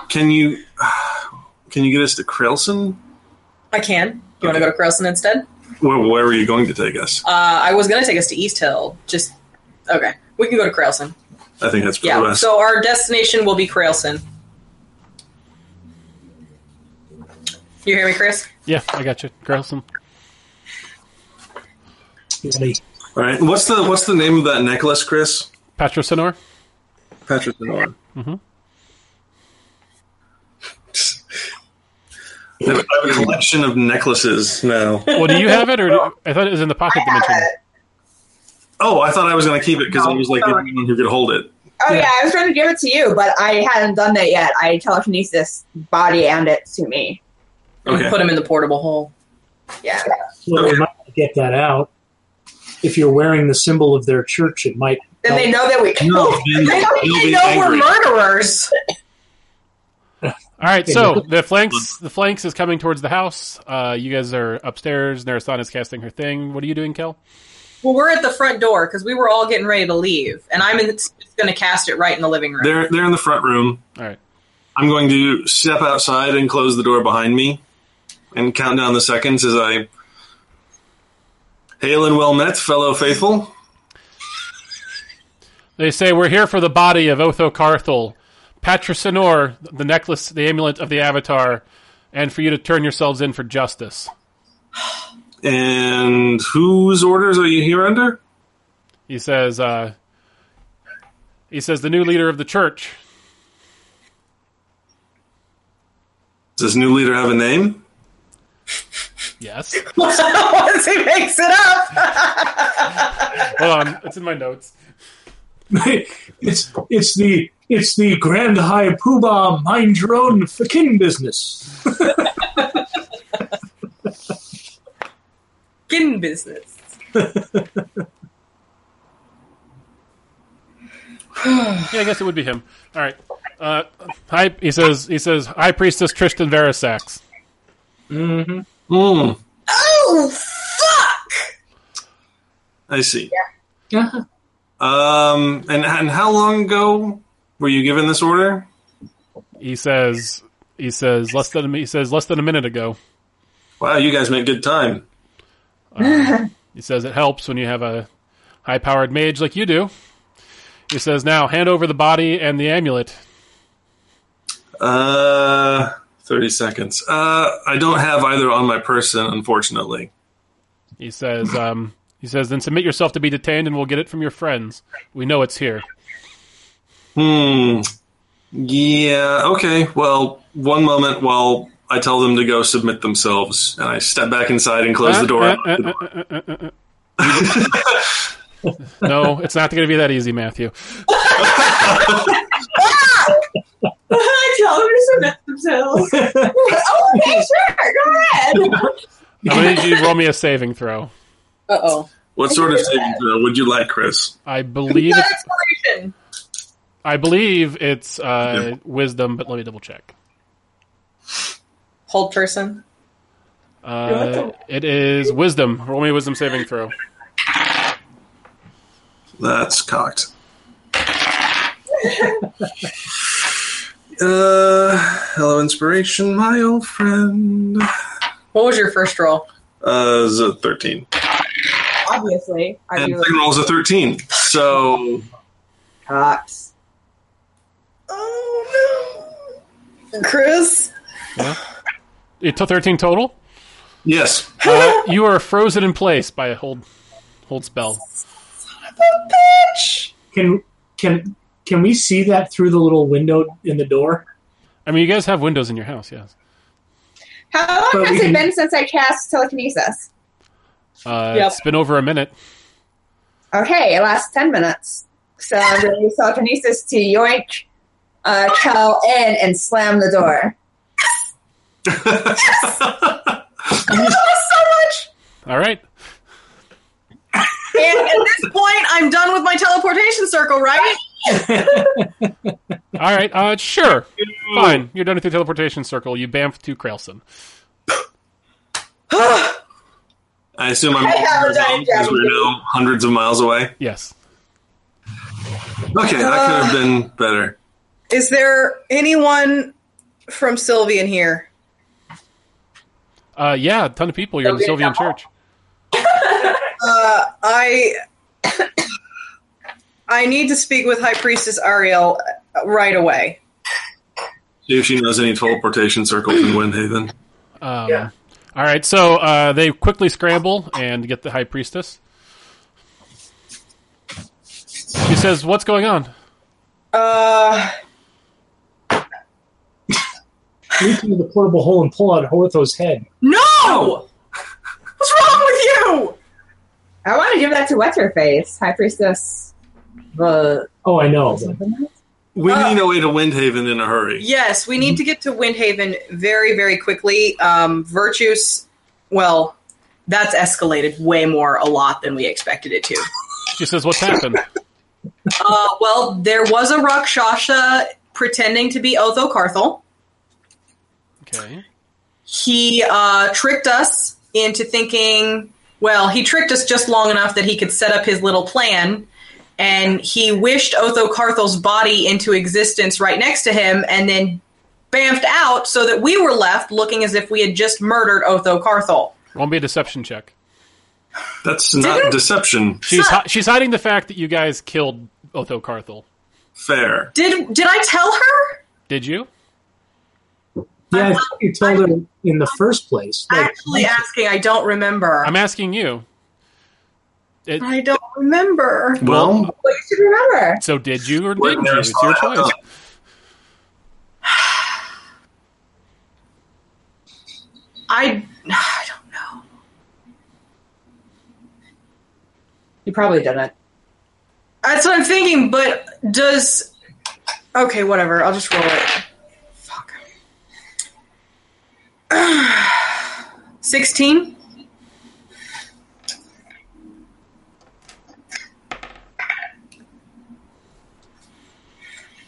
Speaker 4: can you can you get us to Krelson?
Speaker 5: I can. You want to go to Carlson instead?
Speaker 4: Where, where are you going to take us?
Speaker 5: Uh, I was gonna take us to East Hill. Just okay. We can go to Krailson.
Speaker 4: I think that's for the
Speaker 5: Yeah.
Speaker 4: best.
Speaker 5: So our destination will be Krailson. You hear me, Chris?
Speaker 2: Yeah, I got you, Carlson.
Speaker 1: It's me.
Speaker 4: All right. What's the What's the name of that necklace, Chris?
Speaker 2: Patrocinor.
Speaker 4: Patrick and Owen.
Speaker 2: Mhm.
Speaker 4: They have a collection of necklaces now.
Speaker 2: Well, do you have it, or do, I thought it was in the pocket dimension?
Speaker 4: Oh, I thought I was going to keep it because I was like the only one who could hold it.
Speaker 3: Oh
Speaker 2: Yeah.
Speaker 3: yeah. I was trying to give it to you, but I hadn't done that yet. I telekinesis body and it to me.
Speaker 4: Okay.
Speaker 5: Put him in the portable hole.
Speaker 3: Yeah.
Speaker 1: Well, they might not get that out. If you're wearing the symbol of their church, it might.
Speaker 3: Then they know that we can.
Speaker 4: No, then
Speaker 5: They don't
Speaker 4: you'll
Speaker 5: even
Speaker 4: be
Speaker 5: know we're
Speaker 4: angry.
Speaker 5: murderers.
Speaker 2: All right, so the flanks the flanks is coming towards the house. Uh, you guys are upstairs. Narasana is casting her thing. What are you doing, Kel?
Speaker 7: Well, we're at the front door because we were all getting ready to leave, and I'm in, going to cast it right in the living room.
Speaker 4: They're they're in the front room.
Speaker 2: All right.
Speaker 4: I'm going to step outside and close the door behind me, and count down the seconds as I. Hail and well met, fellow faithful.
Speaker 2: They say we're here for the body of Otho Carthel, Patrocinor, the necklace, the amulet of the Avatar, and for you to turn yourselves in for justice.
Speaker 4: And whose orders are you here under?
Speaker 2: He says. Uh, he says the new leader of the church.
Speaker 4: Does this new leader have a name?
Speaker 2: Yes.
Speaker 7: Once he makes it up,
Speaker 2: Hold on, it's in my notes.
Speaker 1: it's it's the it's the Grand High Poobah mind your own fucking business.
Speaker 7: get in business.
Speaker 2: Yeah, I guess it would be him. All right. Uh, hi, he says. He says, High Priestess Tristan Verisax.
Speaker 1: Mm-hmm.
Speaker 4: Hmm.
Speaker 7: Oh fuck!
Speaker 4: I see.
Speaker 1: Uh-huh.
Speaker 4: Um, and, and how long ago were you given this order?
Speaker 2: He says. He says less than. a mi- He says less than a minute ago.
Speaker 4: Wow, you guys make good time.
Speaker 2: He says it helps when you have a high-powered mage like you do. He says now hand over the body and the amulet.
Speaker 4: Uh, 30 seconds. Uh, I don't have either on my person, unfortunately.
Speaker 2: He says. Um, he says then submit yourself to be detained and we'll get it from your friends. We know it's here.
Speaker 4: Hmm. Yeah, okay. Well, one moment while I tell them to go submit themselves, and I step back inside and close the door.
Speaker 2: Uh, uh, uh, uh, uh, uh, uh. no, it's not going to be that easy, Matthew.
Speaker 3: I tell them to submit themselves. oh, okay, sure. Go ahead.
Speaker 2: I'm going to need you to roll me a saving throw.
Speaker 5: Uh oh.
Speaker 4: what sort of saving throw would you like, Chris?
Speaker 2: I believe
Speaker 7: Not
Speaker 2: it's,
Speaker 7: inspiration.
Speaker 2: I believe it's uh, wisdom, but let me double check.
Speaker 7: Hold person.
Speaker 2: Uh, it is wisdom. Roll me a wisdom saving throw.
Speaker 4: That's cocked. uh, hello, inspiration, my old friend.
Speaker 7: What was your first roll?
Speaker 4: Uh, is a 13.
Speaker 3: Obviously, I
Speaker 4: And
Speaker 3: do
Speaker 4: second roll is a 13. So,
Speaker 3: cocks. Oh no, Chris.
Speaker 2: It's a thirteen total.
Speaker 4: yes.
Speaker 2: Uh, you are frozen in place by a hold hold spell.
Speaker 1: Can can can we see that through the little window in the door?
Speaker 2: I mean, you guys have windows in your house, yes?
Speaker 3: How long
Speaker 1: But
Speaker 3: has
Speaker 1: we
Speaker 3: it
Speaker 1: can-
Speaker 3: been since I cast telekinesis?
Speaker 2: Uh,
Speaker 7: Yep.
Speaker 2: It's been over a minute.
Speaker 3: Okay, it lasts ten minutes. So I'm going to use telekinesis to yoink uh, Cal in and slam the door.
Speaker 2: All right.
Speaker 7: And at this point, I'm done with my teleportation circle, right?
Speaker 2: All right. Uh, sure. Fine. You're done with your teleportation circle. You bamf to Krailson.
Speaker 4: I assume I'm
Speaker 3: I have a giant
Speaker 4: because
Speaker 3: dragon.
Speaker 4: we're now hundreds of miles away.
Speaker 2: Yes.
Speaker 4: Okay, that could
Speaker 3: Uh.
Speaker 4: have been better.
Speaker 7: Is there anyone from Sylvian here?
Speaker 2: Uh, yeah, a ton of people. You're in the Sylvian Church.
Speaker 7: Uh, I I need to speak with High Priestess Ariel right away.
Speaker 4: See if she knows any teleportation circles in Windhaven.
Speaker 2: Um, All right. So uh, they quickly scramble and get the High Priestess. She says, "What's going on?"
Speaker 3: Uh,
Speaker 1: Reach into the portable hole and pull out Hortho's head.
Speaker 11: No! What's wrong with you?
Speaker 3: I want to give that to What's Her Face, High Priestess. Uh,
Speaker 1: Oh, I know. but-
Speaker 4: We
Speaker 5: Uh.
Speaker 4: need a way to Windhaven in a hurry.
Speaker 5: Yes, we need to get to Windhaven very, very quickly. Um, Virtues, well, that's escalated way more a lot than we expected it to.
Speaker 2: She says, "What's happened?"
Speaker 5: Uh, well, there was a Rakshasa pretending to be Otho Carthel.
Speaker 2: Okay.
Speaker 5: He uh, tricked us into thinking, well, he tricked us just long enough that he could set up his little plan. And he wished Otho Carthel's body into existence right next to him and then bamfed out so that we were left looking as if we had just murdered Otho Carthel.
Speaker 2: Won't be a deception check.
Speaker 4: That's not deception.
Speaker 2: She's hi- she's hiding the fact that you guys killed Otho Carthel.
Speaker 4: Fair.
Speaker 5: Did, did I tell her?
Speaker 2: Did you?
Speaker 1: Yeah, I think you told her in the first place. Like,
Speaker 5: Actually, asking, I don't remember.
Speaker 2: I'm asking you. It,
Speaker 5: I don't remember.
Speaker 4: Well, uh,
Speaker 3: well, you should remember.
Speaker 2: so did you or
Speaker 4: Where
Speaker 2: didn't you?
Speaker 4: there's
Speaker 2: It's your
Speaker 4: not-
Speaker 2: choice.
Speaker 5: I, I don't know.
Speaker 3: You probably done it.
Speaker 5: That's what I'm thinking, but does. Okay, whatever. I'll just roll it. Fuck. 16?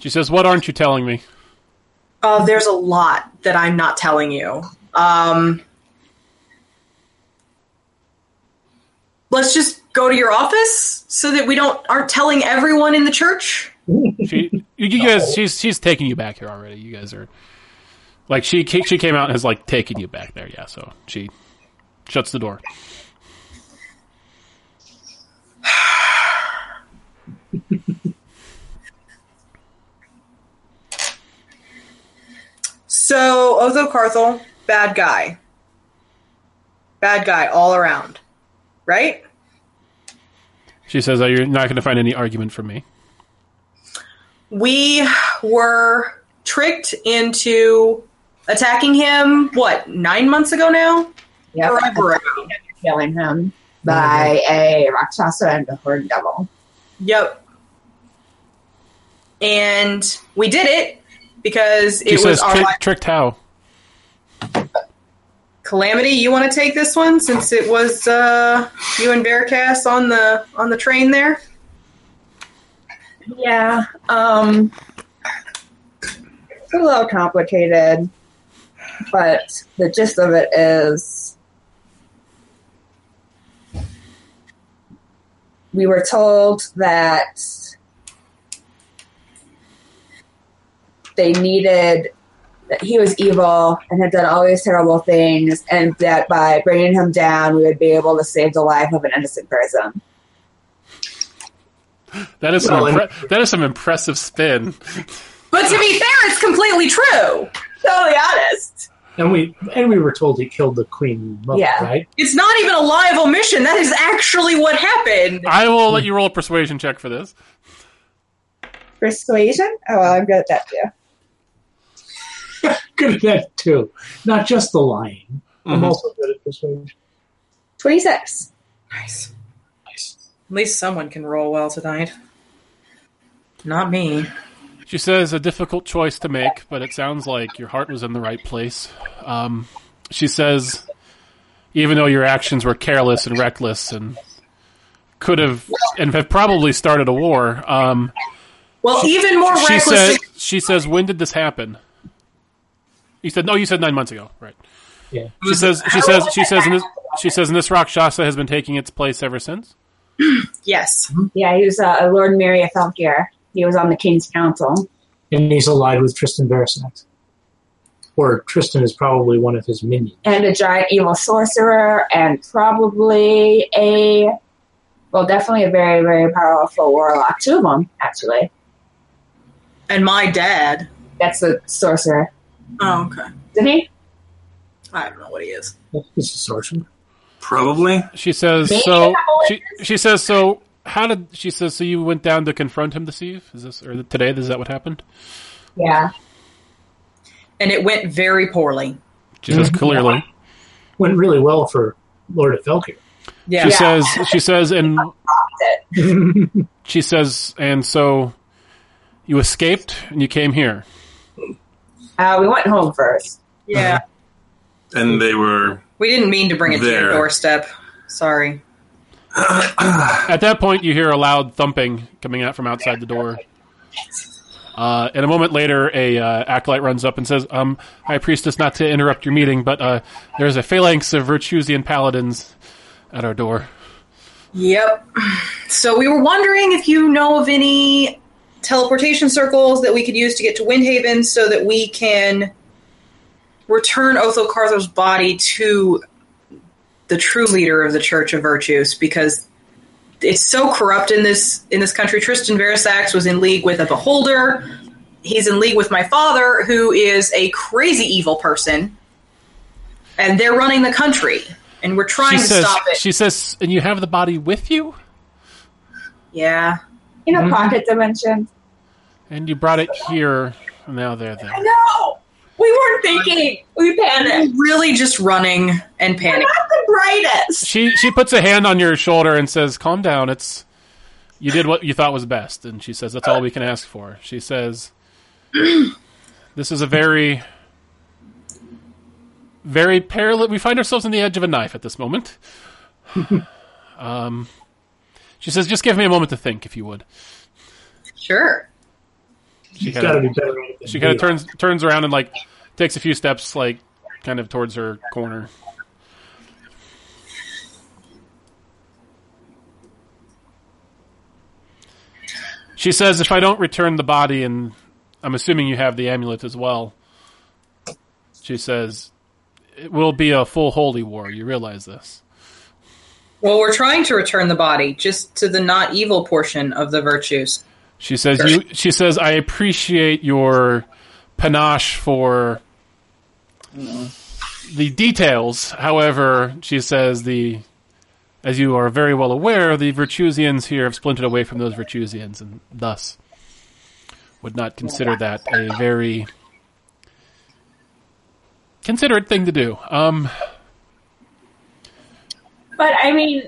Speaker 2: She says, "What aren't you telling me?"
Speaker 5: Oh, there's a lot that I'm not telling you. Um, let's just go to your office so that we don't aren't telling everyone in the church.
Speaker 2: She, you- you guys, she's she's taking you back here already. You guys are like she ca- she came out and is like taking you back there. Yeah, so she shuts the door.
Speaker 5: So Otho Carthel, bad guy, bad guy all around, right?
Speaker 2: She says, oh, "You're not going to find any argument from me."
Speaker 5: we were tricked into attacking him what nine months ago now
Speaker 3: Yeah,
Speaker 5: forever ago
Speaker 3: killing him by
Speaker 4: Mm-hmm.
Speaker 3: a Rakshasa and a Horde Devil.
Speaker 5: yep and we did it because
Speaker 2: She
Speaker 5: it was
Speaker 2: says,
Speaker 5: our
Speaker 2: "Trick-
Speaker 5: life.
Speaker 2: "Tricked how?"
Speaker 5: calamity you want to take this one since it was uh, you and bearcast on the on the train there
Speaker 3: Yeah. Um, it's a little complicated, but the gist of it is we were told that they needed that he was evil and had done all these terrible things, and that by bringing him down, we would be able to save the life of an innocent person.
Speaker 2: That is some
Speaker 1: Well, and-
Speaker 2: impre- that is some impressive spin.
Speaker 5: but to be fair it's completely true
Speaker 3: Totally honest.
Speaker 1: and we and we were told he killed the queen mother,
Speaker 3: Yeah.
Speaker 1: right?
Speaker 5: it's not even a live omission that is actually what happened
Speaker 2: I will let you roll a persuasion check for this.
Speaker 3: Persuasion? Oh, well, I'm good at that too.
Speaker 1: Good at that too. Not just the lying. I'm also good at persuasion.
Speaker 3: 26.
Speaker 5: Nice. Nice. At least someone can roll well tonight. Not me.
Speaker 2: She says, "A difficult choice to make, but it sounds like your heart was in the right place." Um, she says, "Even though your actions were careless and reckless and could have and have probably started a war," um,
Speaker 5: Well, even more
Speaker 2: she
Speaker 5: reckless.
Speaker 2: said. She says, "When did this happen?" You said, "No, you said nine months ago, right?"
Speaker 1: Yeah.
Speaker 2: She says. She says. She says. And this, she says, and this Rakshasa has been taking its place ever since.
Speaker 5: yes.
Speaker 3: Yeah, he was uh, a Lord Mary of Falkir. He was on the King's Council.
Speaker 1: And he's allied with Tristan Barasax. Or Tristan is probably one of his minions.
Speaker 3: And a giant evil sorcerer, and probably a, well, definitely a very, very powerful warlock. Two of them, actually.
Speaker 5: And my dad.
Speaker 3: That's the sorcerer.
Speaker 5: Oh, okay.
Speaker 3: Didn't he?
Speaker 5: I don't know what he is.
Speaker 1: This is sorcerer.
Speaker 4: Probably.
Speaker 2: She says.
Speaker 3: Maybe
Speaker 2: So
Speaker 3: a couple
Speaker 2: she she says so. how did she says? So you went down to confront him this eve? Is this or today? Is that what happened?
Speaker 3: Yeah.
Speaker 5: and it went very poorly.
Speaker 2: She says clearly.
Speaker 1: Went really well for Lord of Felkir.
Speaker 5: Yeah.
Speaker 2: She says. She says, and she says, and so you escaped and you came here.
Speaker 3: Uh, we went home first.
Speaker 5: yeah.
Speaker 4: And they were.
Speaker 5: We didn't mean to bring it to
Speaker 4: There.
Speaker 5: your doorstep. Sorry.
Speaker 2: At that point, you hear a loud thumping coming out from outside the door. Uh, and a moment later, a uh, acolyte runs up and says, um, "High priestess, not to interrupt your meeting, but uh, there's a phalanx of Virtusian paladins at our door."
Speaker 5: Yep. So we were wondering if you know of any teleportation circles that we could use to get to Windhaven so that we can return Otho Carthor's body to the true leader of the Church of Virtues because it's so corrupt in this in this country. Tristan Verisax was in league with a beholder. He's in league with my father, who is a crazy evil person. And they're running the country. And we're trying
Speaker 2: She
Speaker 5: to
Speaker 2: says,
Speaker 5: stop it.
Speaker 2: "She says, and you have the body with you,
Speaker 5: yeah.
Speaker 12: In
Speaker 3: Mm-hmm.
Speaker 12: a pocket dimension.
Speaker 2: and you brought it here. Now they're there."
Speaker 12: No! We weren't thinking. We panicked.
Speaker 5: really just running and panicking.
Speaker 12: the brightest.
Speaker 2: She she puts a hand on your shoulder and says, "Calm down. It's you did what you thought was best." And she says, "That's all we can ask for." She says, "This is a very very parallel. We find ourselves on the edge of a knife at this moment." um, she says, "Just give me a moment to think, if you would."
Speaker 5: Sure.
Speaker 2: She
Speaker 1: She's got to be better. at it than
Speaker 2: she kind
Speaker 1: we
Speaker 2: of
Speaker 1: are.
Speaker 2: turns turns around and like takes a few steps, like kind of towards her corner. She says, "If I don't return the body, and I'm assuming you have the amulet as well," she says, "it will be a full holy war. You realize this?"
Speaker 5: Well, we're trying to return the body just to the not evil portion of the virtues.
Speaker 2: She says, "You." She says, "I appreciate your panache for the details." However, she says, "The as you are very well aware, the Virtusians here have splintered away from those Virtusians, and thus would not consider that a very considerate thing to do." Um,
Speaker 12: But I mean,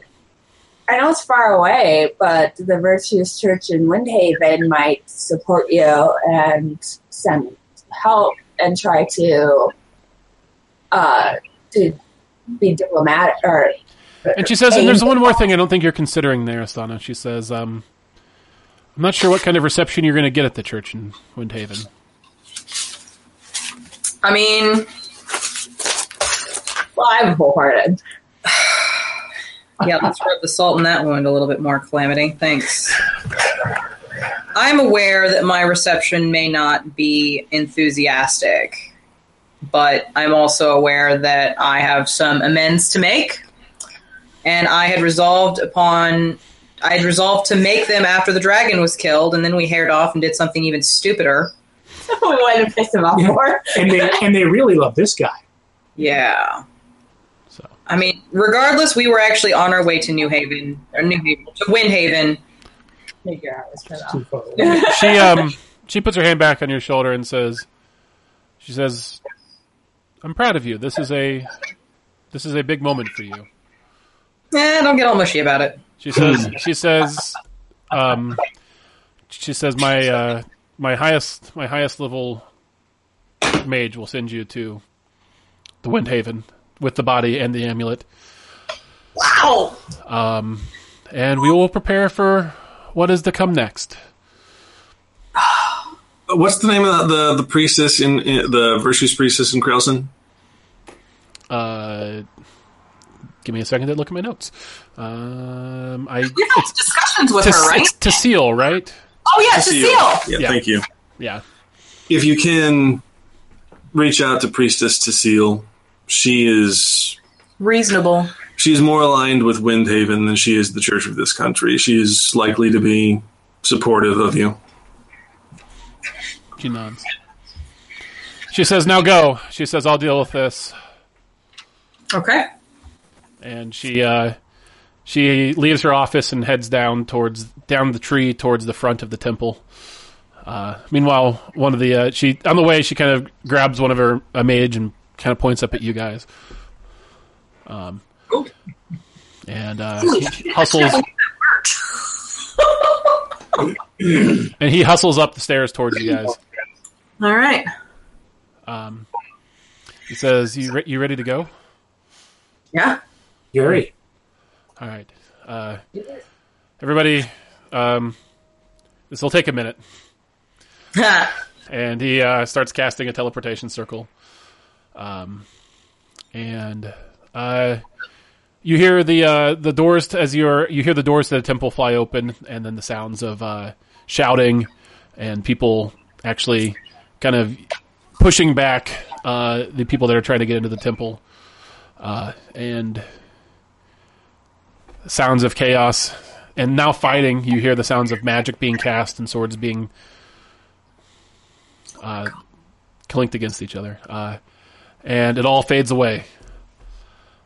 Speaker 3: I know it's far away, but the Virtuous Church in Windhaven might support you and send help and try to uh, to be diplomatic or
Speaker 2: And she says, and there's one more thing I don't think you're considering there, Asana. She says, um, I'm not sure what kind of reception you're going to get at the church in Windhaven.
Speaker 5: I mean,
Speaker 3: well, I'm wholehearted.
Speaker 5: yeah, let's rub the salt in that wound a little bit more, Calamity. Thanks. I'm aware that my reception may not be enthusiastic, but I'm also aware that I have some amends to make, and I had resolved upon. I had resolved to make them after the dragon was killed, and then we haired off and did something even stupider.
Speaker 3: we wanted to piss him off
Speaker 1: Yeah.
Speaker 3: more.
Speaker 1: and they and they really love this guy.
Speaker 5: Yeah.
Speaker 2: So.
Speaker 5: I mean, regardless, we were actually on our way to New Haven or New Haven to Windhaven.
Speaker 3: Figure out what's going on.
Speaker 1: Too far away.
Speaker 2: she um she puts her hand back on your shoulder and says she says I'm proud of you. This is a this is a big moment for you.
Speaker 5: Eh, don't get all mushy about it.
Speaker 2: She says she says um she says my uh my highest my highest level mage will send you to the Windhaven with the body and the amulet.
Speaker 5: Wow.
Speaker 2: Um and we will prepare for what is to come next.
Speaker 4: Uh, What's the name of the the, the priestess in, in the virtues priestess in Krausen?
Speaker 2: Uh give me a second to look at my notes. Um I
Speaker 5: We've had discussions with
Speaker 2: to,
Speaker 5: her, right?
Speaker 2: it's to seal, right?
Speaker 5: Oh yeah, to seal.
Speaker 4: Yeah,
Speaker 2: Yeah.
Speaker 4: thank you.
Speaker 2: Yeah.
Speaker 4: If you can reach out to priestess to seal, she is
Speaker 5: Reasonable.
Speaker 4: she's more aligned with Windhaven than she is the church of this country. She is likely to be supportive of you.
Speaker 2: She nods. She says, "Now go." She says, "I'll deal with this."
Speaker 5: Okay.
Speaker 2: And she uh, She leaves her office and heads down towards down the tree towards the front of the temple. Uh, meanwhile, one of the uh, she on the way she kind of grabs one of her a mage and kind of points up at you guys. Um, and uh, he hustles. and he hustles up the stairs towards you guys.
Speaker 5: All right.
Speaker 2: Um, he says, "You re- you ready to go?"
Speaker 5: Yeah.
Speaker 1: Gary.
Speaker 2: All right. Uh, everybody, um, this will take a minute. and he uh, starts casting a teleportation circle. Um, and uh, you hear the uh, the doors to, as you're you hear the doors to the temple fly open, and then the sounds of uh, shouting and people actually kind of pushing back uh, the people that are trying to get into the temple, uh, and sounds of chaos. And now fighting, you hear the sounds of magic being cast and swords being uh, clinked against each other. Uh, and it all fades away.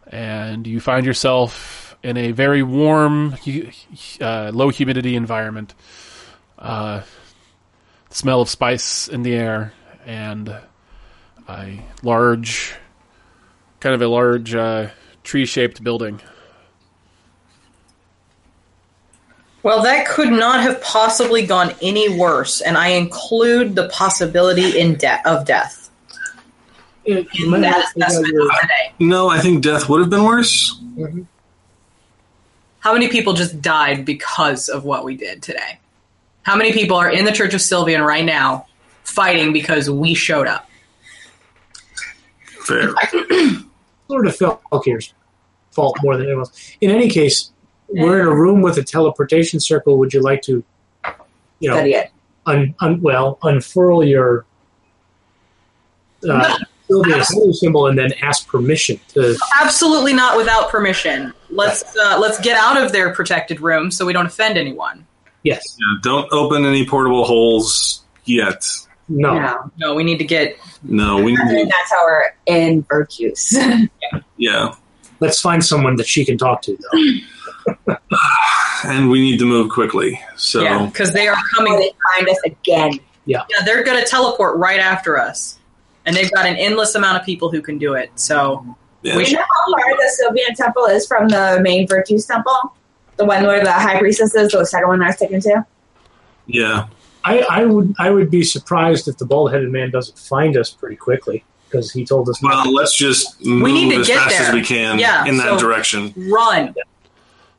Speaker 2: And you find yourself in a very warm, hu- uh, low humidity environment. Uh, smell of spice in the air, and a large, kind of a large uh, tree shaped building.
Speaker 7: Well, that could not have possibly gone any worse, and I include the possibility in de- of death.
Speaker 1: You you might want to
Speaker 5: That's
Speaker 1: figure out
Speaker 5: assessment
Speaker 1: your-
Speaker 5: of today.
Speaker 4: No, I think death would have been worse.
Speaker 5: How many people just died because of what we did today? How many people are in the Church of Sylvian right now fighting because we showed up?
Speaker 4: Fair.
Speaker 1: sort of Felkir's fault more than anyone else. In any case, we're in a room with a teleportation circle. Would you like to, you know,
Speaker 3: Study it.
Speaker 1: un, un, well, unfurl your uh, Sylvia's holy symbol and then ask permission to?
Speaker 7: Absolutely not without permission. Let's uh, let's get out of their protected room so we don't offend anyone.
Speaker 1: Yes.
Speaker 4: Yeah, don't open any portable holes yet.
Speaker 1: No.
Speaker 3: No.
Speaker 7: No, we need to get
Speaker 4: No, we
Speaker 3: I think
Speaker 4: need.
Speaker 3: that's our in Vercuse.
Speaker 4: Yeah,
Speaker 1: Let's find someone that she can talk to, though.
Speaker 4: and we need to move quickly. So
Speaker 7: yeah because they are
Speaker 3: Before
Speaker 7: coming.
Speaker 3: they find us again.
Speaker 7: Yeah, they're going to teleport right after us, and they've got an endless amount of people who can do it. So
Speaker 4: yeah.
Speaker 3: Do you know how far the Sylvian temple is from the main Virtues temple? The one where the high priestess is, the second one I was taken to?
Speaker 4: Yeah.
Speaker 1: I, I would I would be surprised if the bald headed man doesn't find us pretty quickly because he told us. not
Speaker 4: Well, let's just move
Speaker 7: need to
Speaker 4: as
Speaker 7: get
Speaker 4: fast
Speaker 7: there.
Speaker 4: as we can
Speaker 7: Yeah,
Speaker 4: in
Speaker 7: so-
Speaker 4: that direction.
Speaker 7: run.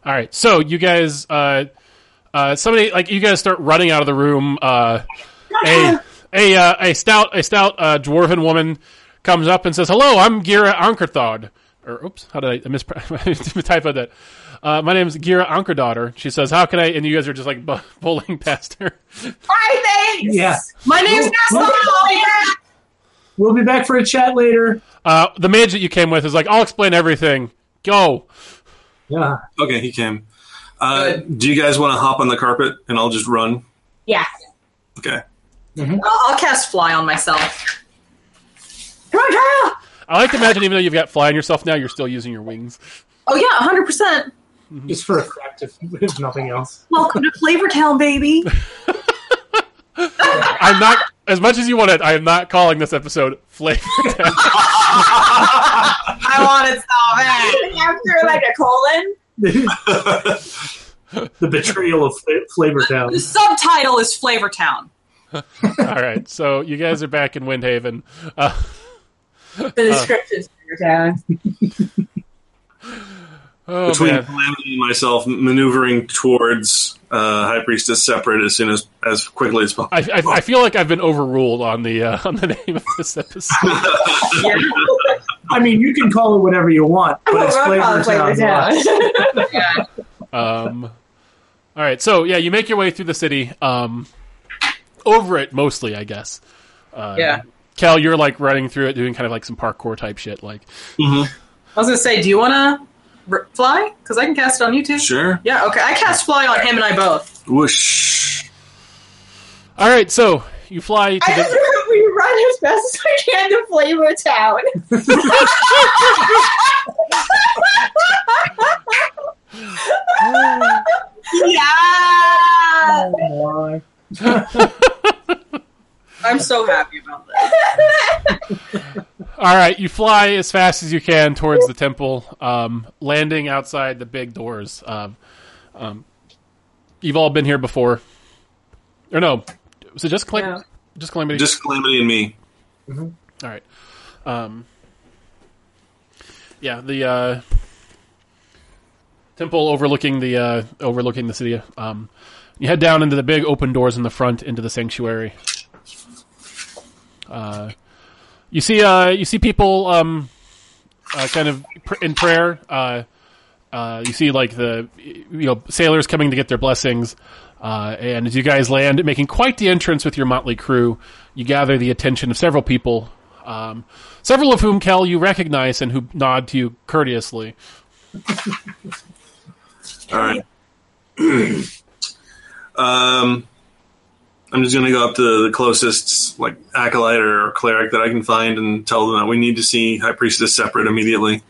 Speaker 2: All right, so you guys, uh, uh, somebody like you guys start running out of the room. Uh, a a uh, a stout a stout uh, dwarven woman comes up and says, "Hello, I'm Gira Ankerthod." Or oops, how did I mis- typo that? Uh, my name is Gira Ankerdaughter. She says, "How can I?" And you guys are just like bu- bowling past her.
Speaker 3: Hi, thanks!
Speaker 1: Yeah,
Speaker 7: My name's
Speaker 1: Well,
Speaker 7: Nesla.
Speaker 1: we'll be back for a chat later.
Speaker 2: Uh, the mage that you came with is like, "I'll explain everything." Go.
Speaker 1: Yeah,
Speaker 4: Okay, he came. Uh, do you guys want to hop on the carpet and I'll just run?
Speaker 3: Yeah.
Speaker 4: Okay.
Speaker 7: Oh, I'll, I'll cast fly on myself.
Speaker 3: Come on, Charles!
Speaker 2: I like to imagine, even though you've got fly on yourself now, you're still using your wings.
Speaker 7: Oh yeah, hundred percent.
Speaker 1: it's for a craft if, if nothing else.
Speaker 7: Welcome to Flavortown, baby.
Speaker 2: I'm not as much as you want it. I am not calling this episode flavor. Town.
Speaker 7: I want it so bad.
Speaker 3: After like a colon?
Speaker 1: the betrayal of Fla- Flavor Town.
Speaker 7: The subtitle is Flavortown.
Speaker 2: All right, so you guys are back in Windhaven. Uh,
Speaker 3: The description's Flavortown.
Speaker 2: oh,
Speaker 4: Between
Speaker 2: man.
Speaker 4: Calamity and myself, maneuvering towards uh, High Priestess separate as soon as as quickly as possible.
Speaker 2: I, I, I feel like I've been overruled on the uh, on the name of this episode.
Speaker 1: I mean, you can call it whatever you want, but it's
Speaker 3: We're
Speaker 1: Flavor
Speaker 3: all
Speaker 1: Town. uh,
Speaker 3: Flavor Town.
Speaker 2: Um, all right, so yeah, you make your way through the city, um, over it mostly, I guess. Uh,
Speaker 7: Yeah.
Speaker 2: Cal, you're like running through it, doing kind of like some parkour type shit. Like,
Speaker 7: I was gonna say, do you want to r- fly? Because I can cast it on you too.
Speaker 4: Sure.
Speaker 7: Yeah. Okay. I cast fly on him and I both.
Speaker 4: Whoosh.
Speaker 2: all right, so you fly to
Speaker 3: I just
Speaker 2: the.
Speaker 3: remember we run as fast as we can to Flavor Town.
Speaker 5: Yeah!
Speaker 1: Oh,
Speaker 7: I'm so happy about that.
Speaker 2: All right, you fly as fast as you can towards the temple, um, landing outside the big doors. Um, um, you've all been here before, or no? Was it just Clam-
Speaker 7: No.
Speaker 2: just calamity?
Speaker 4: Just Calamity and me.
Speaker 2: all right. Um, yeah, the uh, temple overlooking the uh, overlooking the city. Um, you head down into the big open doors in the front into the sanctuary. Uh, you see, uh, you see people um, uh, kind of pr- in prayer. Uh, uh, you see, like the you know sailors coming to get their blessings, uh, and as you guys land, making quite the entrance with your motley crew, you gather the attention of several people, um, several of whom, Kel, you recognize and who nod to you courteously.
Speaker 4: All right. um, I'm just gonna go up to the closest like acolyte or cleric that I can find and tell them that we need to see High Priestess separate immediately.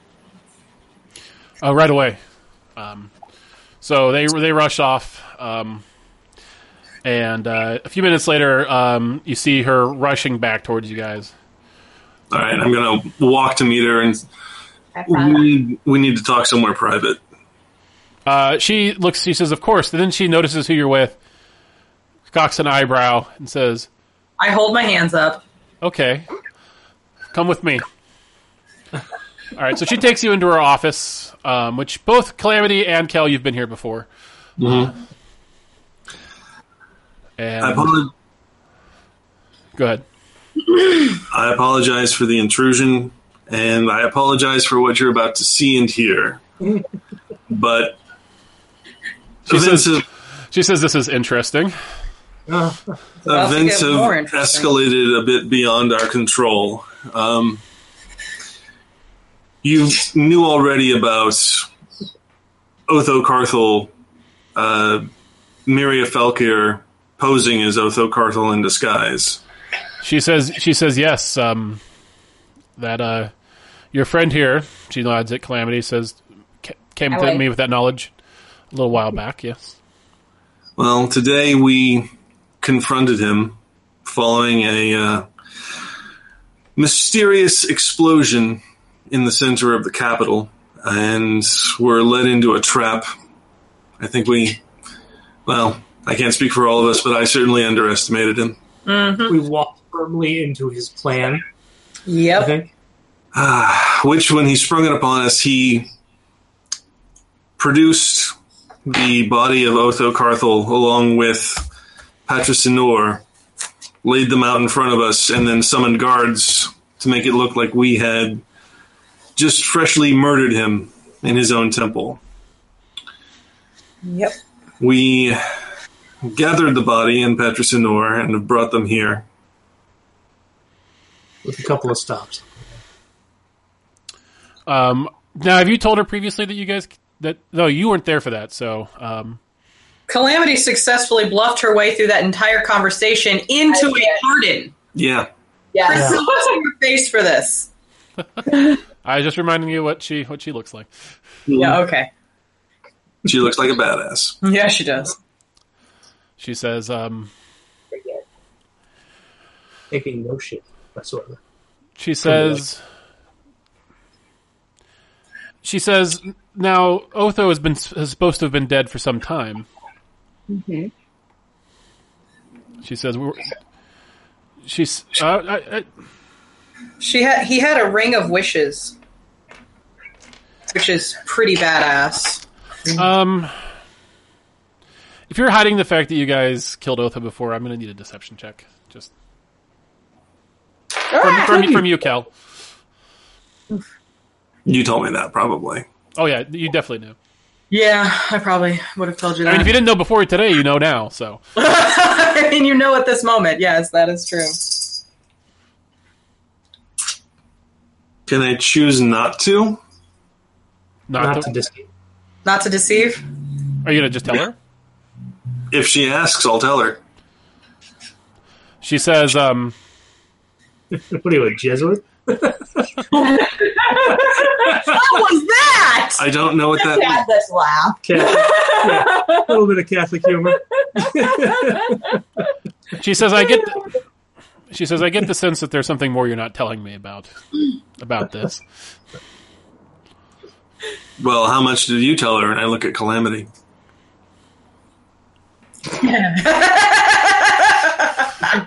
Speaker 2: Uh, right away. Um, so they they rush off, um, and uh, a few minutes later, um, you see her rushing back towards you guys.
Speaker 4: All right, I'm gonna walk to meet her and
Speaker 3: I promise.
Speaker 4: we, we need to talk somewhere private.
Speaker 2: Uh, she looks. She says, "Of course." Then she notices who you're with, cocks an eyebrow, and says,
Speaker 5: I hold my hands up.
Speaker 2: "Okay, come with me." All right. So she takes you into her office, um, which both Calamity and Kel, you've been here before. And
Speaker 4: I, apolo-
Speaker 2: go ahead.
Speaker 4: I apologize for the intrusion, and I apologize for what you're about to see and hear. But
Speaker 2: She
Speaker 4: events
Speaker 2: says-
Speaker 4: have-
Speaker 2: She says, "This is interesting."
Speaker 1: no.
Speaker 5: Well,
Speaker 4: events
Speaker 5: it's
Speaker 4: have
Speaker 5: getting more interesting.
Speaker 4: escalated a bit beyond our control. Um, you knew already about Otho Carthel, uh, Miria Felkir posing as Otho Carthel in disguise.
Speaker 2: She says, "She says yes." Um, that uh, your friend here, she nods at Calamity, says, "ca- "Came to
Speaker 3: Ally.
Speaker 2: me with that knowledge a little while back." Yes.
Speaker 4: Well, today we confronted him following a uh, mysterious explosion in the center of the capital and were led into a trap. I think we, well, I can't speak for all of us, but I certainly underestimated him.
Speaker 1: we walked firmly into his plan. I
Speaker 2: Mm-hmm.
Speaker 5: Yep.
Speaker 1: think.
Speaker 4: which when he sprung it upon us, he produced the body of Otho Carthel along with Patricinor, laid them out in front of us, and then summoned guards to make it look like we had just freshly murdered him in his own temple.
Speaker 5: Yep.
Speaker 4: We gathered the body and Patricinor and have brought them here.
Speaker 1: With a couple of stops.
Speaker 2: Um, now, have you told her previously that you guys that no, you weren't there for that? So, um,
Speaker 7: Calamity successfully bluffed her way through that entire conversation into
Speaker 3: I did.
Speaker 7: a pardon.
Speaker 4: Yeah.
Speaker 3: Yes.
Speaker 1: Yeah.
Speaker 7: Crystal wasn't face for this.
Speaker 2: I was just reminding you what she what she looks like. Mm-hmm.
Speaker 7: Yeah, okay.
Speaker 4: She looks like a badass.
Speaker 7: Yeah, she does.
Speaker 2: She says, um,
Speaker 1: Taking no shit whatsoever.
Speaker 2: She says. She says now Otho has been is supposed to have been dead for some time. She says we're. She's. Uh, I, I,
Speaker 7: She had he had a ring of wishes. Which is pretty badass.
Speaker 2: Um, if you're hiding the fact that you guys killed Otha before, I'm going to need a deception check. Just from, from, from you, Cal.
Speaker 4: You told me that probably.
Speaker 2: Oh yeah, you definitely knew.
Speaker 7: Yeah, I probably would have told you
Speaker 2: I
Speaker 7: that.
Speaker 2: mean, if you didn't know before today, you know now. So
Speaker 7: I mean, you know at this moment, yes, that is true.
Speaker 4: Can I choose not to?
Speaker 2: not.
Speaker 1: Not
Speaker 2: to-
Speaker 1: to deceive.
Speaker 7: Not to deceive.
Speaker 2: are you going to just tell her?
Speaker 4: If she asks, I'll tell her.
Speaker 2: She says, um,
Speaker 1: What are you, a Jesuit?
Speaker 5: What was that?
Speaker 4: I don't know what
Speaker 13: Just
Speaker 4: that.
Speaker 13: had this laugh.
Speaker 1: Catholic, yeah, a little bit of Catholic humor.
Speaker 2: She says, "I get." th- she says, "I get the sense that there's something more you're not telling me about about this."
Speaker 4: Well, how much did you tell her? And I look at Calamity.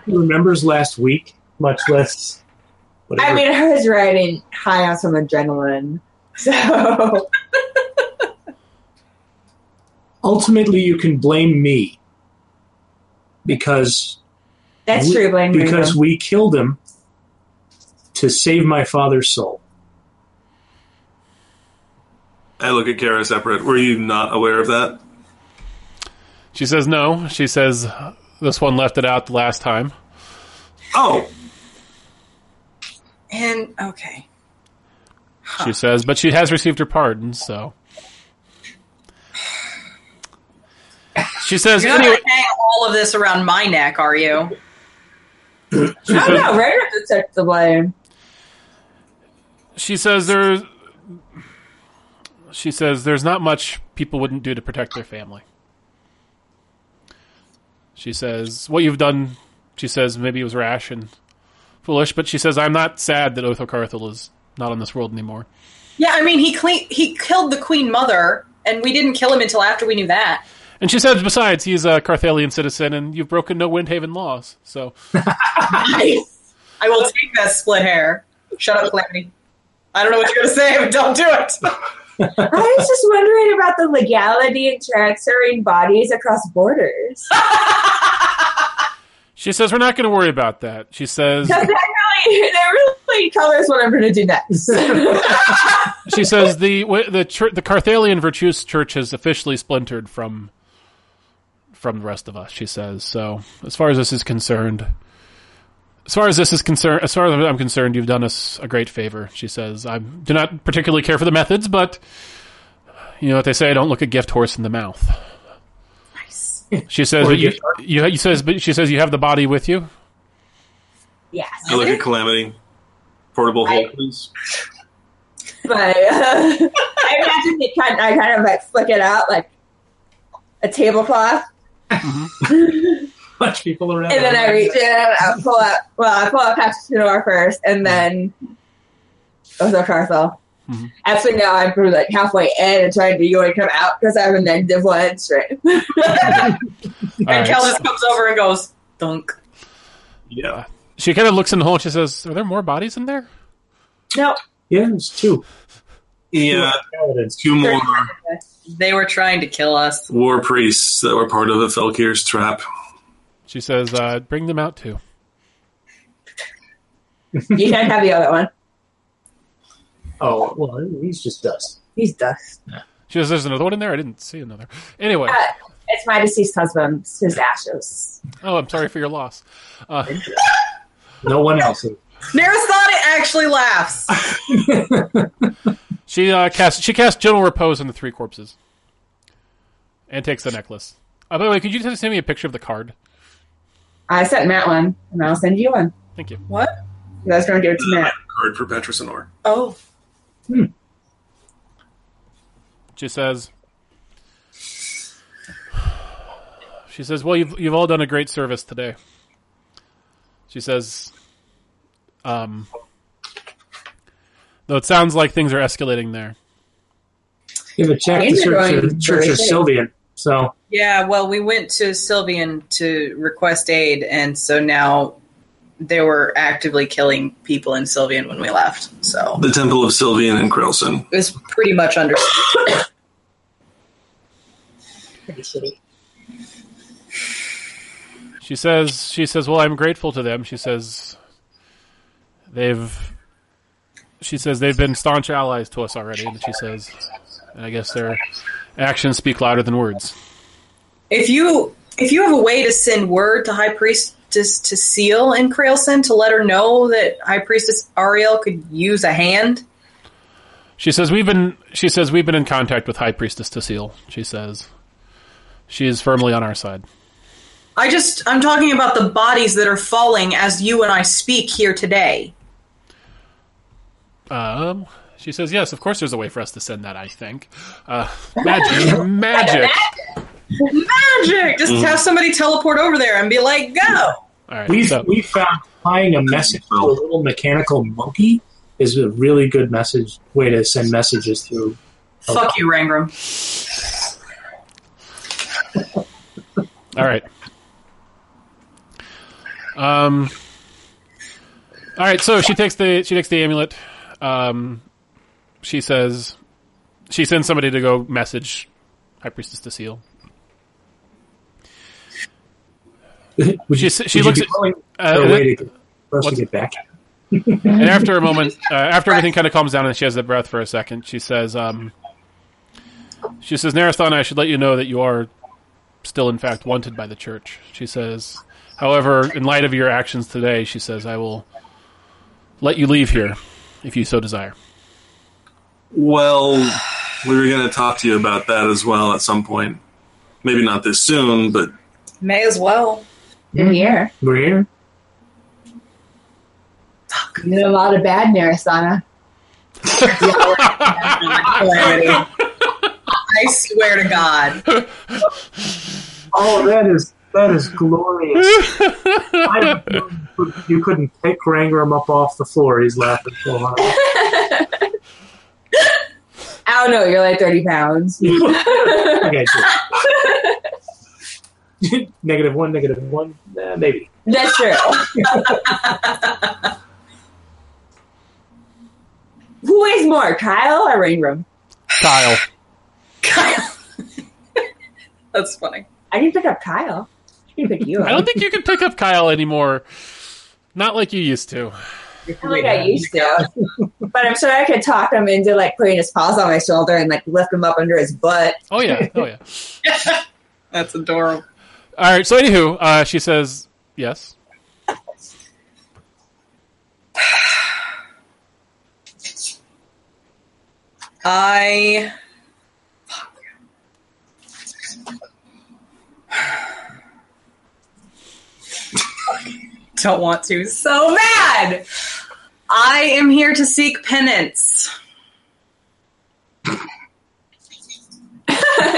Speaker 1: He remembers last week, much less. Whatever.
Speaker 3: I mean, I was riding high on some adrenaline, so
Speaker 1: ultimately, you can blame me because
Speaker 3: that's
Speaker 1: we-
Speaker 3: true. Blaine
Speaker 1: because
Speaker 3: Rayburn.
Speaker 1: we killed him to save my father's soul.
Speaker 4: I look at Kara separate. Were you not aware of that?
Speaker 2: She says, "No." She says, "This one left it out the last time."
Speaker 4: Oh,
Speaker 13: And okay.
Speaker 2: She says, "But she has received her pardon." So she says,
Speaker 5: You're not
Speaker 2: "Anyway."
Speaker 5: going to hang all of this around my neck, are you?
Speaker 3: I don't know. Rayburn just took the blame.
Speaker 2: She says, "There's." She says, "There's not much people wouldn't do to protect their family." She says, "What you've done," she says, "maybe it was rash and foolish," but she says, "I'm not sad that Otho Carthel is not on this world anymore."
Speaker 5: Yeah, I mean, he cle- he killed the queen mother, and we didn't kill him until after we knew that.
Speaker 2: And she says, "Besides, he's a Carthalian citizen, and you've broken no Windhaven laws." So.
Speaker 5: Nice. I will take that split hair. Shut up, Calamity. I don't know what you're going to say, but don't do it.
Speaker 3: I was just wondering about the legality in transferring bodies across borders.
Speaker 2: She says, "We're not going to worry about that." She says,
Speaker 3: Because that really, that really colors what I'm going to do next.
Speaker 2: "She says the w- the chur the Carthalian Virtues Church has officially splintered from from the rest of us." She says, "So, as far as this is concerned, as far as this is concerned, as far as I'm concerned, you've done us a great favor." She says, "I do not particularly care for the methods, but you know what they say: don't look a gift horse in the mouth." Nice. She says,
Speaker 1: Or a
Speaker 2: but you,
Speaker 1: gift horse.
Speaker 2: you, you says, but she says you have the body with you.
Speaker 3: yes,
Speaker 4: I look at Calamity. Portable hole, please.
Speaker 3: but uh, I imagine it kind. I kind of like flick it out like a tablecloth.
Speaker 1: Much people around.
Speaker 3: And then I reach in, I pull up, well, I pull up Pepsi first, and then Ozo Carthel.
Speaker 2: Mhm.
Speaker 3: Actually, now I'm probably like halfway in and trying to yoink him out because I have a negative one straight.
Speaker 2: All
Speaker 5: And
Speaker 2: right.
Speaker 5: Kel just comes over and goes, dunk.
Speaker 4: Yeah.
Speaker 2: She kind of looks in the hole and she says, Are there more bodies in there?
Speaker 3: no,
Speaker 1: Yeah, it's two.
Speaker 4: Yeah.
Speaker 1: Paladins.
Speaker 4: Two more
Speaker 5: They were trying to kill us.
Speaker 4: war priests that were part of the Felkir's trap.
Speaker 2: She says, uh, Bring them out too.
Speaker 3: you can't have the other one.
Speaker 1: Oh well, he's just dust.
Speaker 3: He's dust.
Speaker 2: She says, There's another one in there? I didn't see another. Anyway,
Speaker 3: Uh, it's my deceased husband, his ashes.
Speaker 2: oh, I'm sorry for your loss. Uh,
Speaker 1: No one else. is.
Speaker 5: Narasani actually laughs.
Speaker 2: she uh, casts she casts gentle repose on the three corpses and takes the necklace. Uh, by the way, could you just send me a picture of the card?
Speaker 3: I sent Matt one, and I'll send you one.
Speaker 2: Thank you.
Speaker 5: What?
Speaker 3: I was going to give it to Matt.
Speaker 4: Card for Petrosinor.
Speaker 5: Oh.
Speaker 2: She says, She says, Well, you've, you've all done a great service today. She says, um, Though it sounds like things are escalating there.
Speaker 1: Give a check to
Speaker 3: You're
Speaker 1: Church
Speaker 3: going
Speaker 1: of, Church of
Speaker 3: very
Speaker 1: Sylvian. So
Speaker 5: Yeah, well, we went to Sylvian to request aid, and so now they were actively killing people in Sylvian when we left. So
Speaker 4: The Temple of Sylvian and Krelson.
Speaker 5: it was pretty much understood.
Speaker 14: Pretty shitty.
Speaker 2: She says, She says, Well, I'm grateful to them. She says, They've. She says they've been staunch allies to us already, and she says, and I guess their actions speak louder than words.
Speaker 5: If you if you have a way to send word to High Priestess to Seal in Krailson to let her know that High Priestess Ariel could use a hand,
Speaker 2: She says we've been. She says we've been in contact with High Priestess Tassil. She says she is firmly on our side.
Speaker 5: I just I'm talking about the bodies that are falling as you and I speak here today.
Speaker 2: Um, She says, "Yes, of course. There's a way for us to send that. I think uh, magic, magic.
Speaker 5: Magic! Just
Speaker 15: Mm-hmm.
Speaker 5: have somebody teleport over there and be like, go!
Speaker 2: All right.
Speaker 1: We've,
Speaker 2: So,
Speaker 1: we found flying a message to a little mechanical monkey is a really good message way to send messages through.
Speaker 15: Fuck you, Rangram.
Speaker 2: all right. Um. All right. So she takes the she takes the amulet. Um, she says she sends somebody to go message High Priestess to seal.
Speaker 1: Would you,
Speaker 2: She- she
Speaker 1: would
Speaker 2: looks
Speaker 1: you
Speaker 2: at-
Speaker 1: be willing
Speaker 2: uh,
Speaker 1: for a way to get, for us to
Speaker 2: what's-
Speaker 1: get back?
Speaker 2: And after a moment, uh, after everything kind of calms down and she has the breath for a second, she says, um, "She says, Narasthana, I should let you know that you are still, in fact, wanted by the church." She says, "However, in light of your actions today, she says, I will let you leave here if you so desire."
Speaker 4: Well, we were going to talk to you about that as well at some point. Maybe not this soon, but
Speaker 5: May as well.
Speaker 3: You're here.
Speaker 1: We're here.
Speaker 3: You did a lot of bad, Narasana.
Speaker 5: Calamity. I swear to God.
Speaker 1: Oh, that is that is glorious. I, you couldn't pick Rangram up off the floor. He's laughing so hard.
Speaker 3: I don't know. You're like 30 pounds.
Speaker 1: okay, sure. negative one, negative one, eh, maybe.
Speaker 3: That's true. Who weighs more, Kyle or Rangram?
Speaker 2: Kyle,
Speaker 5: Kyle. That's funny.
Speaker 3: I can pick up Kyle. I can pick you up.
Speaker 2: I don't think you can pick up Kyle anymore. Not like you used to.
Speaker 3: I like I used to. but I'm sure I could talk him into like putting his paws on my shoulder and like lift him up under his butt.
Speaker 2: Oh yeah, oh yeah.
Speaker 15: That's adorable.
Speaker 2: All right. So, anywho, uh, she says, "Yes."
Speaker 5: I. Don't want to. So mad! I am here to seek penance.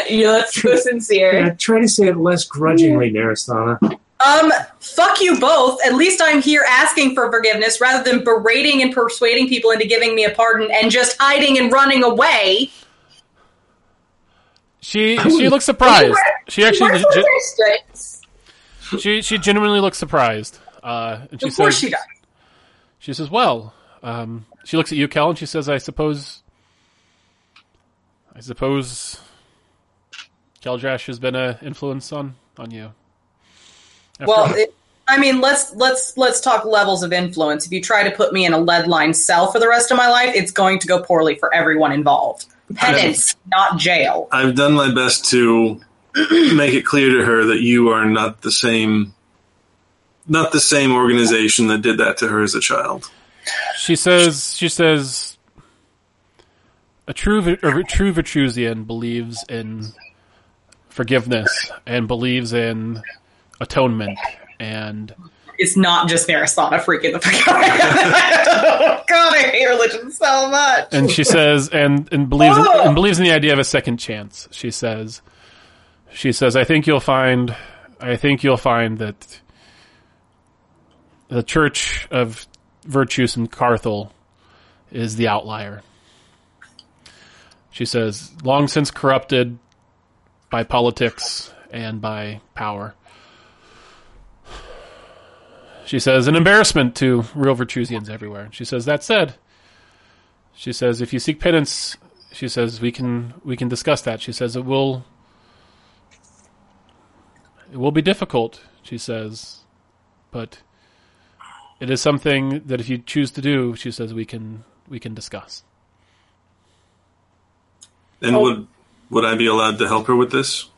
Speaker 3: you look so
Speaker 1: Yeah,
Speaker 3: sincere.
Speaker 1: try to say it less grudgingly, Narasana.
Speaker 5: Um, fuck you both. At least I'm here asking for forgiveness rather than berating and persuading people into giving me a pardon and just hiding and running away.
Speaker 2: She she looks surprised. She actually.
Speaker 3: Marshall is very strict.
Speaker 2: She she genuinely looks surprised. Uh, and she
Speaker 5: of course
Speaker 2: says,
Speaker 5: she does.
Speaker 2: She says, "Well," um, she looks at you, Kel, and she says, "I suppose, I suppose, Keldrash has been a influence on on you." After
Speaker 5: Well,
Speaker 2: all-
Speaker 5: it, I mean, let's let's let's talk levels of influence. If you try to put me in a lead line cell for the rest of my life, it's going to go poorly for everyone involved. Penance, not jail.
Speaker 4: I've done my best to make it clear to her that you are not the same not the same organization that did that to her as a child.
Speaker 2: she says, she says, a true Vi- a true Vitruvian believes in forgiveness and believes in atonement and
Speaker 5: It's not just Narasana freaking the fuck out. God, I hate religion so much.
Speaker 2: and she says and and believes
Speaker 5: Whoa.
Speaker 2: and believes in the idea of a second chance she says she says i think you'll find i think you'll find that the church of virtues in carthel is the outlier she says long since corrupted by politics and by power she says an embarrassment to real virtusians everywhere she says that said she says, "If you seek penance, she says we can we can discuss that." She says it will it will be difficult. She says, but it is something that if you choose to do, she says we can we can discuss.
Speaker 4: And
Speaker 5: Oh.
Speaker 4: would would I be allowed to help her with this?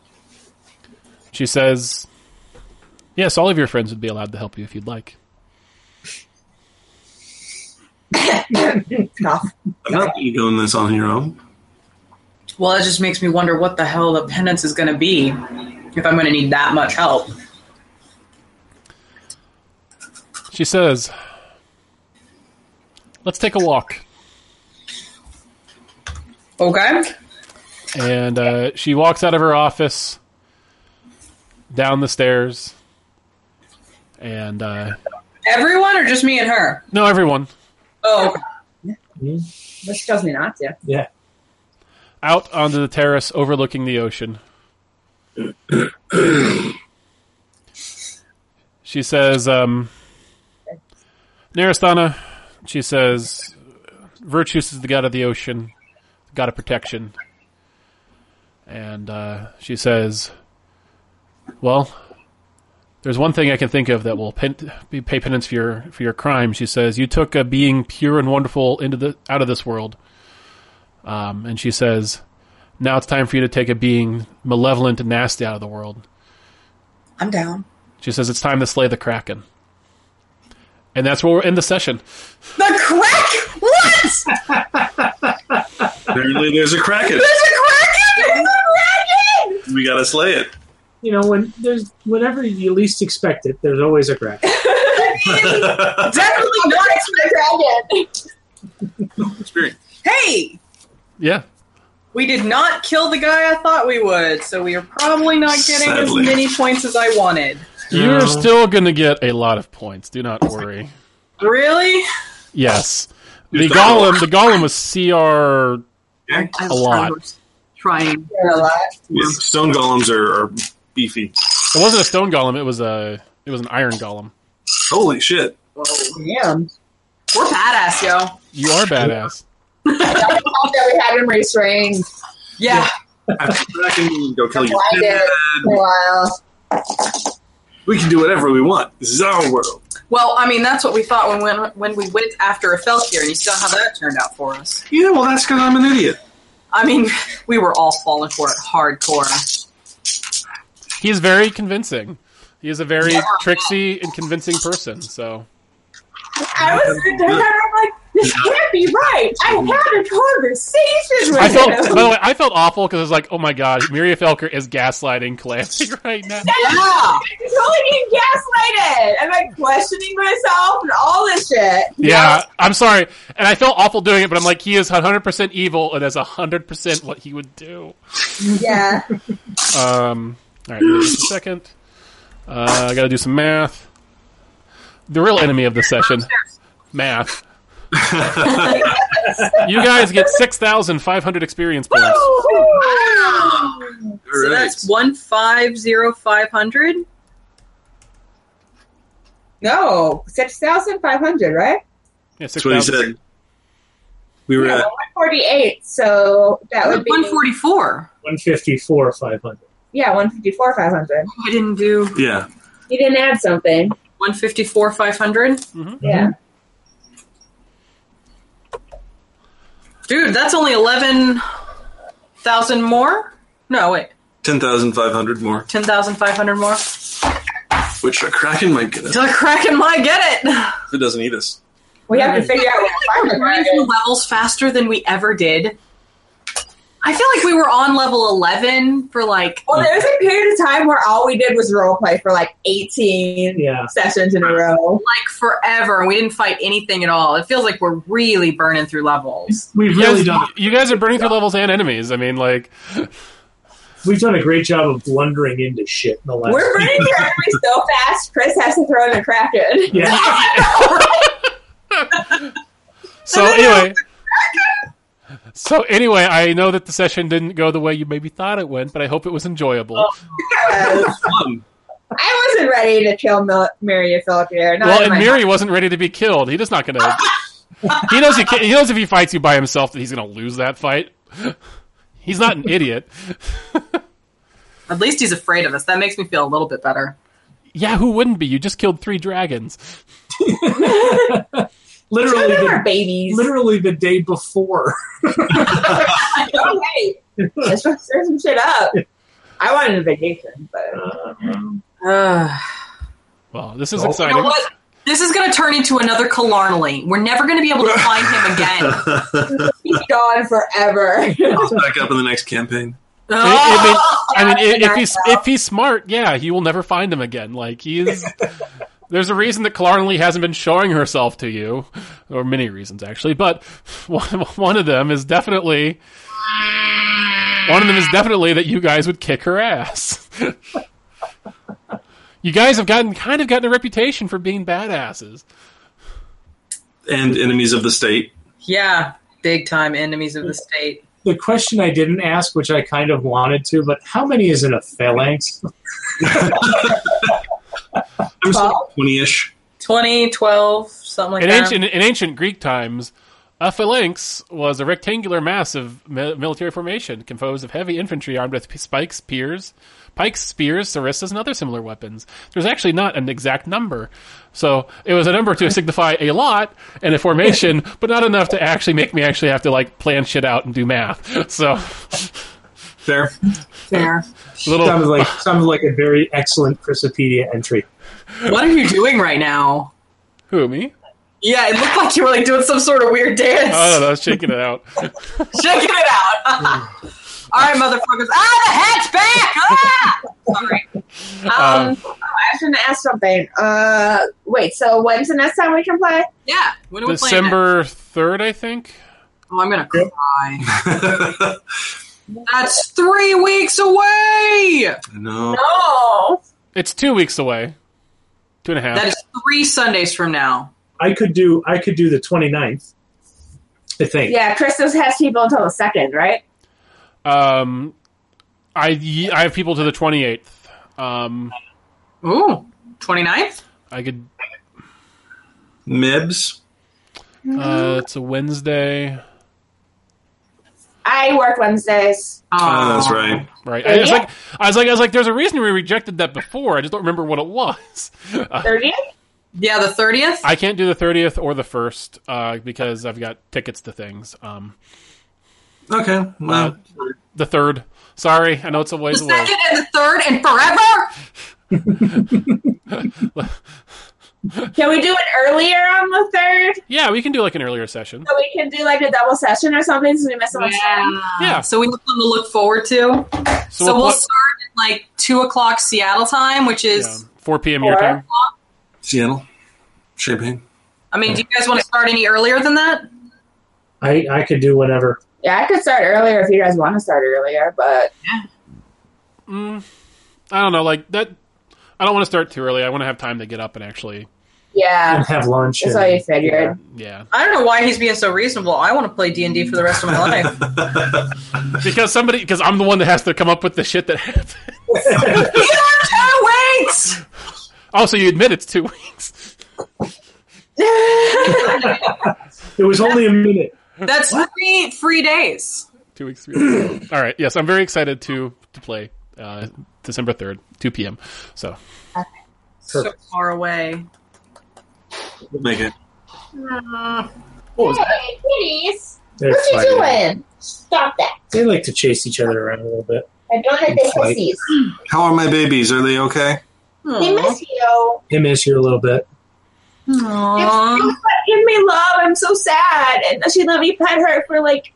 Speaker 2: She says, "Yes, all of your friends would be allowed to help you if you'd like."
Speaker 4: I'm not letting you go in this on your own.
Speaker 15: Well, that just makes me wonder what the hell the penance is going to be if I'm going to need that much help.
Speaker 2: She says, "Let's take a walk."
Speaker 5: Okay.
Speaker 2: and uh, she walks out of her office down the stairs and uh,
Speaker 5: Everyone or just me and her?
Speaker 2: no everyone
Speaker 5: Oh, okay.
Speaker 1: Hmm?
Speaker 5: This tells me not to.
Speaker 1: Yeah.
Speaker 2: out onto the terrace overlooking the ocean she says um, naristana she says virtus is the god of the ocean the god of protection and uh, she says well There's one thing I can think of that will pen- be pay penance for your for your crime. She says you took a being pure and wonderful into the out of this world, um, and she says now it's time for you to take a being malevolent and nasty out of the world.
Speaker 5: I'm down.
Speaker 2: She says it's time to slay the kraken, and that's where we're in the session.
Speaker 5: The crack? What? There's a
Speaker 4: Apparently, there's a kraken.
Speaker 5: kraken?
Speaker 4: We gotta slay it.
Speaker 1: You know, when there's whenever you least expect it, there's always a crack.
Speaker 5: Definitely not.
Speaker 12: dragon.
Speaker 4: Experience.
Speaker 5: Hey,
Speaker 2: Yeah,
Speaker 5: we did not kill the guy I thought we would, so we are probably not getting
Speaker 4: Sadly.
Speaker 5: as many points as I wanted.
Speaker 2: you're still gonna get a lot of points. Do not worry.
Speaker 5: Really?
Speaker 2: Yes, the
Speaker 4: You're done.
Speaker 2: golem the golem was CR
Speaker 4: Yeah.
Speaker 2: a lot.
Speaker 5: Trying.
Speaker 3: There are a lot.
Speaker 4: Yeah, Stone golems are, are beefy.
Speaker 2: It wasn't a stone golem. It was a it was an iron golem.
Speaker 4: Holy shit.
Speaker 5: Damn. We're badass, yo.
Speaker 2: You are badass.
Speaker 12: That was all that we had him restrained
Speaker 5: Yeah.
Speaker 4: After the kraken, go kill your
Speaker 12: Why
Speaker 4: dad.
Speaker 12: did- for a while.
Speaker 4: We can do whatever we want. This is our world.
Speaker 5: Well, I mean, that's what we thought when when, when we went after a Felkir, and you saw how that turned out for us.
Speaker 4: Yeah, well, that's because I'm an idiot.
Speaker 5: I mean, we were all falling for it hardcore.
Speaker 2: He is very convincing. He is a very tricksy and convincing person. So
Speaker 12: I was sitting there and I'm like, this can't be right. I had a conversation with
Speaker 2: I felt,
Speaker 12: him.
Speaker 2: by the way, I felt awful because I was like, "Oh my god, Miria Felker is gaslighting Calamity right now."
Speaker 5: Yeah.
Speaker 12: I'm totally being gaslighted. I'm like questioning myself and all this shit.
Speaker 2: Yeah, I'm sorry, and I felt awful doing it, but I'm like, he is 100 percent evil, and that's 100 percent what he would do.
Speaker 12: Yeah.
Speaker 2: Um, all right, just a second. Uh, I got to do some math. The real enemy of this session, math. you guys get 6,500 experience points.
Speaker 5: So that's one five zero five hundred.
Speaker 3: No, six thousand five hundred, right?
Speaker 2: Yeah,
Speaker 4: That's what he
Speaker 2: 6,000.
Speaker 4: said. We were
Speaker 3: Yeah,
Speaker 4: at.
Speaker 3: one forty-eight. So that would be
Speaker 5: One forty four.
Speaker 1: One fifty four five hundred.
Speaker 3: yeah, one fifty-four five hundred.
Speaker 5: I didn't do
Speaker 4: Yeah.
Speaker 3: You didn't add something.
Speaker 5: one fifty four five hundred.
Speaker 1: Uh-huh.
Speaker 3: Yeah,
Speaker 5: Dude, that's only eleven thousand more. No, wait,
Speaker 4: 10,500 more.
Speaker 5: ten thousand five hundred more.
Speaker 4: Which a kraken might get us.
Speaker 5: The Kraken might get it.
Speaker 4: if It doesn't eat us.
Speaker 3: we have to figure out what to
Speaker 5: We're
Speaker 3: find
Speaker 5: through levels faster than we ever did. I feel like we were on level eleven for like
Speaker 3: Well, there was a period of time where all we did was role play for like eighteen
Speaker 1: Yeah.
Speaker 3: sessions in a row.
Speaker 5: like forever, and we didn't fight anything at all. It feels like we're really burning through levels.
Speaker 1: We've
Speaker 2: You
Speaker 1: really done
Speaker 2: guys, you guys are burning through levels and enemies. I mean, like,
Speaker 1: we've done a great job of blundering into shit in the last
Speaker 3: We're burning through everything so fast. Chris has to throw in a kraken.
Speaker 1: Yeah.
Speaker 2: so anyway. So anyway, I know that the session didn't go the way you maybe thought it went, but I hope it was enjoyable.
Speaker 3: Oh,
Speaker 4: Fun.
Speaker 3: I wasn't ready to kill Mil- Maria Philip here. Not
Speaker 2: well,
Speaker 3: in
Speaker 2: and
Speaker 3: my
Speaker 2: Miri wasn't ready to be killed. He just not gonna. he knows he can, he knows if he fights you by himself that he's gonna lose that fight. He's not an idiot.
Speaker 5: At least he's afraid of us. That makes me feel a little bit better.
Speaker 2: Yeah, who wouldn't be? You just killed three dragons.
Speaker 1: literally
Speaker 3: Children are
Speaker 1: the,
Speaker 3: babies.
Speaker 1: literally the day before.
Speaker 3: Oh, wait. Let's fuck- stir some shit up. I wanted a vacation, but
Speaker 2: Well, this is
Speaker 1: Oh.
Speaker 5: you know
Speaker 2: exciting.
Speaker 5: what? This is going to turn into another Killarnley. We're never going to be able to find him again.
Speaker 3: he's gone forever.
Speaker 4: I'll back up in the next campaign.
Speaker 2: I mean- I mean, i- if
Speaker 3: Yeah, I
Speaker 2: he's if he's smart, yeah, he will never find him again. Like he is. There's a reason that Clarnley hasn't been showing herself to you, or many reasons actually, but one, one of them is definitely One of them is definitely that you guys would kick her ass. you guys have gotten kind of gotten a reputation for being badasses.
Speaker 4: and enemies of the state.
Speaker 5: Yeah, big time enemies of the state.
Speaker 1: The question I didn't ask, which I kind of wanted to, but how many is in a phalanx?
Speaker 4: I'm still
Speaker 5: Twelve.
Speaker 4: 20 ish.
Speaker 5: 20, 12, something like
Speaker 2: In
Speaker 5: that.
Speaker 2: ancient, in ancient Greek times, a phalanx was a rectangular mass of mi- military formation composed of heavy infantry armed with p- spikes, spears, pikes, spears, sarissas, and other similar weapons. There's actually not an exact number. So it was a number to signify a lot and a formation, but not enough to actually make me actually have to like plan shit out and do math. So
Speaker 4: Fair.
Speaker 5: Fair.
Speaker 1: sounds
Speaker 2: little
Speaker 1: like sounds like a very excellent Chrisopedia entry.
Speaker 5: What are you doing right now?
Speaker 2: who me?
Speaker 5: Yeah, it looked like you were like doing some sort of weird dance.
Speaker 2: Oh no, no, I was shaking it out.
Speaker 5: Checking it out. All right, motherfuckers. Ah, the hat's back. Ah! Sorry.
Speaker 2: Um,
Speaker 3: oh, I was going to ask something. Uh, wait. So when's the next time we can play?
Speaker 5: Yeah. When are we playing? that?
Speaker 2: December third, I think.
Speaker 5: Oh, I'm gonna cry.
Speaker 4: I
Speaker 5: That's three weeks away.
Speaker 4: know.
Speaker 3: Oh,
Speaker 2: It's two weeks away. Two and a half.
Speaker 5: That is three Sundays from now.
Speaker 1: I could do I could do the 29th, I think.
Speaker 3: yeah. Christmas has people until the second, right?
Speaker 2: Um, I y- I have people to the twenty eighth. Um,
Speaker 5: Ooh, 29th?
Speaker 2: I could.
Speaker 4: Mibs.
Speaker 5: Mm-hmm.
Speaker 2: Uh, it's a Wednesday,
Speaker 3: I work Wednesdays.
Speaker 5: Oh,
Speaker 4: Oh, that's right.
Speaker 2: right? I was like, I was like, I was like, there's a reason we rejected that before. I just don't remember what it was. Uh,
Speaker 3: Thirtieth.
Speaker 5: Yeah, the 30th?
Speaker 2: I can't do the thirtieth or the first uh, because I've got tickets to things. Um,
Speaker 4: Okay. Well,
Speaker 2: the third. Sorry, I know it's a
Speaker 5: the
Speaker 2: ways away.
Speaker 5: second and the third and forever?
Speaker 3: Can we do it earlier on the third?
Speaker 2: Yeah, we can do like an earlier session.
Speaker 3: So we can do like a double session or something since we missed so much time.
Speaker 2: Yeah.
Speaker 5: So we have something to look forward to. So,
Speaker 2: we'll
Speaker 5: we'll,
Speaker 2: pl-
Speaker 5: start at like 2 o'clock Seattle time, which is,
Speaker 2: Yeah, four p.m. your
Speaker 3: Four.
Speaker 2: time.
Speaker 4: Seattle. Champagne.
Speaker 5: I mean, do you guys want to start any earlier than that?
Speaker 1: I, I could do whatever.
Speaker 3: Yeah, I could start earlier if you guys want to start earlier, but
Speaker 2: Mm, I don't know, like that. I don't want to start too early. I want to have time to get up and actually,
Speaker 3: yeah,
Speaker 1: And have lunch.
Speaker 3: that's
Speaker 1: and-
Speaker 3: all you figured.
Speaker 2: yeah,
Speaker 5: I don't know why he's being so reasonable. I want to play D&D for the rest of my life.
Speaker 2: because somebody, because I'm the one that has to come up with the shit that happened.
Speaker 5: Two weeks!
Speaker 2: Oh, so you admit it's two weeks?
Speaker 1: It was only a minute.
Speaker 5: That's three free days.
Speaker 2: two weeks, three weeks. All right. Yes, I'm very excited to to play uh, December third, two p.m. So
Speaker 5: So far away.
Speaker 4: Make it.
Speaker 5: Mm.
Speaker 2: what was
Speaker 12: Hey, kitties.
Speaker 1: They're
Speaker 12: What you
Speaker 1: fighting.
Speaker 12: doing? Stop that.
Speaker 1: They like to chase each other around a little bit.
Speaker 12: I don't like the
Speaker 1: Fight.
Speaker 12: pussies.
Speaker 4: How are my babies? Are they okay?
Speaker 12: They miss you.
Speaker 1: They miss you a little bit.
Speaker 5: Aw.
Speaker 3: Give me love. I'm so sad. And she let me pet her for like